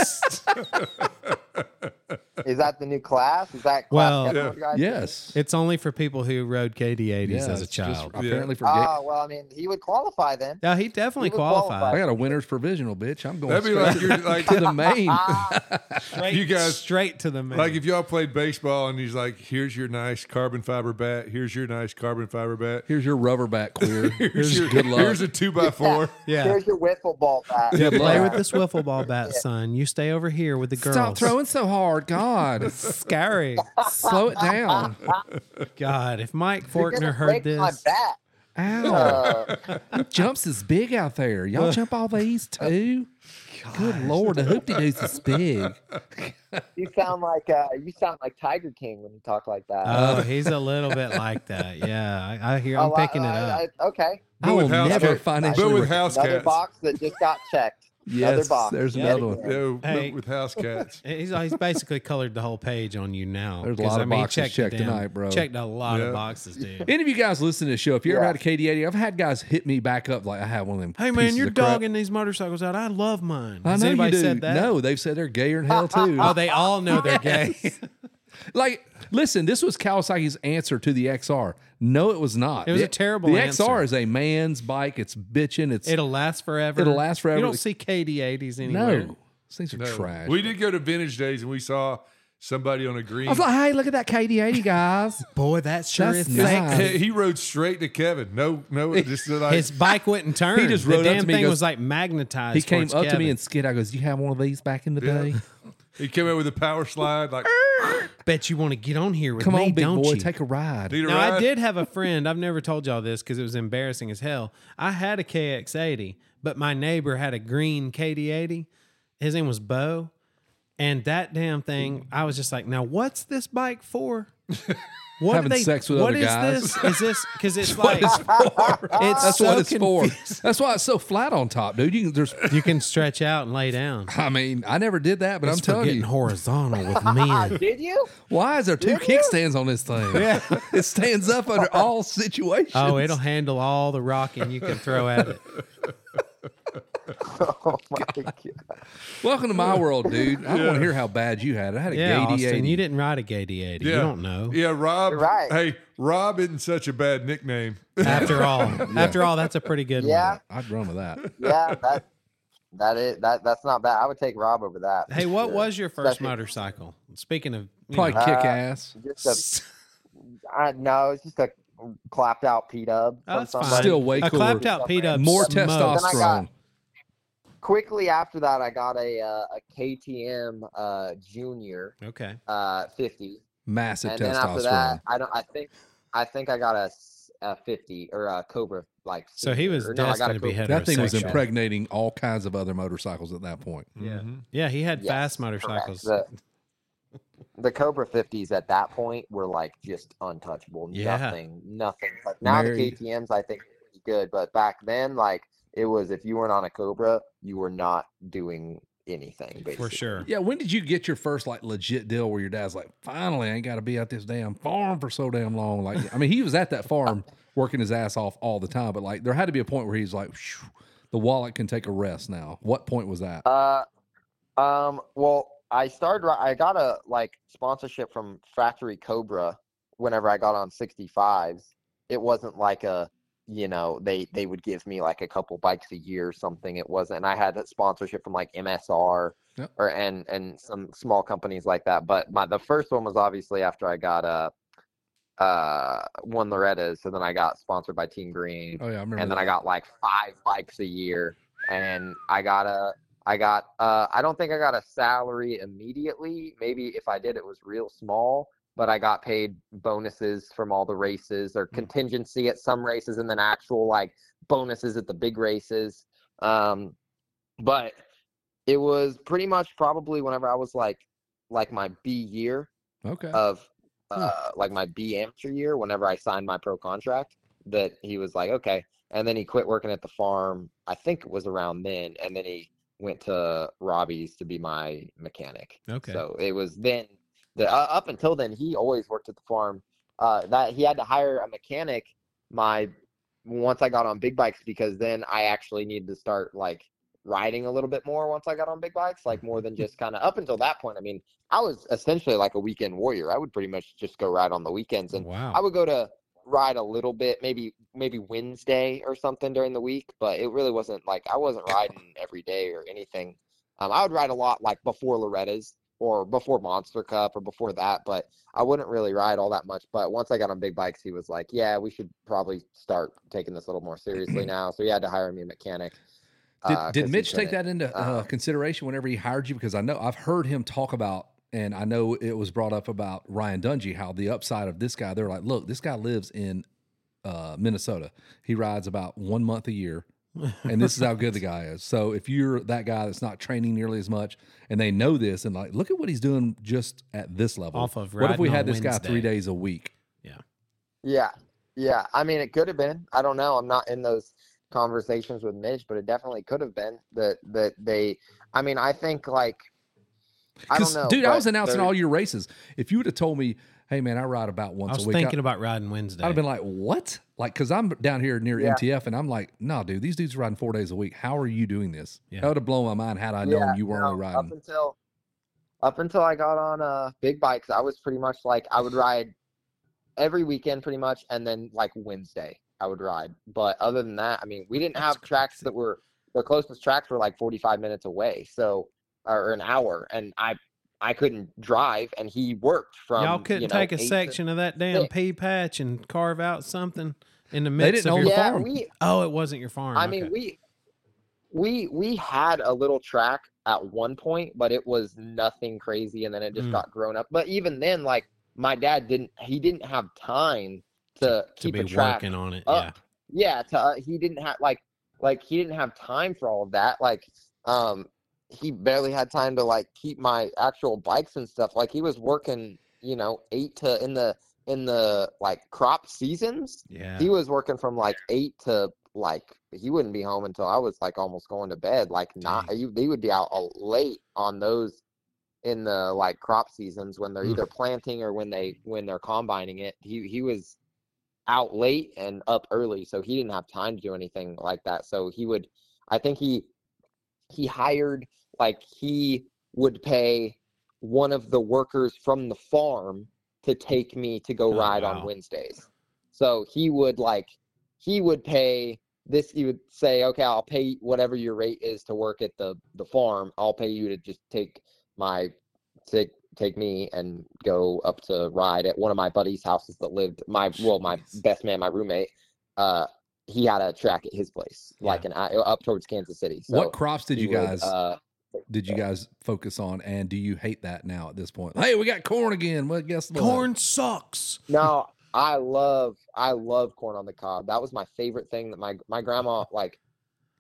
Is that the new class? Is that
Well-
class?
Yeah.
you guys-
Yes.
it's only for people who rode KD80s
Yeah,
as a
it's just
child.
Apparently for gay.
Oh well, I mean, he would qualify then.
No, he definitely
He was
I
qualified.
qualified.
got a winner's provisional, bitch. I'm going
That'd be like
straight
you're like
to the main.
Straight,
You guys-
straight to the man.
Like if y'all played baseball and he's like, "Here's your nice carbon fiber bat. Here's your nice carbon fiber bat.
Here's your rubber back queer.
Here's your
good luck.
here's a two by four.
yeah,
Here's your wiffle ball bat.
Good luck.
play with this wiffle ball bat, son. You stay over here with the girls.
Stop throwing so hard. God.
Scary.
Slow it down.
God, if Mike
You're gonna
Fortner heard
break My
this,
bat.
Ow.
Uh,
Jumps is big out there. Y'all jump all these
uh,
too? Good lord, the hoopty doos is big.
you sound like uh, you sound like Tiger King when you talk like that.
oh, he's a little bit like that. Yeah, I, I hear.
Oh,
I'm
I-
picking it
I-
up.
I- okay.
I
But with
will
house
never
cat-
financially.
but with
re-
house
Another
cats.
box that just got checked. Another
yes,
box.
there's
Yet
another one.
again.
Yeah, but
Hey.
with house cats.
He's, oh, he's basically colored the whole page on you now.
There's a
'Cause,
lot of
he
boxes
it
checked tonight, bro.
Checked a lot
Yeah.
of boxes, dude.
Any of you guys listen to this show, if you ever
Yeah.
had a KD80, I've had guys hit me back up like I had one of them.
hey man,
pieces
you're
of crap.
dogging these motorcycles out. I love mine.
I
Has
know you
anybody
do.
said that?
No, they've said they're gayer than hell too.
Oh, they all know they're gay.
like, listen, this was Kawasaki's answer to the XR. No, it was not.
It was
The-
a terrible
The
answer.
XR is a man's bike. It's bitching. It's
It'll last forever.
It'll last forever.
You don't see KD80s anymore.
no. These things are trash.
We did go to vintage days and we saw somebody on a green.
I was like, hey, look at that KD80, guys.
Boy, that sure
That's
is
nice.
sexy.
He- he rode straight to Kevin. No, no, just like
His bike wouldn't turn.
He just
the
rode up
damn
to me and
thing
goes-
was like magnetized.
he came up
towards
to
Kevin.
me and skid. I goes, you have one of these back in the
Yeah.
day?
he came out with a power slide. Like,
bet you want to get on here with
Come
me,
on, big
don't
boy,
you?
take a ride.
need a
now
ride?
I did have a friend. I've never told y'all this because it was embarrassing as hell. I had a KX80, but my neighbor had a green KD80. His name was Bo, and that damn thing. I was just like, now what's this bike for? What
Having sex with
what
other
is
guys.
this? Is this because it's like it's,
That's
so
what it's
confusing.
for. That's why it's so flat on top, dude. You can, there's,
You can stretch out and lay down.
I mean, I never did that, but
It's
I'm
for
telling
getting
you, Oh,
horizontal with men.
Did you?
why is there two kickstands on this thing? it stands up under all situations.
Oh, it'll handle all the rocking you can throw at it.
Oh my god.
Welcome to my world, dude. I want to hear how bad you had. it. I had a
Yeah,
gay
Austin,
D80.
you didn't ride a gay D80. You don't know.
Yeah, Rob.
You're right.
Hey, Rob isn't such a bad nickname.
After all, after all, that's a pretty good
Yeah.
one.
I'd run with that.
Yeah. That. That is that. That's not bad. I would take Rob over that. for
Hey, what
sure.
was your first
Especially-
motorcycle? Speaking of, you
Probably
know,
kick ass.
Just a. I, no, it's just a clapped out P dub.
Oh,
from
that's fine.
somebody.
Still way cooler.
a clapped out P dub,
More
smoked.
testosterone.
Quickly after that, I got a uh, a KTM uh, Junior
Okay,
uh, 50,
Massive
and then after
testosterone.
that, I don't. I think I think I got a, s- a 50 or a Cobra like.
so he was
or no, I got
destined to
a
be
Cobra.
heterosexual.
That thing was impregnating all kinds of other motorcycles at that point.
Yeah,
Mhm.
yeah, he had
Yes,
fast
correct.
motorcycles.
The, the Cobra 50s at that point were like just untouchable.
Yeah.
Nothing, nothing. But now
Married.
the KTM's I think are pretty good, but back then like it was if you weren't on a Cobra, you were not doing anything. Basically.
for sure.
Yeah, when did you get your first like legit deal where your dad's like, finally, I ain't got to be at this damn farm for so damn long? Like, I mean, he was at that farm working his ass off all the time, but like, there had to be a point where he's like, "Phew, the wallet can take a rest now. What point was that?
Uh, um. Well, I started. ri- I got a like sponsorship from Factory Cobra. Whenever I got on 65s, it wasn't like a you know they they would give me like a couple bikes a year or something. It wasn't. And I had a sponsorship from like MSR
Yep.
or and and some small companies like that. But my the first one was obviously after I got a uh one Loretta's. So then I got sponsored by Team Green
Oh, yeah, I remember.
and then
that.
I got like five bikes a year, and I got a, I got, uh, I don't think I got a salary immediately. Maybe if I did, it was real small. But I got paid bonuses from all the races,
Mm.
or contingency at some races, and then actual like bonuses at the big races. Um, but it was pretty much probably whenever I was like, like my B year,
okay.
of uh, like my B amateur year, whenever I signed my pro contract, that he was like, okay, and then he quit working at the farm. I think it was around then, and then he went to Robbie's to be my mechanic.
Okay.
So it was then the uh, up until then he always worked at the farm. Uh, that he had to hire a mechanic. My once I got on big bikes because then I actually needed to start like riding a little bit more once I got on big bikes, like more than just kind of up until that point. I mean, I was essentially like a weekend warrior. I would pretty much just go ride on the weekends and
wow.
I would go to ride a little bit, maybe maybe Wednesday or something during the week, but it really wasn't like I wasn't riding every day or anything. Um, I would ride a lot like before Loretta's or before Monster Cup or before that, but I wouldn't really ride all that much. But once I got on big bikes, he was like, "Yeah, we should probably start taking this a little more seriously now." So he had to hire me a mechanic.
Did,
uh, 'cause
did
he
Mitch take
couldn't.
that into uh,
uh,
consideration whenever he hired you? Because I know I've heard him talk about, and I know it was brought up about Ryan Dungey, how the upside of this guy, they're like, look, this guy lives in uh, Minnesota. He rides about one month a year, and this is how good the guy is. So if you're that guy that's not training nearly as much, and they know this, and like, look at what he's doing just at this level.
Off of
what if we
riding
had
on
this guy three
Wednesday.
days a week?
Yeah, yeah. I mean, it could have been. I don't know. I'm not in those conversations with Mitch, but it definitely could have been that that they. I mean, I think like I don't
'Cause,
know,
dude. I
but
was announcing
there-
all your races. If you would have told me, hey man, I ride about once
I was
a week. I-
thinking about riding Wednesday.
I'd have been like, what? Like, because I'm down here near
Yeah.
MTF and I'm like, nah, dude, these dudes are riding four days a week. How are you doing this?
Yeah.
That would have blown my mind had I known you were only
no, Up
riding.
until up until I got on uh big bikes, I was pretty much like I would ride every weekend pretty much and then like Wednesday I would ride. But other than that, I mean we didn't
That's
have tracks
crazy.
that were the closest tracks were like forty five minutes away, so or an hour and I I couldn't drive and he worked from
Y'all
you
couldn't
know,
take a
eight to-
section of that damn
six.
pea patch and carve out something in the
They
midst
didn't
of
own
your
the
Yeah,
farm.
we
Oh, it wasn't your farm.
I mean,
Okay.
we we we had a little track at one point, but it was nothing crazy, and then it just
Mm.
got grown up. But even then, like my dad didn't, he didn't have time
to
to, keep
be
a track
working on it.
up. yeah to, uh, he didn't have like like he didn't have time for all of that like um he barely had time to like keep my actual bikes and stuff like he was working you know eight to in the in the like crop seasons
Yeah.
he
Yeah.
was working from like eight to like he wouldn't be home until I was like almost going to bed. Like not he, he would be out uh, late on those in the like crop seasons when they're
Oof.
either planting or when they when they're combining it. He he was out late and up early, so he didn't have time to do anything like that. So he would I think he he hired like he would pay one of the workers from the farm to take me to go
Oh,
ride
wow.
on Wednesdays. So he would like he would pay this he would say, Okay, I'll pay whatever your rate is to work at the the farm. I'll pay you to just take my take take me and go up to ride at one of my buddies' houses that lived my well, my
Jeez.
best man, my roommate, uh he had a track at his place, like an an up towards Kansas City. So
what crops did
he
you
would,
guys
uh,
did you guys focus on, and do you hate that now at this point? Hey, we got corn again. Well, guess what?
Corn sucks.
No, I love I love corn on the cob. That was my favorite thing that my my grandma like.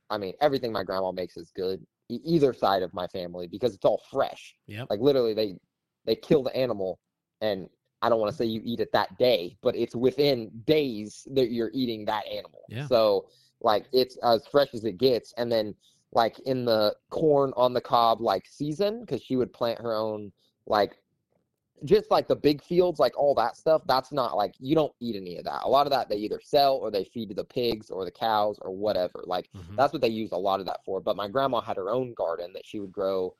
I mean, everything my grandma makes is good. E- either side of my family because it's all fresh.
Yep.
Like literally, they they kill the animal, and I don't want to say you eat it that day, but it's within days that you're eating that animal.
Yeah.
So like it's as fresh as it gets, and then like in the corn on the cob like season because she would plant her own like just like the big fields, like all that stuff, that's not like you don't eat any of that. A lot of that they either sell or they feed to the pigs or the cows or whatever. Like
Mhm.
that's what they use a lot of that for. But my grandma had her own garden that she would grow,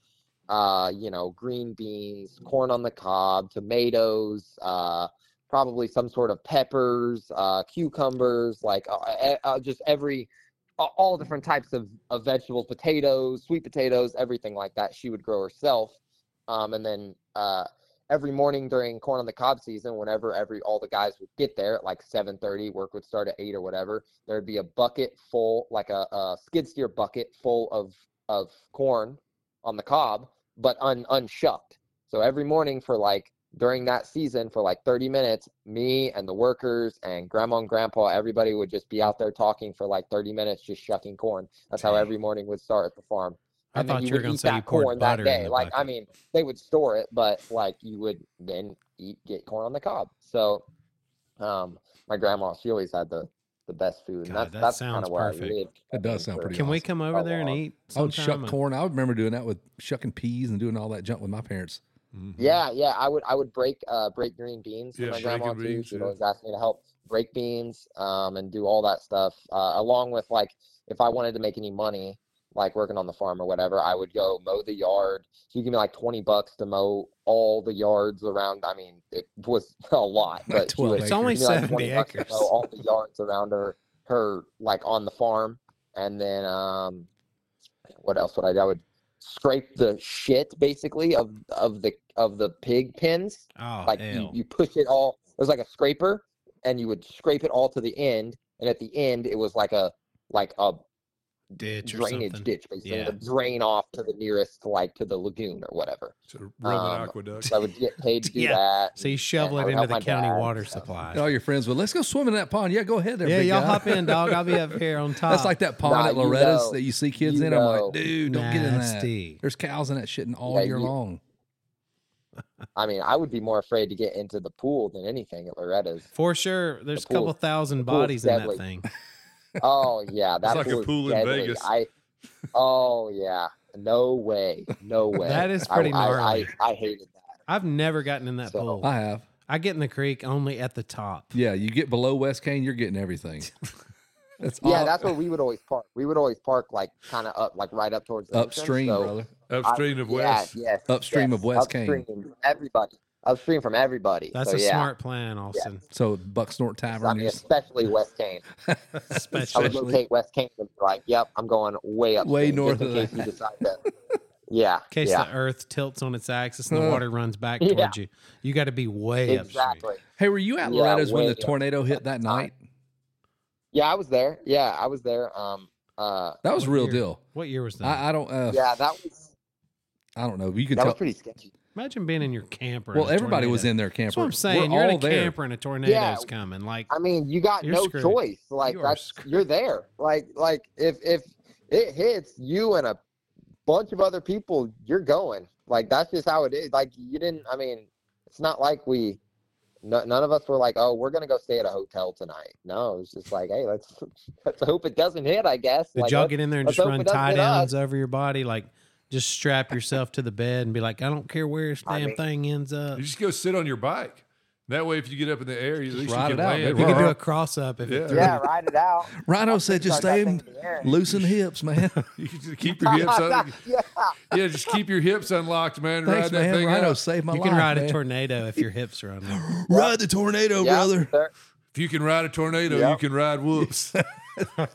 uh, you know, green beans, corn on the cob, tomatoes, uh, probably some sort of peppers, uh, cucumbers, like uh, uh, uh, just every a- all different types of, of vegetables, potatoes, sweet potatoes, everything like that. She would grow herself, um, and then uh, every morning during corn on the cob season, whenever every all the guys would get there at like seven thirty, work would start at eight or whatever. There'd be a bucket full, like a, a skid steer bucket full of of corn on the cob, but un unshucked. So every morning for like during that season for like 30 minutes, me and the workers and grandma and grandpa, everybody would just be out there talking for like 30 minutes, just shucking corn. That's how
Dang.
every morning would start at the farm.
I
And then
thought you were
would
going
eat
to say
that
you poured butter in the
Like, I
bucket.
mean, they would store it, but like you would then eat, get corn on the cob. So, um, my grandma, she always had the the best
God,
food. and that's
that
that's
sounds
kind of where
perfect.
I lived.
That does sound
for-
pretty
Can we
awesome.
come over there and
Oh,
eat?
I would shuck
sometime? uh,
corn. I would remember doing that with shucking peas and doing all that junk with my parents.
Mm-hmm.
Mhm.
Yeah, yeah. I would I would break uh break green beans for
Yeah,
my
breaking
grandma too.
beans,
She'd
yeah.
always ask me to help break beans um and do all that stuff. Uh along with like if I wanted to make any money, like working on the farm or whatever, I would go mow the yard. She'd give me like twenty bucks to mow all the yards around. I mean, it was a lot,
Like
but she
12
would
It's
acres.
only
give me, like,
70
bucks to
acres.
mow all the yards around her her like on the farm. And then um what else would I do? I would scrape the shit basically of of the of the pig pens.
Oh,
Like you,
hell.
you push it all. It was like a scraper, and you would scrape it all to the end. And at the end, it was like a like a
ditch or
drainage
something.
ditch, basically
Yeah.
it would drain off to the nearest like to the lagoon or whatever.
It's a Roman
Um,
aqueduct.
So I would get paid to do
Yeah.
that.
So you shovel
I
it
would
into
help
the
my
county
dad and
water
stuff.
supply.
And all your friends would, let's go swim in that pond. Yeah, go ahead Oh, there.
yeah,
big
y'all
guy."
hop in, dog. I'll be up here on top.
That's like that pond
Nah,
at
you
Loretta's
know.
that you see kids
You
in. I'm
know.
like, dude, don't get in that.
Nasty.
There's cows in that shitting all
Yeah,
year
you-
long.
I mean, I would be more afraid to get into the pool than anything at Loretta's.
For sure. There's a
pool-
couple thousand
pool's
bodies in that
deadly.
thing.
Oh yeah, that's
like a pool in Vegas.
I oh yeah, no way, no way.
That is
I-
pretty
I, I,
gnarly.
I hated that.
I've never gotten in that
So-
pool.
I have.
I get in the creek only at the top.
uh, Yeah, you get below West Kane, you're getting everything. That's
Yeah,
all
that's where we would always park. We would always park like kind of up, like right up towards the entrance,
upstream,
so-
brother.
Upstream of West.
Yeah, yes,
Upstream
yes,
of West Kane.
upstream, Everybody upstream from everybody.
That's
so,
a
yeah.
smart plan, Austin.
So Buck Snort
I
Tavern.
mean,
is
especially West Kane. I would
Especially in
locate West Kane and be like, "Yep, I'm going way up,
Way north
just in
of that.
case you decide to." Yeah,
case
yeah,
the earth tilts on its axis and the
Huh.
water runs back
Yeah.
towards you. You got to be way upstream.
exactly.
hey, were you at
Yeah,
Loretta's when
way
the
up.
tornado hit that night?
Yeah, I was there. Yeah, I was there. Um, uh,
That was
What
real
year?
deal.
What year was that?
I, I don't. Uh,
yeah, that was
I don't know. You can
that was
tell.
pretty sketchy.
Imagine being in your camper.
Well,
and a
everybody was
tornado.
in their camper.
That's what I'm
We're
saying. You're in
all
a
there.
camper and a tornado's
Yeah.
coming. Like,
I mean, you got
You're
no
screwed.
choice. Like
You are
that's
screwed.
you're there. Like like if if it hits you and a bunch of other people, you're going. Like that's just how it is. Like you didn't. I mean, it's not like we. No, none of us were like, "Oh, we're gonna go stay at a hotel tonight." No, it's just like, "Hey, let's let's hope it doesn't hit." I guess.
did
like,
y'all
let's-
get in there and
let's
just
hope
run
it doesn't
tie
hit
downs over your body? Like, just strap yourself to the bed and be like, I don't care where this
I
damn
mean-
thing ends up.
You just go sit on your bike. That way, if you get up in the air, you at
Just
least
ride
you can
it out,
land.
You could do
Roar.
a cross up if
Yeah.
it threw
yeah, ride it out.
Rhino
I'll
said,
fix
just
that
stay
thing in the air.
loose in the hips, man.
You can just keep your hips. un-
yeah.
yeah, just keep your hips unlocked, man. and
Thanks,
ride that
man.
thing
Rhino
out.
saved my
you
life.
can ride a
man.
tornado if your hips are on there.
Ride the tornado,
Yeah,
brother.
there-
If you can ride a tornado,
Yeah.
you can ride whoops.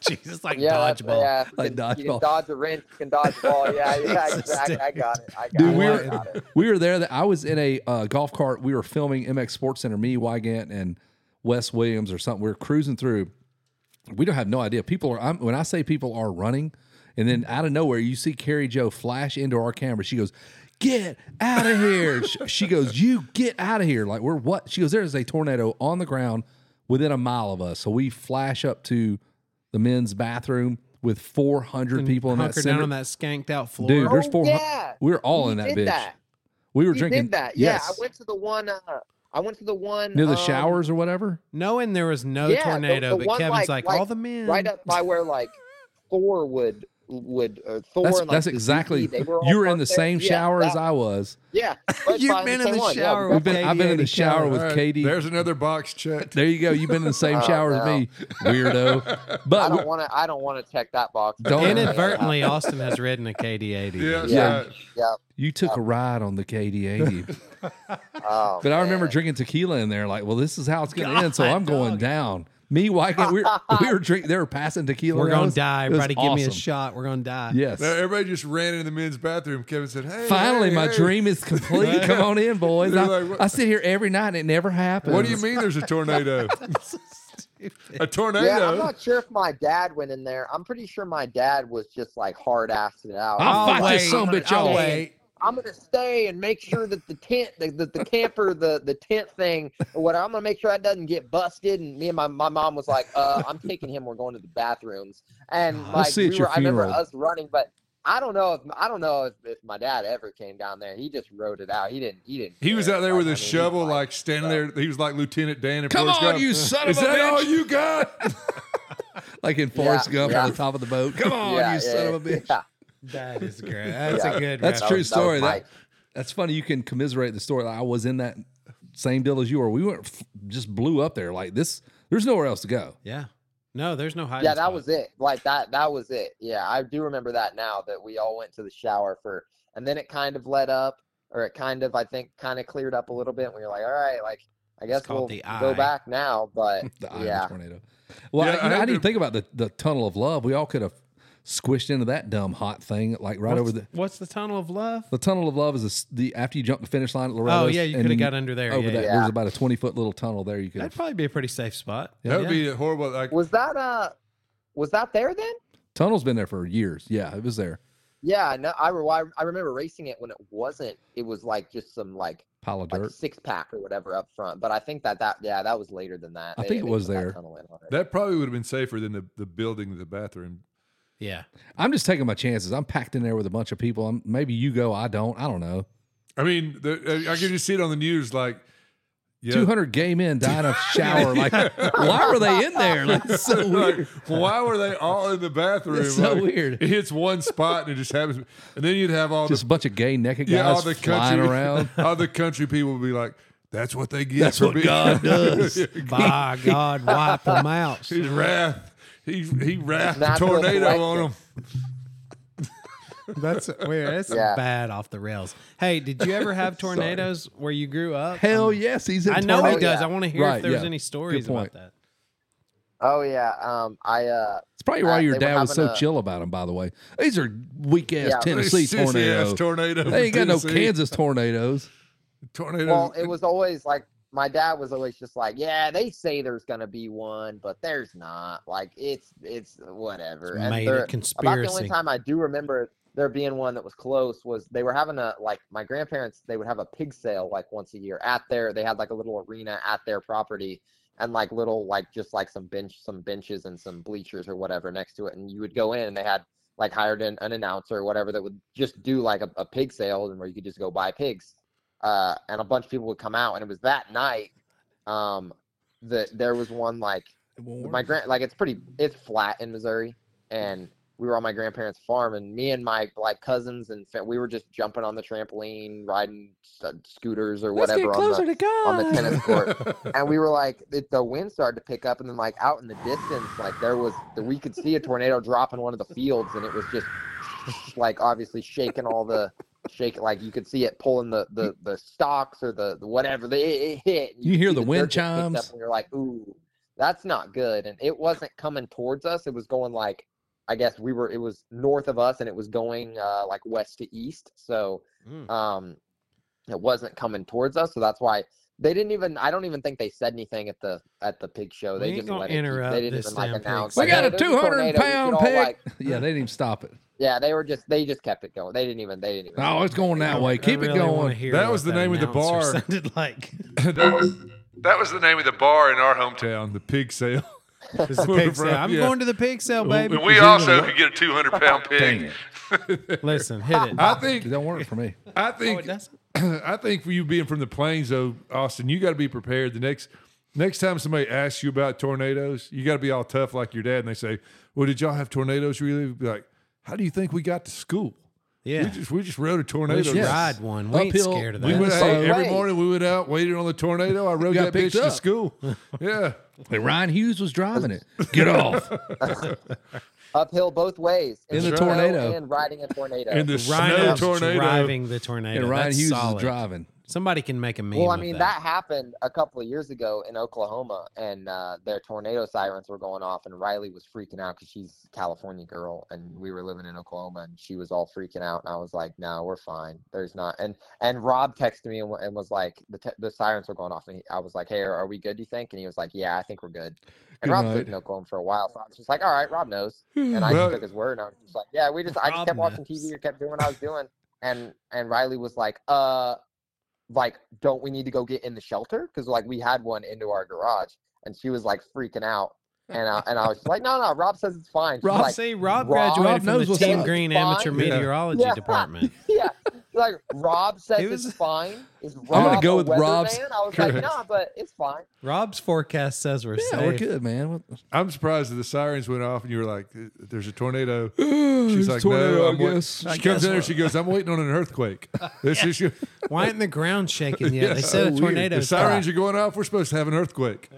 Jesus, like
Yeah, that's-
dodgeball.
Yeah, if you
Like
can- you
dodgeball.
can dodge a wrench, you can dodge a ball. Yeah, yeah,
Jesus,
exactly. I
dude.
got it. I got
Dude,
it.
we
I
were-
got it.
We were there. That I was in a uh, golf cart. We were filming MX Sports Center. Me, Wygant, and Wes Williams or something. We were cruising through. We don't have no idea. People are. I'm, when I say people are running, and then out of nowhere you see Carrie Joe flash into our camera. She goes, "Get out of here!" Sh- she goes, "You get out of here!" Like we're what? She goes, "There is a tornado on the ground within a mile of us." So we flash up to the men's bathroom with 400 people in that
Hunker down
center.
on that skanked out floor.
Dude, there's
Oh,
400.
yeah.
We were all
You
in that
did
bitch.
that.
We were
You
drinking.
did that. Yeah,
yes.
I went to the one. Uh, I went to the one
near the
um,
showers or whatever.
Knowing there was no
Yeah, the-
tornado,
the
but
one,
Kevin's
like-
like,
like,
all the men.
right up by where like Thor would would uh, Thor.
That's,
and, like,
that's
Suzuki,
exactly.
they were all
You were in
parked
the
there.
same
Yeah,
shower as
that-
I was.
Yeah, right
You've
by
been in the
same one.
shower
Yeah,
We've been. I've been in the
KD80
shower with
All right,
Katie.
There's another box checked.
There you go. You've been in the same
Oh,
shower as
no.
me, weirdo.
I
But
don't
we-
want to. I don't want to check that box.
Don't-
Inadvertently, Austin has ridden a KD80.
Yeah,
Yeah.
yeah.
Yeah.
you took a ride on the KD80.
Oh,
But I remember
man.
drinking tequila in there. Like, well, this is how it's going to end. So
God,
I'm going
dog.
down. Me, Wygant, we were, we were drinking. They were passing tequila.
We're
around
gonna
us.
die.
It was
Everybody, give me a
awesome.
shot. We're gonna die.
Yes.
Now, everybody just ran into the men's bathroom. Kevin said, "Hey,
Finally,
hey,
my
hey."
dream is complete. Come on in, boys.
They're
I,
like, what-
I sit here every night and it never happens.
What do you mean? There's a tornado? a tornado?
Yeah, I'm not sure if my dad went in there. I'm pretty sure my dad was just like hard assing it out.
I'll
I'll
fight
wait.
this son of a bitch
I'll
off.
wait.
I'm gonna stay and make sure that the tent, the, the, the camper, the the tent thing, what I'm gonna make sure I doesn't get busted. And me and my, my mom was like, uh, "I'm taking him. We're going to the bathrooms." And
We'll
like
Ah, see at
we
your
were, I remember
funeral.
us running, but I don't know if I don't know if, if my dad ever came down there. He just rode it out. He didn't. He didn't.
He was
care.
out there
Like,
with
I
a
mean, he's
shovel, like standing there. He was like Lieutenant Dan. in
Come
Forrest
on,
Gump.
you son of
Is
a
that
bitch.
all you got?
like in Forrest
Yeah,
Gump
yeah.
on the top of the boat. Come on,
yeah,
"Oh, you son
yeah,
of a bitch.
yeah.
That is great. That's
Yeah.
a good.
That's
That
ref-
true
was- that was
story.
my-
That, that's funny. You can commiserate the story. Like, I was in that same deal as you were. We went f- just blew up there. Like this, there's nowhere else to go.
Yeah. No, there's no hiding.
yeah that
spot.
was it like that that was it yeah i do remember that now that we all went to the shower for and then it kind of let up or it kind of i think kind of cleared up a little bit and we were like all right like i guess
called
we'll
the eye.
go back now but
The Iowa
yeah
tornado. Well,
Yeah,
I, you
I
know, I
had
didn't
to-
think about the, the tunnel of love. We all could have squished into that dumb hot thing, like right
what's,
over the
What's the tunnel of love?
the tunnel of love is this- the after you jump the finish line at Loretto's.
Oh yeah, you
and
could
then
have got under there.
over
yeah,
that.
yeah.
There's about a 20 foot little tunnel there. You could.
That'd probably be a pretty safe spot.
That would
Yeah.
be horrible. Like,
was that uh was that there then
Tunnel's been there for years. Yeah, it was there.
yeah no i, re- I remember racing it when it wasn't it was like just some like
Pile of
like
dirt.
six pack or whatever up front but i think that that yeah that was later than that
I
They-
think it
they
was
put that
there.
tunnel in already.
that probably would have been safer than the, the building of the bathroom.
Yeah.
I'm just taking my chances. I'm packed in there with a bunch of people. I'm, maybe you go. I don't. I don't know.
I mean, the, I- I could just see it on the news. Like, yeah,
200 gay men die in a shower. Like, why were they in there? Like, it's so
Like,
weird.
why were they all in the bathroom?
It's so
Like,
weird.
It hits one spot and it just happens. And then you'd have all
Just a
the
bunch of gay naked guys
yeah, all the
flying
country
around.
all the country people would be like, "That's what they get.
That's
for
what
being-
God does.
By God, wipe them out.
His wrath. He he wrath the
Natural
tornado
selection.
on them.
That's weird. That's
Yeah.
bad off the rails. Hey, did you ever have tornadoes where you grew up?
Hell yes, he's in
I know
tornado.
he does.
yeah.
I want to hear
Right,
if there's
yeah.
any stories
point.
about that.
oh yeah um i uh
It's probably why
Uh,
your
they were
dad was so
having a-
chill about him, by the way. These are weak ass
Yeah.
Tennessee tornadoes.
Sissy-ass tornado.
They ain't got no
Tennessee.
Kansas tornadoes.
tornado.
Well, it was always like my dad was always just like, "Yeah, they say there's gonna be one, but there's not. Like it's it's whatever." And
Made
there-
a
about the only
conspiracy.
time I do remember there being one that was close was they were having a like my grandparents they would have a pig sale like once a year at their they had like a little arena at their property and like little like just like some bench some benches and some bleachers or whatever next to it and you would go in and they had like hired an, an announcer or whatever that would just do like a, a pig sale and where you could just go buy pigs uh, and a bunch of people would come out and it was that night um that there was one like my grand like it's pretty it's flat in Missouri, and we were on my grandparents' farm, and me and my like cousins and fa- we were just jumping on the trampoline, riding uh, scooters or
Let's get
whatever on
closer
the
to God.
on the tennis court, and we were like it, the wind started to pick up, and then like out in the distance, like there was we could see a tornado drop in one of the fields, and it was just like obviously shaking all the. Shake like you could see it pulling the the the stalks or the, the whatever they it, it hit.
You
could
hear
see
the wind
dirt get picked up,
chimes.
And you're like, ooh, that's not good. And it wasn't coming towards us. It was going like, I guess we were, it was north of us and it was going uh, like west to east. So
Mm.
um, it wasn't coming towards us. So that's why they didn't even, I don't even think they said anything at the, at the pig show.
We
They
ain't
just
gonna
let it, keep-
interrupt
they didn't
this
even like
damn pig
announce.
show.
We
like,
got
"Hey,
a
there's
200
tornado. We should
pound
all,
pig.
like-"
yeah, they didn't even stop it.
yeah. They were just, they just kept it going. They didn't even, they didn't even.
Oh, it's going that
I- I
way. Keep
really
it
wanna
going.
hear
That
what
was the name of the
announcer
bar.
Sounded like
that was that was the name of the bar in our hometown, the Pig Sale.
This is the
We're
pig sale.
from-
I'm
yeah.
going to the pig sale, baby.
we also could get a two hundred pound
Dang
pig.
it.
Listen, hit it.
I
It
think
don't work for me.
I
Oh, it
think
doesn't?
I think for you being from the plains, though, Austin, you got to be prepared. The next next time somebody asks you about tornadoes, you got to be all tough like your dad, and they say, "Well, did y'all have tornadoes?" Really, be like, "How do you think we got to school?
Yeah.
We just we just rode a tornado.
We should
Yes.
ride one. We ain't
Uphill-
scared of
we
that.
We went,
Yeah.
hey,
So-
every
Right.
morning we went out, waited on the tornado. I rode
Got
that bitch
picked
to
up.
school. Yeah,
Hey, Ryan Hughes was driving it. Get off.
Uphill both ways.
In the
snow
tornado.
And riding a tornado.
in the
Ryan
snow
Hughes
tornado.
driving the tornado.
And Ryan
That's
Hughes
solid.
is driving.
Somebody can make a meme.
Well, I
of
mean,
that.
that. happened a couple of years ago in Oklahoma, and uh, their tornado sirens were going off, and Riley was freaking out because she's a California girl, and we were living in Oklahoma, and she was all freaking out, and I was like, "No, we're fine. There's not." And and Rob texted me and, wa- and was like, "The te- the sirens were going off," and he, I was like, "Hey, are we good? Do you think?" And he was like, "Yeah, I think we're good."
Good
And Rob's
night.
lived in Oklahoma for a while, so I was just like, "All right, Rob knows," and I
Well-
just took his word, and I was just like, "Yeah, we just I just
Rob
kept watching
knows.
TV, or kept doing what I was doing." And and Riley was like, uh, like, don't we need to go get in the shelter? Because like we had one into our garage, and she was like freaking out, and I, and I was just like, no, no, Rob says it's fine. She's
Rob
like,
See, Rob
Rob
graduated from
knows
the
what's
Tim
up.
Green
Fine.
Amateur
Yeah.
Meteorology
Yeah.
Department.
yeah, like Rob says
It was-
it's fine. Is Rob
gonna go
a
with Rob's-
weatherman? I was like,
Correct.
nah, but it's fine.
Rob's forecast says we're
Yeah,
safe.
we're good, man. What-
I'm surprised that the sirens went off and you were like, "There's a tornado."
There's
She's
a
like,
tornado,
"No,
I
I'm wait-"
guess.
She
I
comes
guess
in there. She goes, "I'm waiting on an earthquake." This is your-
Why isn't the ground shaking yet?
Yeah,
they
so
said a
weird.
tornado.
The sirens are going off. We're supposed to have an earthquake.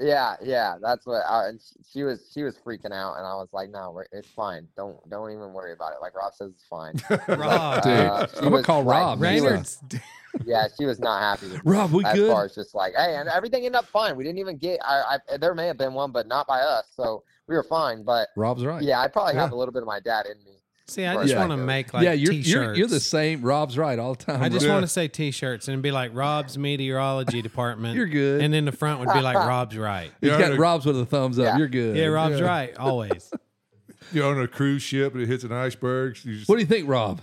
Yeah, yeah, that's what. I, and sh- she was she was freaking out, and I was like, no, we're, it's fine. Don't don't even worry about it. Like Rob says, it's fine.
Rob,
Dude,
Uh,
I'm
she
gonna
was
call
like-
Rob. man.
Raynard's
Yeah, she was not happy. With me
Rob, we
as
good?
far as just like, hey, and everything ended up fine. We didn't even get. I, I there may have been one, but not by us. So we were fine. But
Rob's right.
yeah, I probably have a little bit of my dad in me.
See, I
Yeah.
just want to make like
yeah, you're,
t-shirts.
you're you're the same. Rob's right all the time.
I just
bro.
want to say t-shirts and be like Rob's meteorology department.
You're good.
And in the front would be like Rob's right.
He's
You're
got
on a-
Rob's with a thumbs up.
Yeah.
You're good.
Yeah, Rob's right always.
You're on a cruise ship and it hits an iceberg. You just-
What do you think, Rob?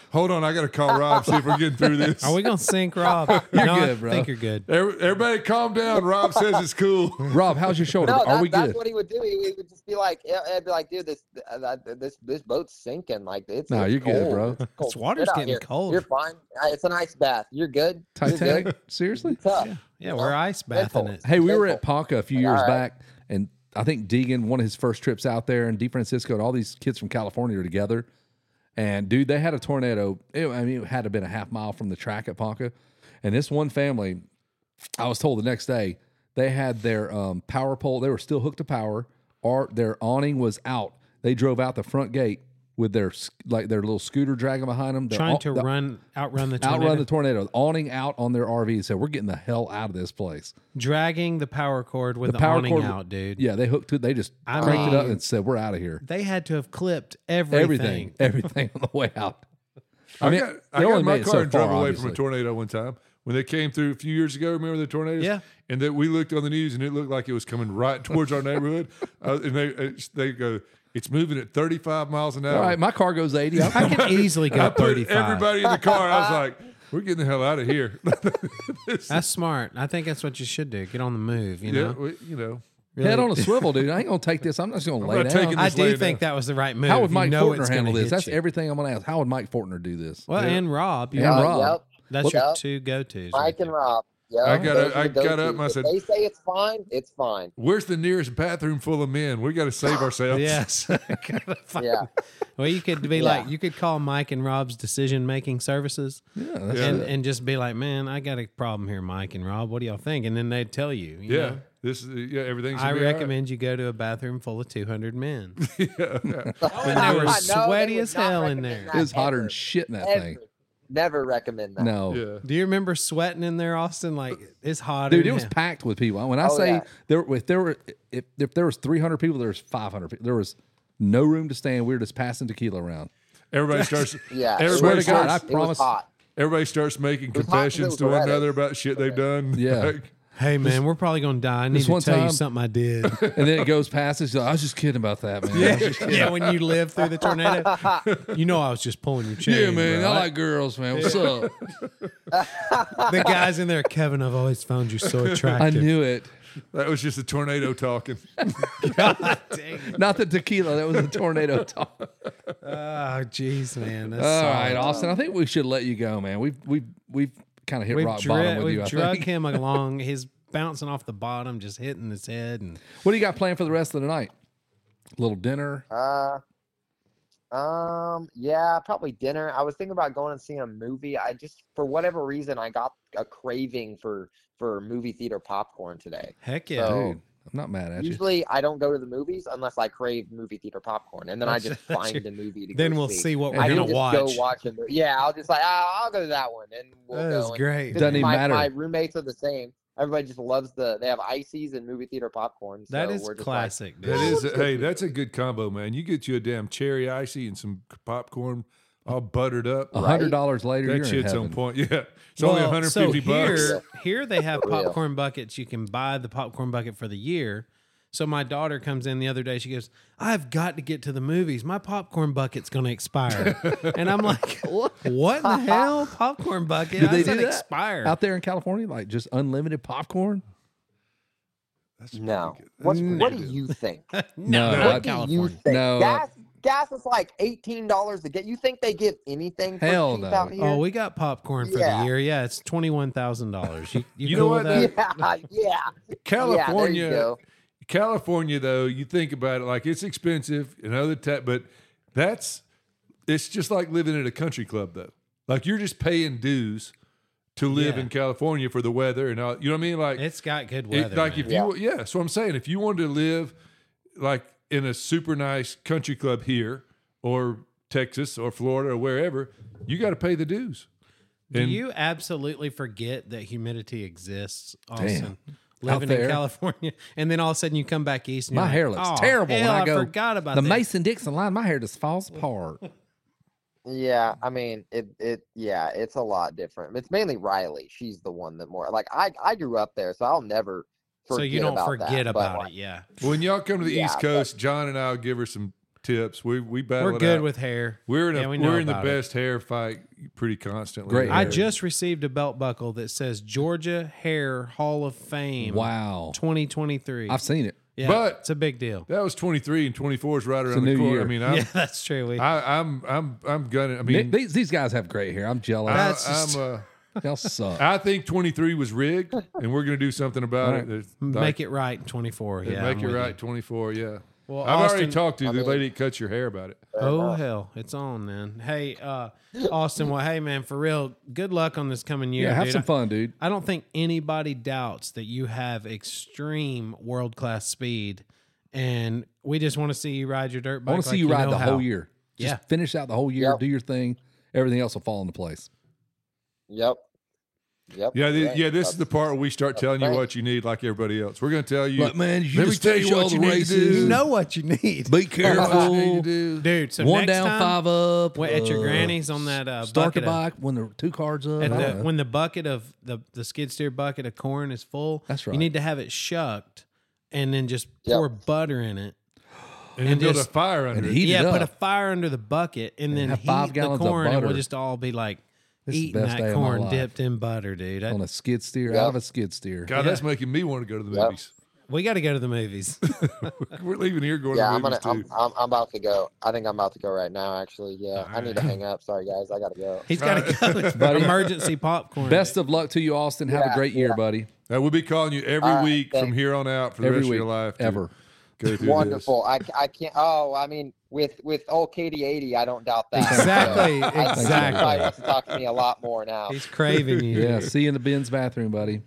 Hold on, I got to call Rob see if we're getting through this.
Are we gonna sink Rob?
You're
no,
good, bro.
I think you're good.
Every- Everybody, calm down. Rob says it's cool.
Rob, how's your shoulder?
No,
Are
that,
we
that's
good?
what he would do. He, he would just be like, yeah, I'd be like, dude, this uh, that- this this boat's sinking. Like it's
No,
it's
you're good, bro.
cold. It's cold.
This water's
Get out
getting
here.
cold.
You're fine. Uh, It's an ice bath. You're good. You're good.
Titanic? Seriously?
Tough.
Yeah, we're ice bathing it.
Hey, we were
Simple.
at Ponca a few years
All right.
back, and I think Deegan, one of his first trips out there, and DeFrancisco, and all these kids from California are together. And dude, they had a tornado. It, I mean, it had to have been a half mile from the track at Ponca. And this one family, I was told the next day, they had their um, power pole. They were still hooked to power. Our, their awning was out. They drove out the front gate with their s- like their little scooter dragging behind them. Their
Trying
au-
to
the
run outrun the tornado,
outrun the tornado. Awning out on their RV. and said, "We're getting the hell out of this place."
dragging the power cord with the,
power
awning
cord-
out, dude.
Yeah, they hooked it. They just
I
cranked it up
mean-
and said, "We're out of here."
They had to have clipped everything.
Everything, everything on the way out. I
I
mean,
got,
they
I
only
got my
made it
car
so
and
far,
drove away from
obviously.
a tornado one time when they came through a few years ago. Remember the tornadoes?
Yeah.
And that we looked on the news and it looked like it was coming right towards our neighborhood. Uh, and they uh, they go, it's moving at 35 miles an hour.
All right, my car goes eighty. I'm
I could easily
I
go
put
35.
everybody in the car. I was like, we're getting the hell out of here.
That's smart. I think that's what you should do. Get on the move, you
yeah,
know.
we, you know.
head on a swivel, dude. I ain't gonna take this. I'm just gonna lay down.
not taking
I
Just
do
lay
think that was the right move.
How would
You
Mike
know
Fortner
it's gonna
handle
hit
this? That's
you.
everything I'm gonna ask. How would Mike Fortner do this?
Well, and Rob, you
And
know,
Rob.
that's
Well,
your
Uh, yep.
two go-tos.
Mike and Rob. Yeah,
I got
those
up-
are
I
the
got up and I
go-tos.
said-
If they say it's fine, it's fine.
Where's the nearest bathroom full of men? We got to save ourselves.
Yes.
Yeah.
Well, you could be
Yeah.
like, you could call Mike and Rob's decision making services
yeah, that's
Yeah.
and,
it.
and just be like, man, I got a problem here, Mike and Rob. What do y'all think? And then they'd tell you. you
Yeah.
know,
This is yeah. Everything's.
I
gonna be all right.
recommend you go to a bathroom full of 200 men.
yeah.
and they were
I know they
sweaty
would
as
not
hell in
recommend
there.
that
It's hotter
ever,
than shit in that
ever.
thing.
Never recommend that.
No,
yeah.
Do you remember sweating in there, Austin? Like, it's hot.
dude,
in
it was
here.
packed with people. When I
Oh,
say
yeah.
there, if there were, if, if there was 300 people, there was 500 people. There was no room to stand. We were just passing tequila around.
Everybody starts.
Yeah. it
Everybody
was-
swear to God,
starts.
I
it
promise-
was hot.
Everybody starts making
was hot 'cause it
confessions
was
to one
Loretta.
another about shit they've done.
Yeah.
Like,
Hey, man, we're probably going to die. I need to
one
tell you
time-
something I did.
And then it goes past. It's like, I was just kidding about that, man. I was just kidding.
yeah, when you live through the tornado, you know I was just pulling your chain.
Yeah, man.
bro.
I like girls, man. What's up?
the guys in there, Kevin, I've always found you so attractive.
I knew it.
that was just a tornado talking.
Dang it.
Not the tequila. That was the tornado talk.
Oh, jeez, man. That's
All
solid.
right, Austin. I think we should let you go, man. We've we've we've kind of hit
We've,
rock
dra-
bottom with
we've
you. I
drug
think.
him along. He's bouncing off the bottom, just hitting his head. And
What do you got planned for the rest of the night? Little dinner.
Uh, um, yeah, probably dinner. I was thinking about going and seeing a movie. I just, for whatever reason, I got a craving for for movie theater popcorn today.
heck yeah.
So-
Dude, I'm not mad at you.
Usually, I don't go to the movies unless I crave movie theater popcorn, and then I
That's-
just
that's
find
your-
a movie to
then
go
we'll
see.
see what
I
we're
I
didn't
going
didn't
to
just
watch.
go watch a movie. Yeah, I'll just like, "Ah, I'll go to that one, and we'll
that
go.
is
and-
great.
Doesn't even
my,
matter.
My roommates are the same. Everybody just loves the. They have ices and movie theater popcorn. So
that is
we're just like,
classic. dude.
That is. hey, that's a good combo, man. You get you a damn cherry icy and some popcorn, all buttered up.
A hundred dollars later,
That
you're in
shit's
heaven.
on point. Yeah, it's only
Well,
150
so
bucks.
Here, here they have
For real.
popcorn buckets. You can buy the popcorn bucket for the year. So my daughter comes in the other day. She goes, "I've got to get to the movies. My popcorn bucket's going to expire." and I'm like, "What, the hell, popcorn bucket?
Did
How
they
does
do
it
that?
expire?"
Out there in California, like just unlimited popcorn.
That's pretty
No.
good. That's
What,
pretty
what do
good.
you think?
No,
no,
I-
not
What do you
Mm. Uh, California.
think?
No,
That's Gas is like eighteen dollars a get. You think they give anything? for
Hell
cheap
no.
Out here?
Oh, we got popcorn for
Yeah.
the year. Yeah, it's twenty one thousand dollars. You, you,
You know
cool
what,
with that?
yeah, yeah.
California,
Yeah, there you go.
California, though, you think about it like it's expensive and other tech, but that's it's just like living at a country club, though. Like you're just paying dues to live
Yeah.
in California for the weather and all. You know what I mean? Like
It's got good
it-
weather.
like
man.
if you yeah. So I'm saying if you wanted to live like in a super nice country club here or Texas or Florida or wherever, you got to pay the dues.
Do
And-
you absolutely forget that humidity exists,
Damn.
Austin? Living
Out
in
there.
California, and then all of a sudden you come back east. And
My
you're
hair
like,
looks
"Oh,
terrible.
Hell,
and I
I
go,
forgot about
the
that."
Mason Dixon line. My hair just falls apart.
Yeah, I mean it. It yeah, it's a lot different. It's mainly Riley. She's the one that more like I I grew up there, so I'll never forget
so you don't
about
forget
that,
about
but,
it. Yeah,
When y'all come to the
Yeah,
East
but-
Coast, John and I'll give her some tips. We we battle
we're
it
good
out.
with hair.
We're in a,
Yeah, we know
we're in the
about it.
best hair fight pretty constantly.
Great.
I
hair.
just received a belt buckle that says Georgia Hair Hall of Fame.
Wow.
2023.
I've seen it.
yeah,
but-
it's a big deal.
that was 23 and 24 is right around
a
the
new
corner.
year.
I mean, I'm,
yeah, that's true. We,
I, I'm I'm I'm gonna. I mean,
Nick, these, these guys have great hair. I'm jealous.
I,
That's
I'm
just-
uh,
Y'all suck.
I think 23 was rigged, and we're gonna do something about
All
it. There's-
make it right in 24.
like,
Yeah,
make
I'm
it
with you.
right. 24. Yeah.
Well,
I've already
Austin-
talked to
I
the
mean-
lady that cuts your hair about it.
Oh
uh,
hell, it's on, man. Hey, uh, Austin. Well, hey, man, for real. Good luck on this coming year.
yeah, have
dude.
some fun, dude.
I don't think anybody doubts that you have extreme world class speed, and we just want to see you ride your dirt bike.
I want to see
like
you ride
know
the
how.
whole year. Just
Yeah.
finish out the whole year,
Yep.
do your thing. Everything else will fall into place.
Yep. Yep.
Yeah, thi-
right.
yeah. This is the
That's-
part where we start telling you
right.
what you need, like everybody else. We're gonna tell you.
Look, man, you
Let me
just
tell you
finish
what
all the
you need to
races.
do.
You know what you need,
Be
what you need
careful,
to do.
dude. So
One
next
down,
time,
five up.
wait, at your
uh,
granny's on that uh,
Start the
bucket of-
bike when the two cards up. Uh-huh.
at
I
the,
don't know.
when the bucket of the, the skid steer bucket of corn is full,
That's
You
right.
need to have it shucked and then just
Yep.
pour butter in it.
And, then
and
build a
just-
fire under
and
it.
heat
yeah,
it up.
put a fire under the bucket and then
have
heat
five
the
gallons of
corn, and we'll
butter.
just all be like
This is the
eating
best day
that
of my
corn
life.
dipped in butter, dude. I-
on a skid steer,
Yeah.
out of a skid steer.
God, that's making me want to go to the
Yep.
movies.
we got to go to the movies.
We're leaving here going
Yeah,
to
I'm
the
gonna.
movies
I'm,
too.
I'm, I'm about to go. I think I'm about to go right now. Actually, yeah. I need to
Alright.
hang up. Sorry, guys. I gotta go.
He's got to go.
Buddy.
Emergency popcorn.
Best of luck to you, Austin. Have a
Yeah,
great year, buddy.
Uh, we'll be calling you every
All right,
week from
thanks.
here on out for the
Every
rest
week,
of your life. to
ever.
Go through
Wonderful. I, I can't. Oh, I mean, with with old Katie eighty, I don't doubt that.
Exactly.
I think she probably
exactly.
wants to talk to me a lot more now.
He's craving you.
Yeah, see you in the Ben's bathroom, buddy.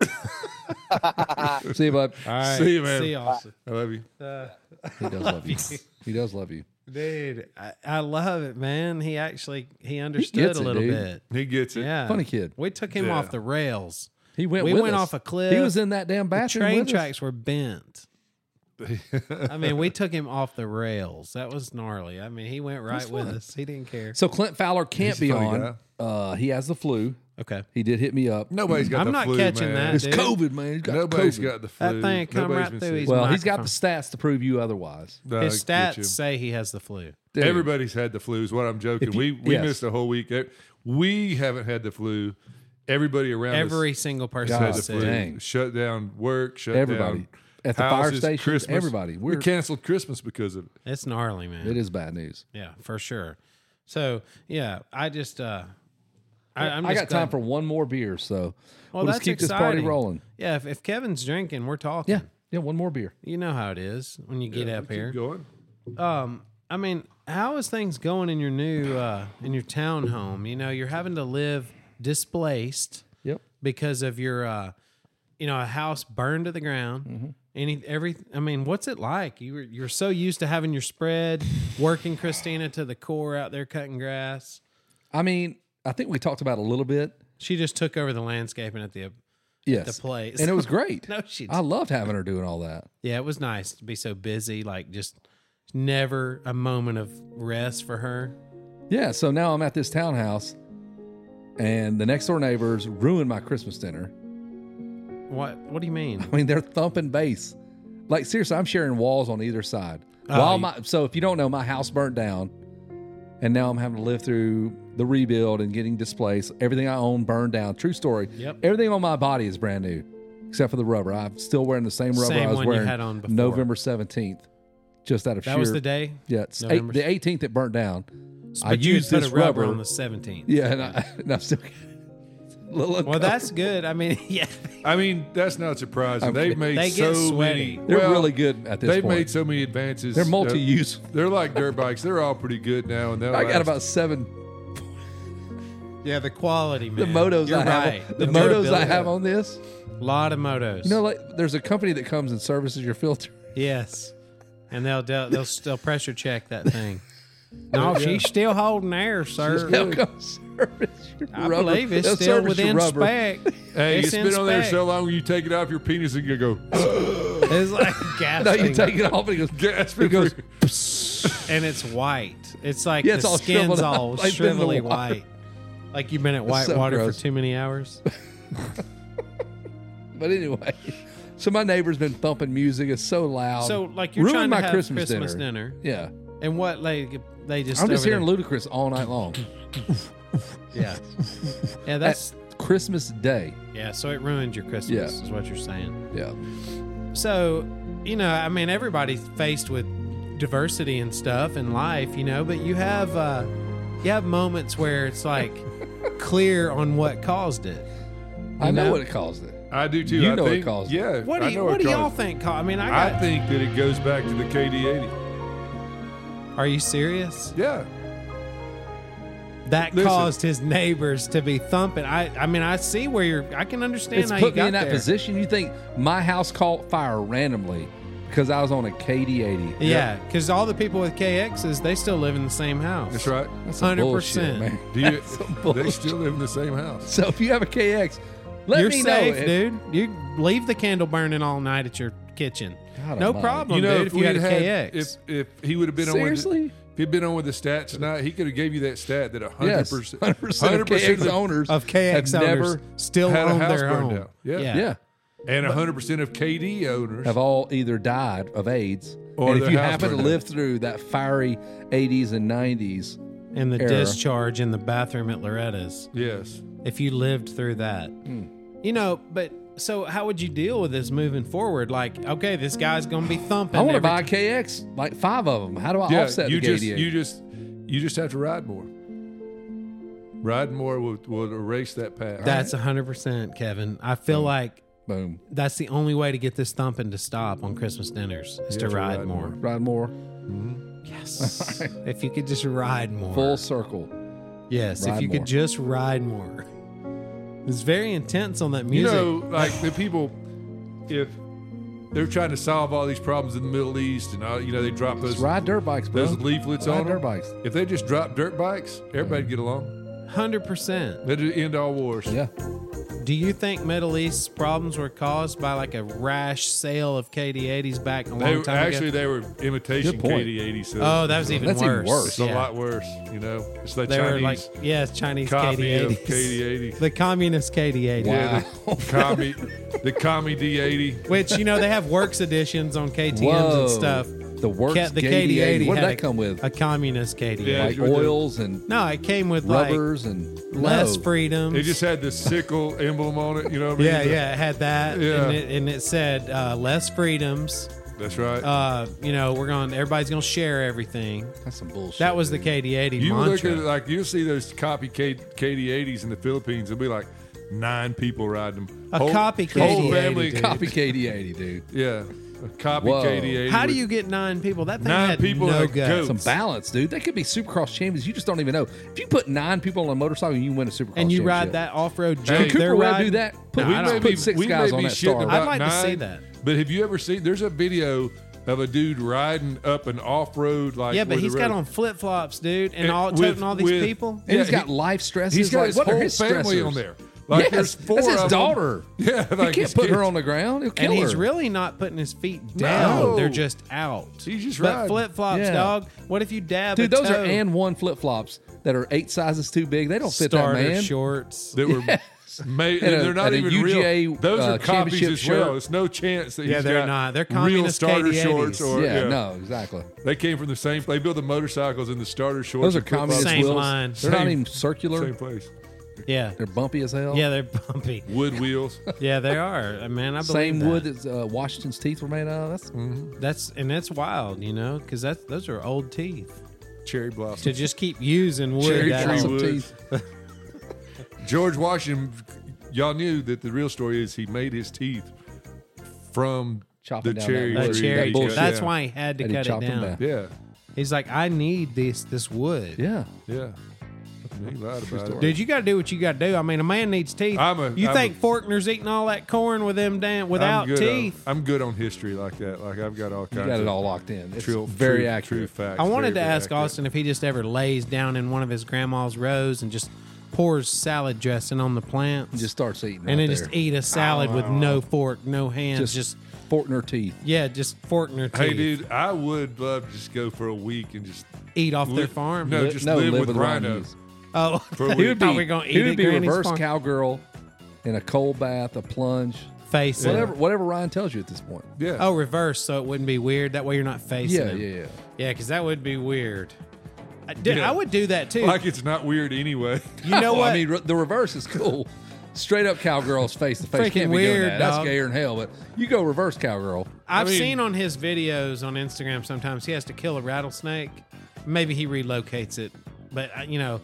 see you, bud.
All right.
See you, man.
See you, Austin.
This. I love you.
Uh,
He does love you. He does love you.
dude, I, I love it, man. He actually he understood
gets
a
it,
little
dude.
bit.
He gets it.
Yeah.
Funny kid.
We took him
Yeah.
off the rails.
He went.
We
with
went
us.
off a cliff.
He was in that damn
The
bathroom.
train
with us.
tracks were bent. I mean, we took him off the rails. That was gnarly. I mean, he went right with
fun.
us. He didn't care.
So Clint Fowler can't
He's a
be
funny
on. Uh, he has the flu.
Okay.
He did hit me up.
Nobody's got
I'm
the
not
flu,
catching
man.
that,
it's
dude.
COVID, man. He's got
Nobody's
COVID.
got the
That
flu.
thing come
Nobody's
right
been
through
sick.
his-
Well, he's got the
microphone.
stats to prove you otherwise.
No, I
His
Uh, get you.
stats say he has the flu.
Dude,
Everybody's had the flu. Is what I'm joking.
If you-
we we
yes.
missed a whole week. We haven't had the flu. Everybody around us
Every single person
God
had
God,
the
said
flu.
it.
sick.
Dang.
Shut down work. Shut
Everybody.
down
At the fire
houses,
stations,
Christmas.
everybody.
we
We're-
canceled Christmas because of it.
It's gnarly, man.
it is bad news.
Yeah, for sure. So yeah, I just uh, I, I'm
I
just
got time
glad-
for one more beer, so we'll
Well,
just
that's
keep this party
exciting.
rolling.
yeah. If, if Kevin's drinking, we're talking.
Yeah, yeah, one more beer.
you know how it is when you get up
Keep
here.
going.
Um, I mean, how is things going in your new uh, in your townhome? You know, you're having to live displaced
Yep.
because of your uh, you know a house burned to the ground.
Mm-hmm.
Any every I mean, what's it like? You were, you're so used to having your spread, working Christina to the core out there cutting grass.
I mean, I think we talked about it a little bit.
She just took over the landscaping at the
Yes.
the place.
And it was great.
no, she.
I loved having her doing all that.
yeah, it was nice to be so busy. Like just never a moment of rest for her.
Yeah, so now I'm at this townhouse and the next door neighbors ruined my Christmas dinner.
What What do you mean?
I mean, they're thumping bass. Like seriously, I'm sharing walls on either side.
Oh,
While
you-
my so if you don't know, my house burnt down and now I'm having to live through the rebuild and getting displaced. Everything I own burned down. True story.
Yep.
Everything on my body is brand new. Except for the rubber. I'm still wearing the same rubber
Same
I was
one you
wearing
had on before.
November 17th. just out of
That
sheer.
was the day.
yeah, it's eight-
November.
the 18th it burnt down.
But
I
you had
used
put
this
a rubber,
rubber-
on the 17th.
Yeah, and, I, and I'm still a little
Well,
uncomfortable.
that's good. I mean, yeah.
I mean, that's not surprising.
I'm
They've
kidding.
made
They
so
get sweaty.
many.
they're
well,
really good at this
They've
point.
made so many advances.
they're
Uh,
multi-use.
They're like dirt bikes. They're all pretty good now. And
Oh,
they'll
I got
last.
about seven.
Yeah, the quality, man.
The motos
You're
I have,
right.
the motos I have on this.
A lot of motos.
You know, like there's a company that comes and services your filter.
Yes, and they'll they'll they'll, they'll pressure check that thing. No, she's still holding air, sir.
They'll come service your
I
rubber.
believe it's
They'll
still
service your
within
rubber.
spec.
Hey,
it's
it's
in
been on there
spec.
so long. You take it off your penis and you go
It's like gasping,
No, you take it off and it goes.
gasping.
It goes.
for-
and it's white. It's like
Yeah,
the
it's all
skin's
shriveled up.
all
They've been in the
shrivelly
water.
white. Like you've been at white
It's so
water
gross.
for too many hours.
But anyway, so my neighbor's been thumping music. It's so loud.
So like you're
Ruined
trying to
my
have
Christmas
Christmas, dinner.
yeah,
and what like they just
I'm just
over
hearing
there-
ludicrous all night long.
yeah, yeah. That's
Christmas Day.
yeah. So it ruined your Christmas,
Yeah.
is what you're saying.
Yeah,
So you know, I mean, everybody's faced with diversity and stuff in life, you know, but you have uh, you have moments where it's like clear on what caused it.
I know
know?
what it caused it.
I do too.
You
I
know what
think,
caused it.
Yeah.
What do
I
you
know
What do y'all
caused it.
think? ca- I mean, I
I
got.
think that it goes back to the KD80.
are you serious?
Yeah.
That
Listen.
caused his neighbors to be thumping. I. I mean, I see where you're. I can understand
It's
how
put
you
me
got
in that
there.
position. You think my house caught fire randomly because I was on a KD80?
Yeah, because all the people with KXs, they still live in the same house.
That's right.
That's some bullshit,
100%.
man.
Do you?
That's some
they
bullshit.
still live in the same house.
So if you have a KX, let
You're
me
safe,
know. And-
dude. You leave the candle burning all night at your kitchen.
God
no
almighty.
problem,
you know,
dude. If, you had a
we'd
KX,
if if he would have been on
Seriously?
with the, if he'd been on with the stats tonight, he could have gave you that stat that hundred
Yes,
percent,
100% of KX owners
of KX
have
owners,
never
still
had a
own
house
their
burned
own.
down. Yeah.
yeah.
and hundred percent of KD owners.
have all either died of AIDS,
Or
and if
their
you
house
happen to
burned down.
live through that fiery '80s and '90s,
And the
Error.
discharge in the bathroom at Loretta's.
yes,
If you lived through that, you know. But so, how would you deal with this moving forward? Like, okay, this guy's going to be thumping.
I want to
every
buy a KX, like five of them. How do I
yeah.
offset
You
the
just
KDA?
you just you just have to ride more. Riding more will, will erase that path.
That's hundred percent, Kevin. I feel like
Boom,
that's the only way to get this thumping to stop on Christmas dinners is to
to
ride,
ride
more.
ride more
Yes. if you could just ride more.
full circle.
yes,
ride
if you
more.
could just ride more. It's very intense on that
you
music.
know, like the people if they're trying to solve all these problems in the Middle East, and all, you know they drop those
Just ride dirt bikes, bro.
those leaflets
Ride
on
dirt
them.
bikes.
If they just drop dirt bikes, everybody'd get along.
100%.
That'd end all wars.
Yeah,
Do you think Middle East's problems were caused by like a rash sale of KD80s back a long
They were,
time ago?
actually they were imitation
Good point.
KD80, so
Oh, that was even
That's even
worse.
worse.
it's a
Yeah.
lot worse. You know, it's the
They were like,
Chinese
yes, Chinese
copy of
KD80s.
KD80.
The communist KD80.
wow.
commie, the commie D80.
Which, you know, they have works editions on KTMs
Whoa.
and stuff.
The works
Ca- the
KD80.
KD80.
What did
had
that
a-
come with?
A communist KD80.
Yeah.
like
you would do-
oils and
No, it came with like
rubbers and
less
No.
freedom.
It just had the sickle emblem on it. You know what I mean?
yeah,
The-
yeah, it had that,
Yeah.
and, it, and it said uh, less freedoms.
That's right.
Uh, you know, we're going. to Everybody's going to share everything.
That's some bullshit.
That was the KD80
you look
mantra.
at it like you'll see those copy K, KD80s in the Philippines. It'll be like nine people riding them.
A copy
whole
KD80,
family.
dude.
copy KD80, dude.
Yeah, a copy
Whoa.
KD80.
How do
with-
you get nine people? That thing
Nine
had
people
no
and a
guts.
Some balance, dude. They could be Supercross champions. You just don't even know. If you put nine people on a motorcycle, you win a Supercross.
and you
championship.
ride that off-road
Hey,
Jeep.
Can Cooper
they're
Webb
riding-
do that? Put,
No, I
let's
don't.
put six
we may
guys
be
on that
shitting
star.
about
I'd like to see
nine,
that.
But have you ever seen? There's a video of a dude riding up an off-road like.
Yeah, but
where the
he's got
road-
on flip-flops, dude, and
And
all
with-
toting all these
with-
people.
and he's
Yeah,
got
he-
life stresses.
He's got
like,
his
what
whole
are his
family
stressors?
on there. Like
yes,
there's four
that's his
of 'em.
daughter.
Yeah,
you
like
can't
his
put her
kids.
on the ground. He'll kill
And he's
her.
really not putting his feet down.
No.
They're just out.
He's just
but
riding.
flip flops,
Yeah.
dog. What if you dab?
Dude,
a
those
toe?
are and one flip flops that are eight sizes too big. They don't fit
starter
that man.
shorts.
that were made.
And a-
they're not
and a
even
UGA,
real. Those
uh,
are copies
championship
as well.
shirt.
It's no chance that
Yeah,
he's
they're
got
not. They're
real
communist
starter
KD80s.
shorts. Or
yeah, no, exactly.
they came from the same. They build the motorcycles in the starter shorts.
Those are
and flip-flops.
communist
Same
wheels.
line.
They're not
Same-
even circular.
Same place.
Yeah.
They're bumpy as hell.
Yeah, they're bumpy.
Wood wheels.
Yeah, they are. Uh, Man, I believe
Same
that.
wood as uh, Washington's teeth were made out of. That's
Mm.
That's and that's wild, you know, because that's those are old teeth.
cherry
To
blossom.
just keep using wood.
Cherry
that
tree
old.
some
wood.
teeth.
George Washington, y'all knew that the real story is he made his teeth from
Chopping
the
down
cherry
that
That
wood.
tree.
cherry.
he
bullshit.
cut
That's
down.
why he had to
And he
cut it
chopped 'em
down.
down.
Yeah,
He's like, I need this this wood.
Yeah.
yeah. He lied about it.
Dude, you got to do what you got to do. I mean, a man needs teeth.
I'm a-
you
I'm
think
a-
Faulkner's eating all that corn with them damn without
I'm good
teeth?
On, I'm good on history like that. Like I've got all kinds.
You got it
of
all locked in. It's
True,
very
true, True
accurate.
facts.
I wanted
Very,
to
very
ask
accurate.
Austin if he just ever lays down in one of his grandma's rows and just pours salad dressing on the plants,
Just starts eating.
and
right
then
there.
just eat a salad with no fork, no
Just,
hands, just,
Fortner teeth.
yeah, just Faulkner teeth.
Hey, dude, I would love to just go for a week and just
eat off their
live-
farm.
No,
Li-
just
no,
live,
live with
with, rhinos.
rhinos.
Oh,
For a
we
week.
thought we were gonna
He
eat
would
at
be
Granny's
reverse
farm.
cowgirl in a cold bath, a plunge,
face. it.
whatever whatever Ryan tells you at this point.
Yeah.
Oh, reverse, so it wouldn't be weird. That way, you're not facing.
Yeah,
him.
yeah, yeah.
Yeah, because that would be weird. I, dude,
Yeah.
I would do that too.
like it's not weird anyway.
you know
Well,
what?
I mean, re- the reverse is cool. Straight up cowgirls face to face.
Freaking
Can't be doing
weird,
that.
dog.
That's gayer than hell. But you go reverse cowgirl.
I've
I mean-
seen on his videos on Instagram sometimes he has to kill a rattlesnake. Maybe he relocates it, but uh, you know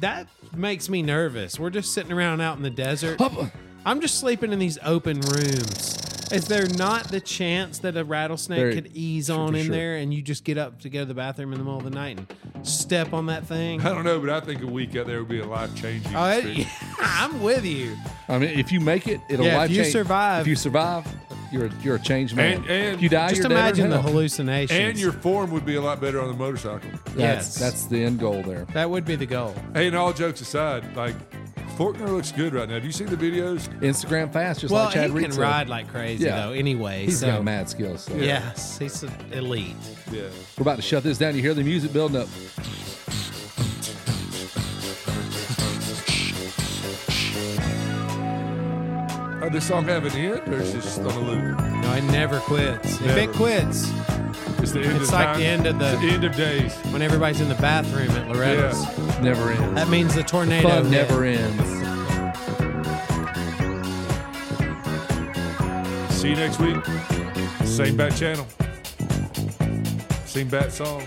that makes me nervous. We're just sitting around out in the desert.
Hop-
I'm just sleeping in these open rooms. Is there not the chance that a rattlesnake
There-
could ease on in
sure.
there and you just get up to go to the bathroom in the middle of the night and step on that thing?
I don't know, but I think a week out there would be a life changing.
Oh, it- I'm with you.
I mean, if you make it, it'll
Yeah, if
life
you
change.
survive-
If you survive, you're a, you're a changed man.
And- and
if you die,
Just
you're dead or
imagine the
hell.
hallucinations.
And your form would be a lot better on the motorcycle.
That's
Yes.
that's the end goal there.
that would be the goal.
Hey, and all jokes aside, like Faulkner looks good right now. Do you see the videos?
Instagram fast, just
well,
like Chad
he
Reed
can
said.
ride like crazy
Yeah.
though. Anyway,
He's
so
got mad skills. So.
yes, he's elite.
Yeah.
We're about to shut this down. You hear the music building up.
Uh, this song have an end, or is it just on a loop?
No, it never quits. If
Never.
it quits,
It's the end
It's
of
like
time.
the end of the-
It's end of days.
when everybody's in the bathroom at Loretta's,
Never ends.
that means the tornado
Fun
hit.
never ends.
See you next week. Same bat channel. Same bat song.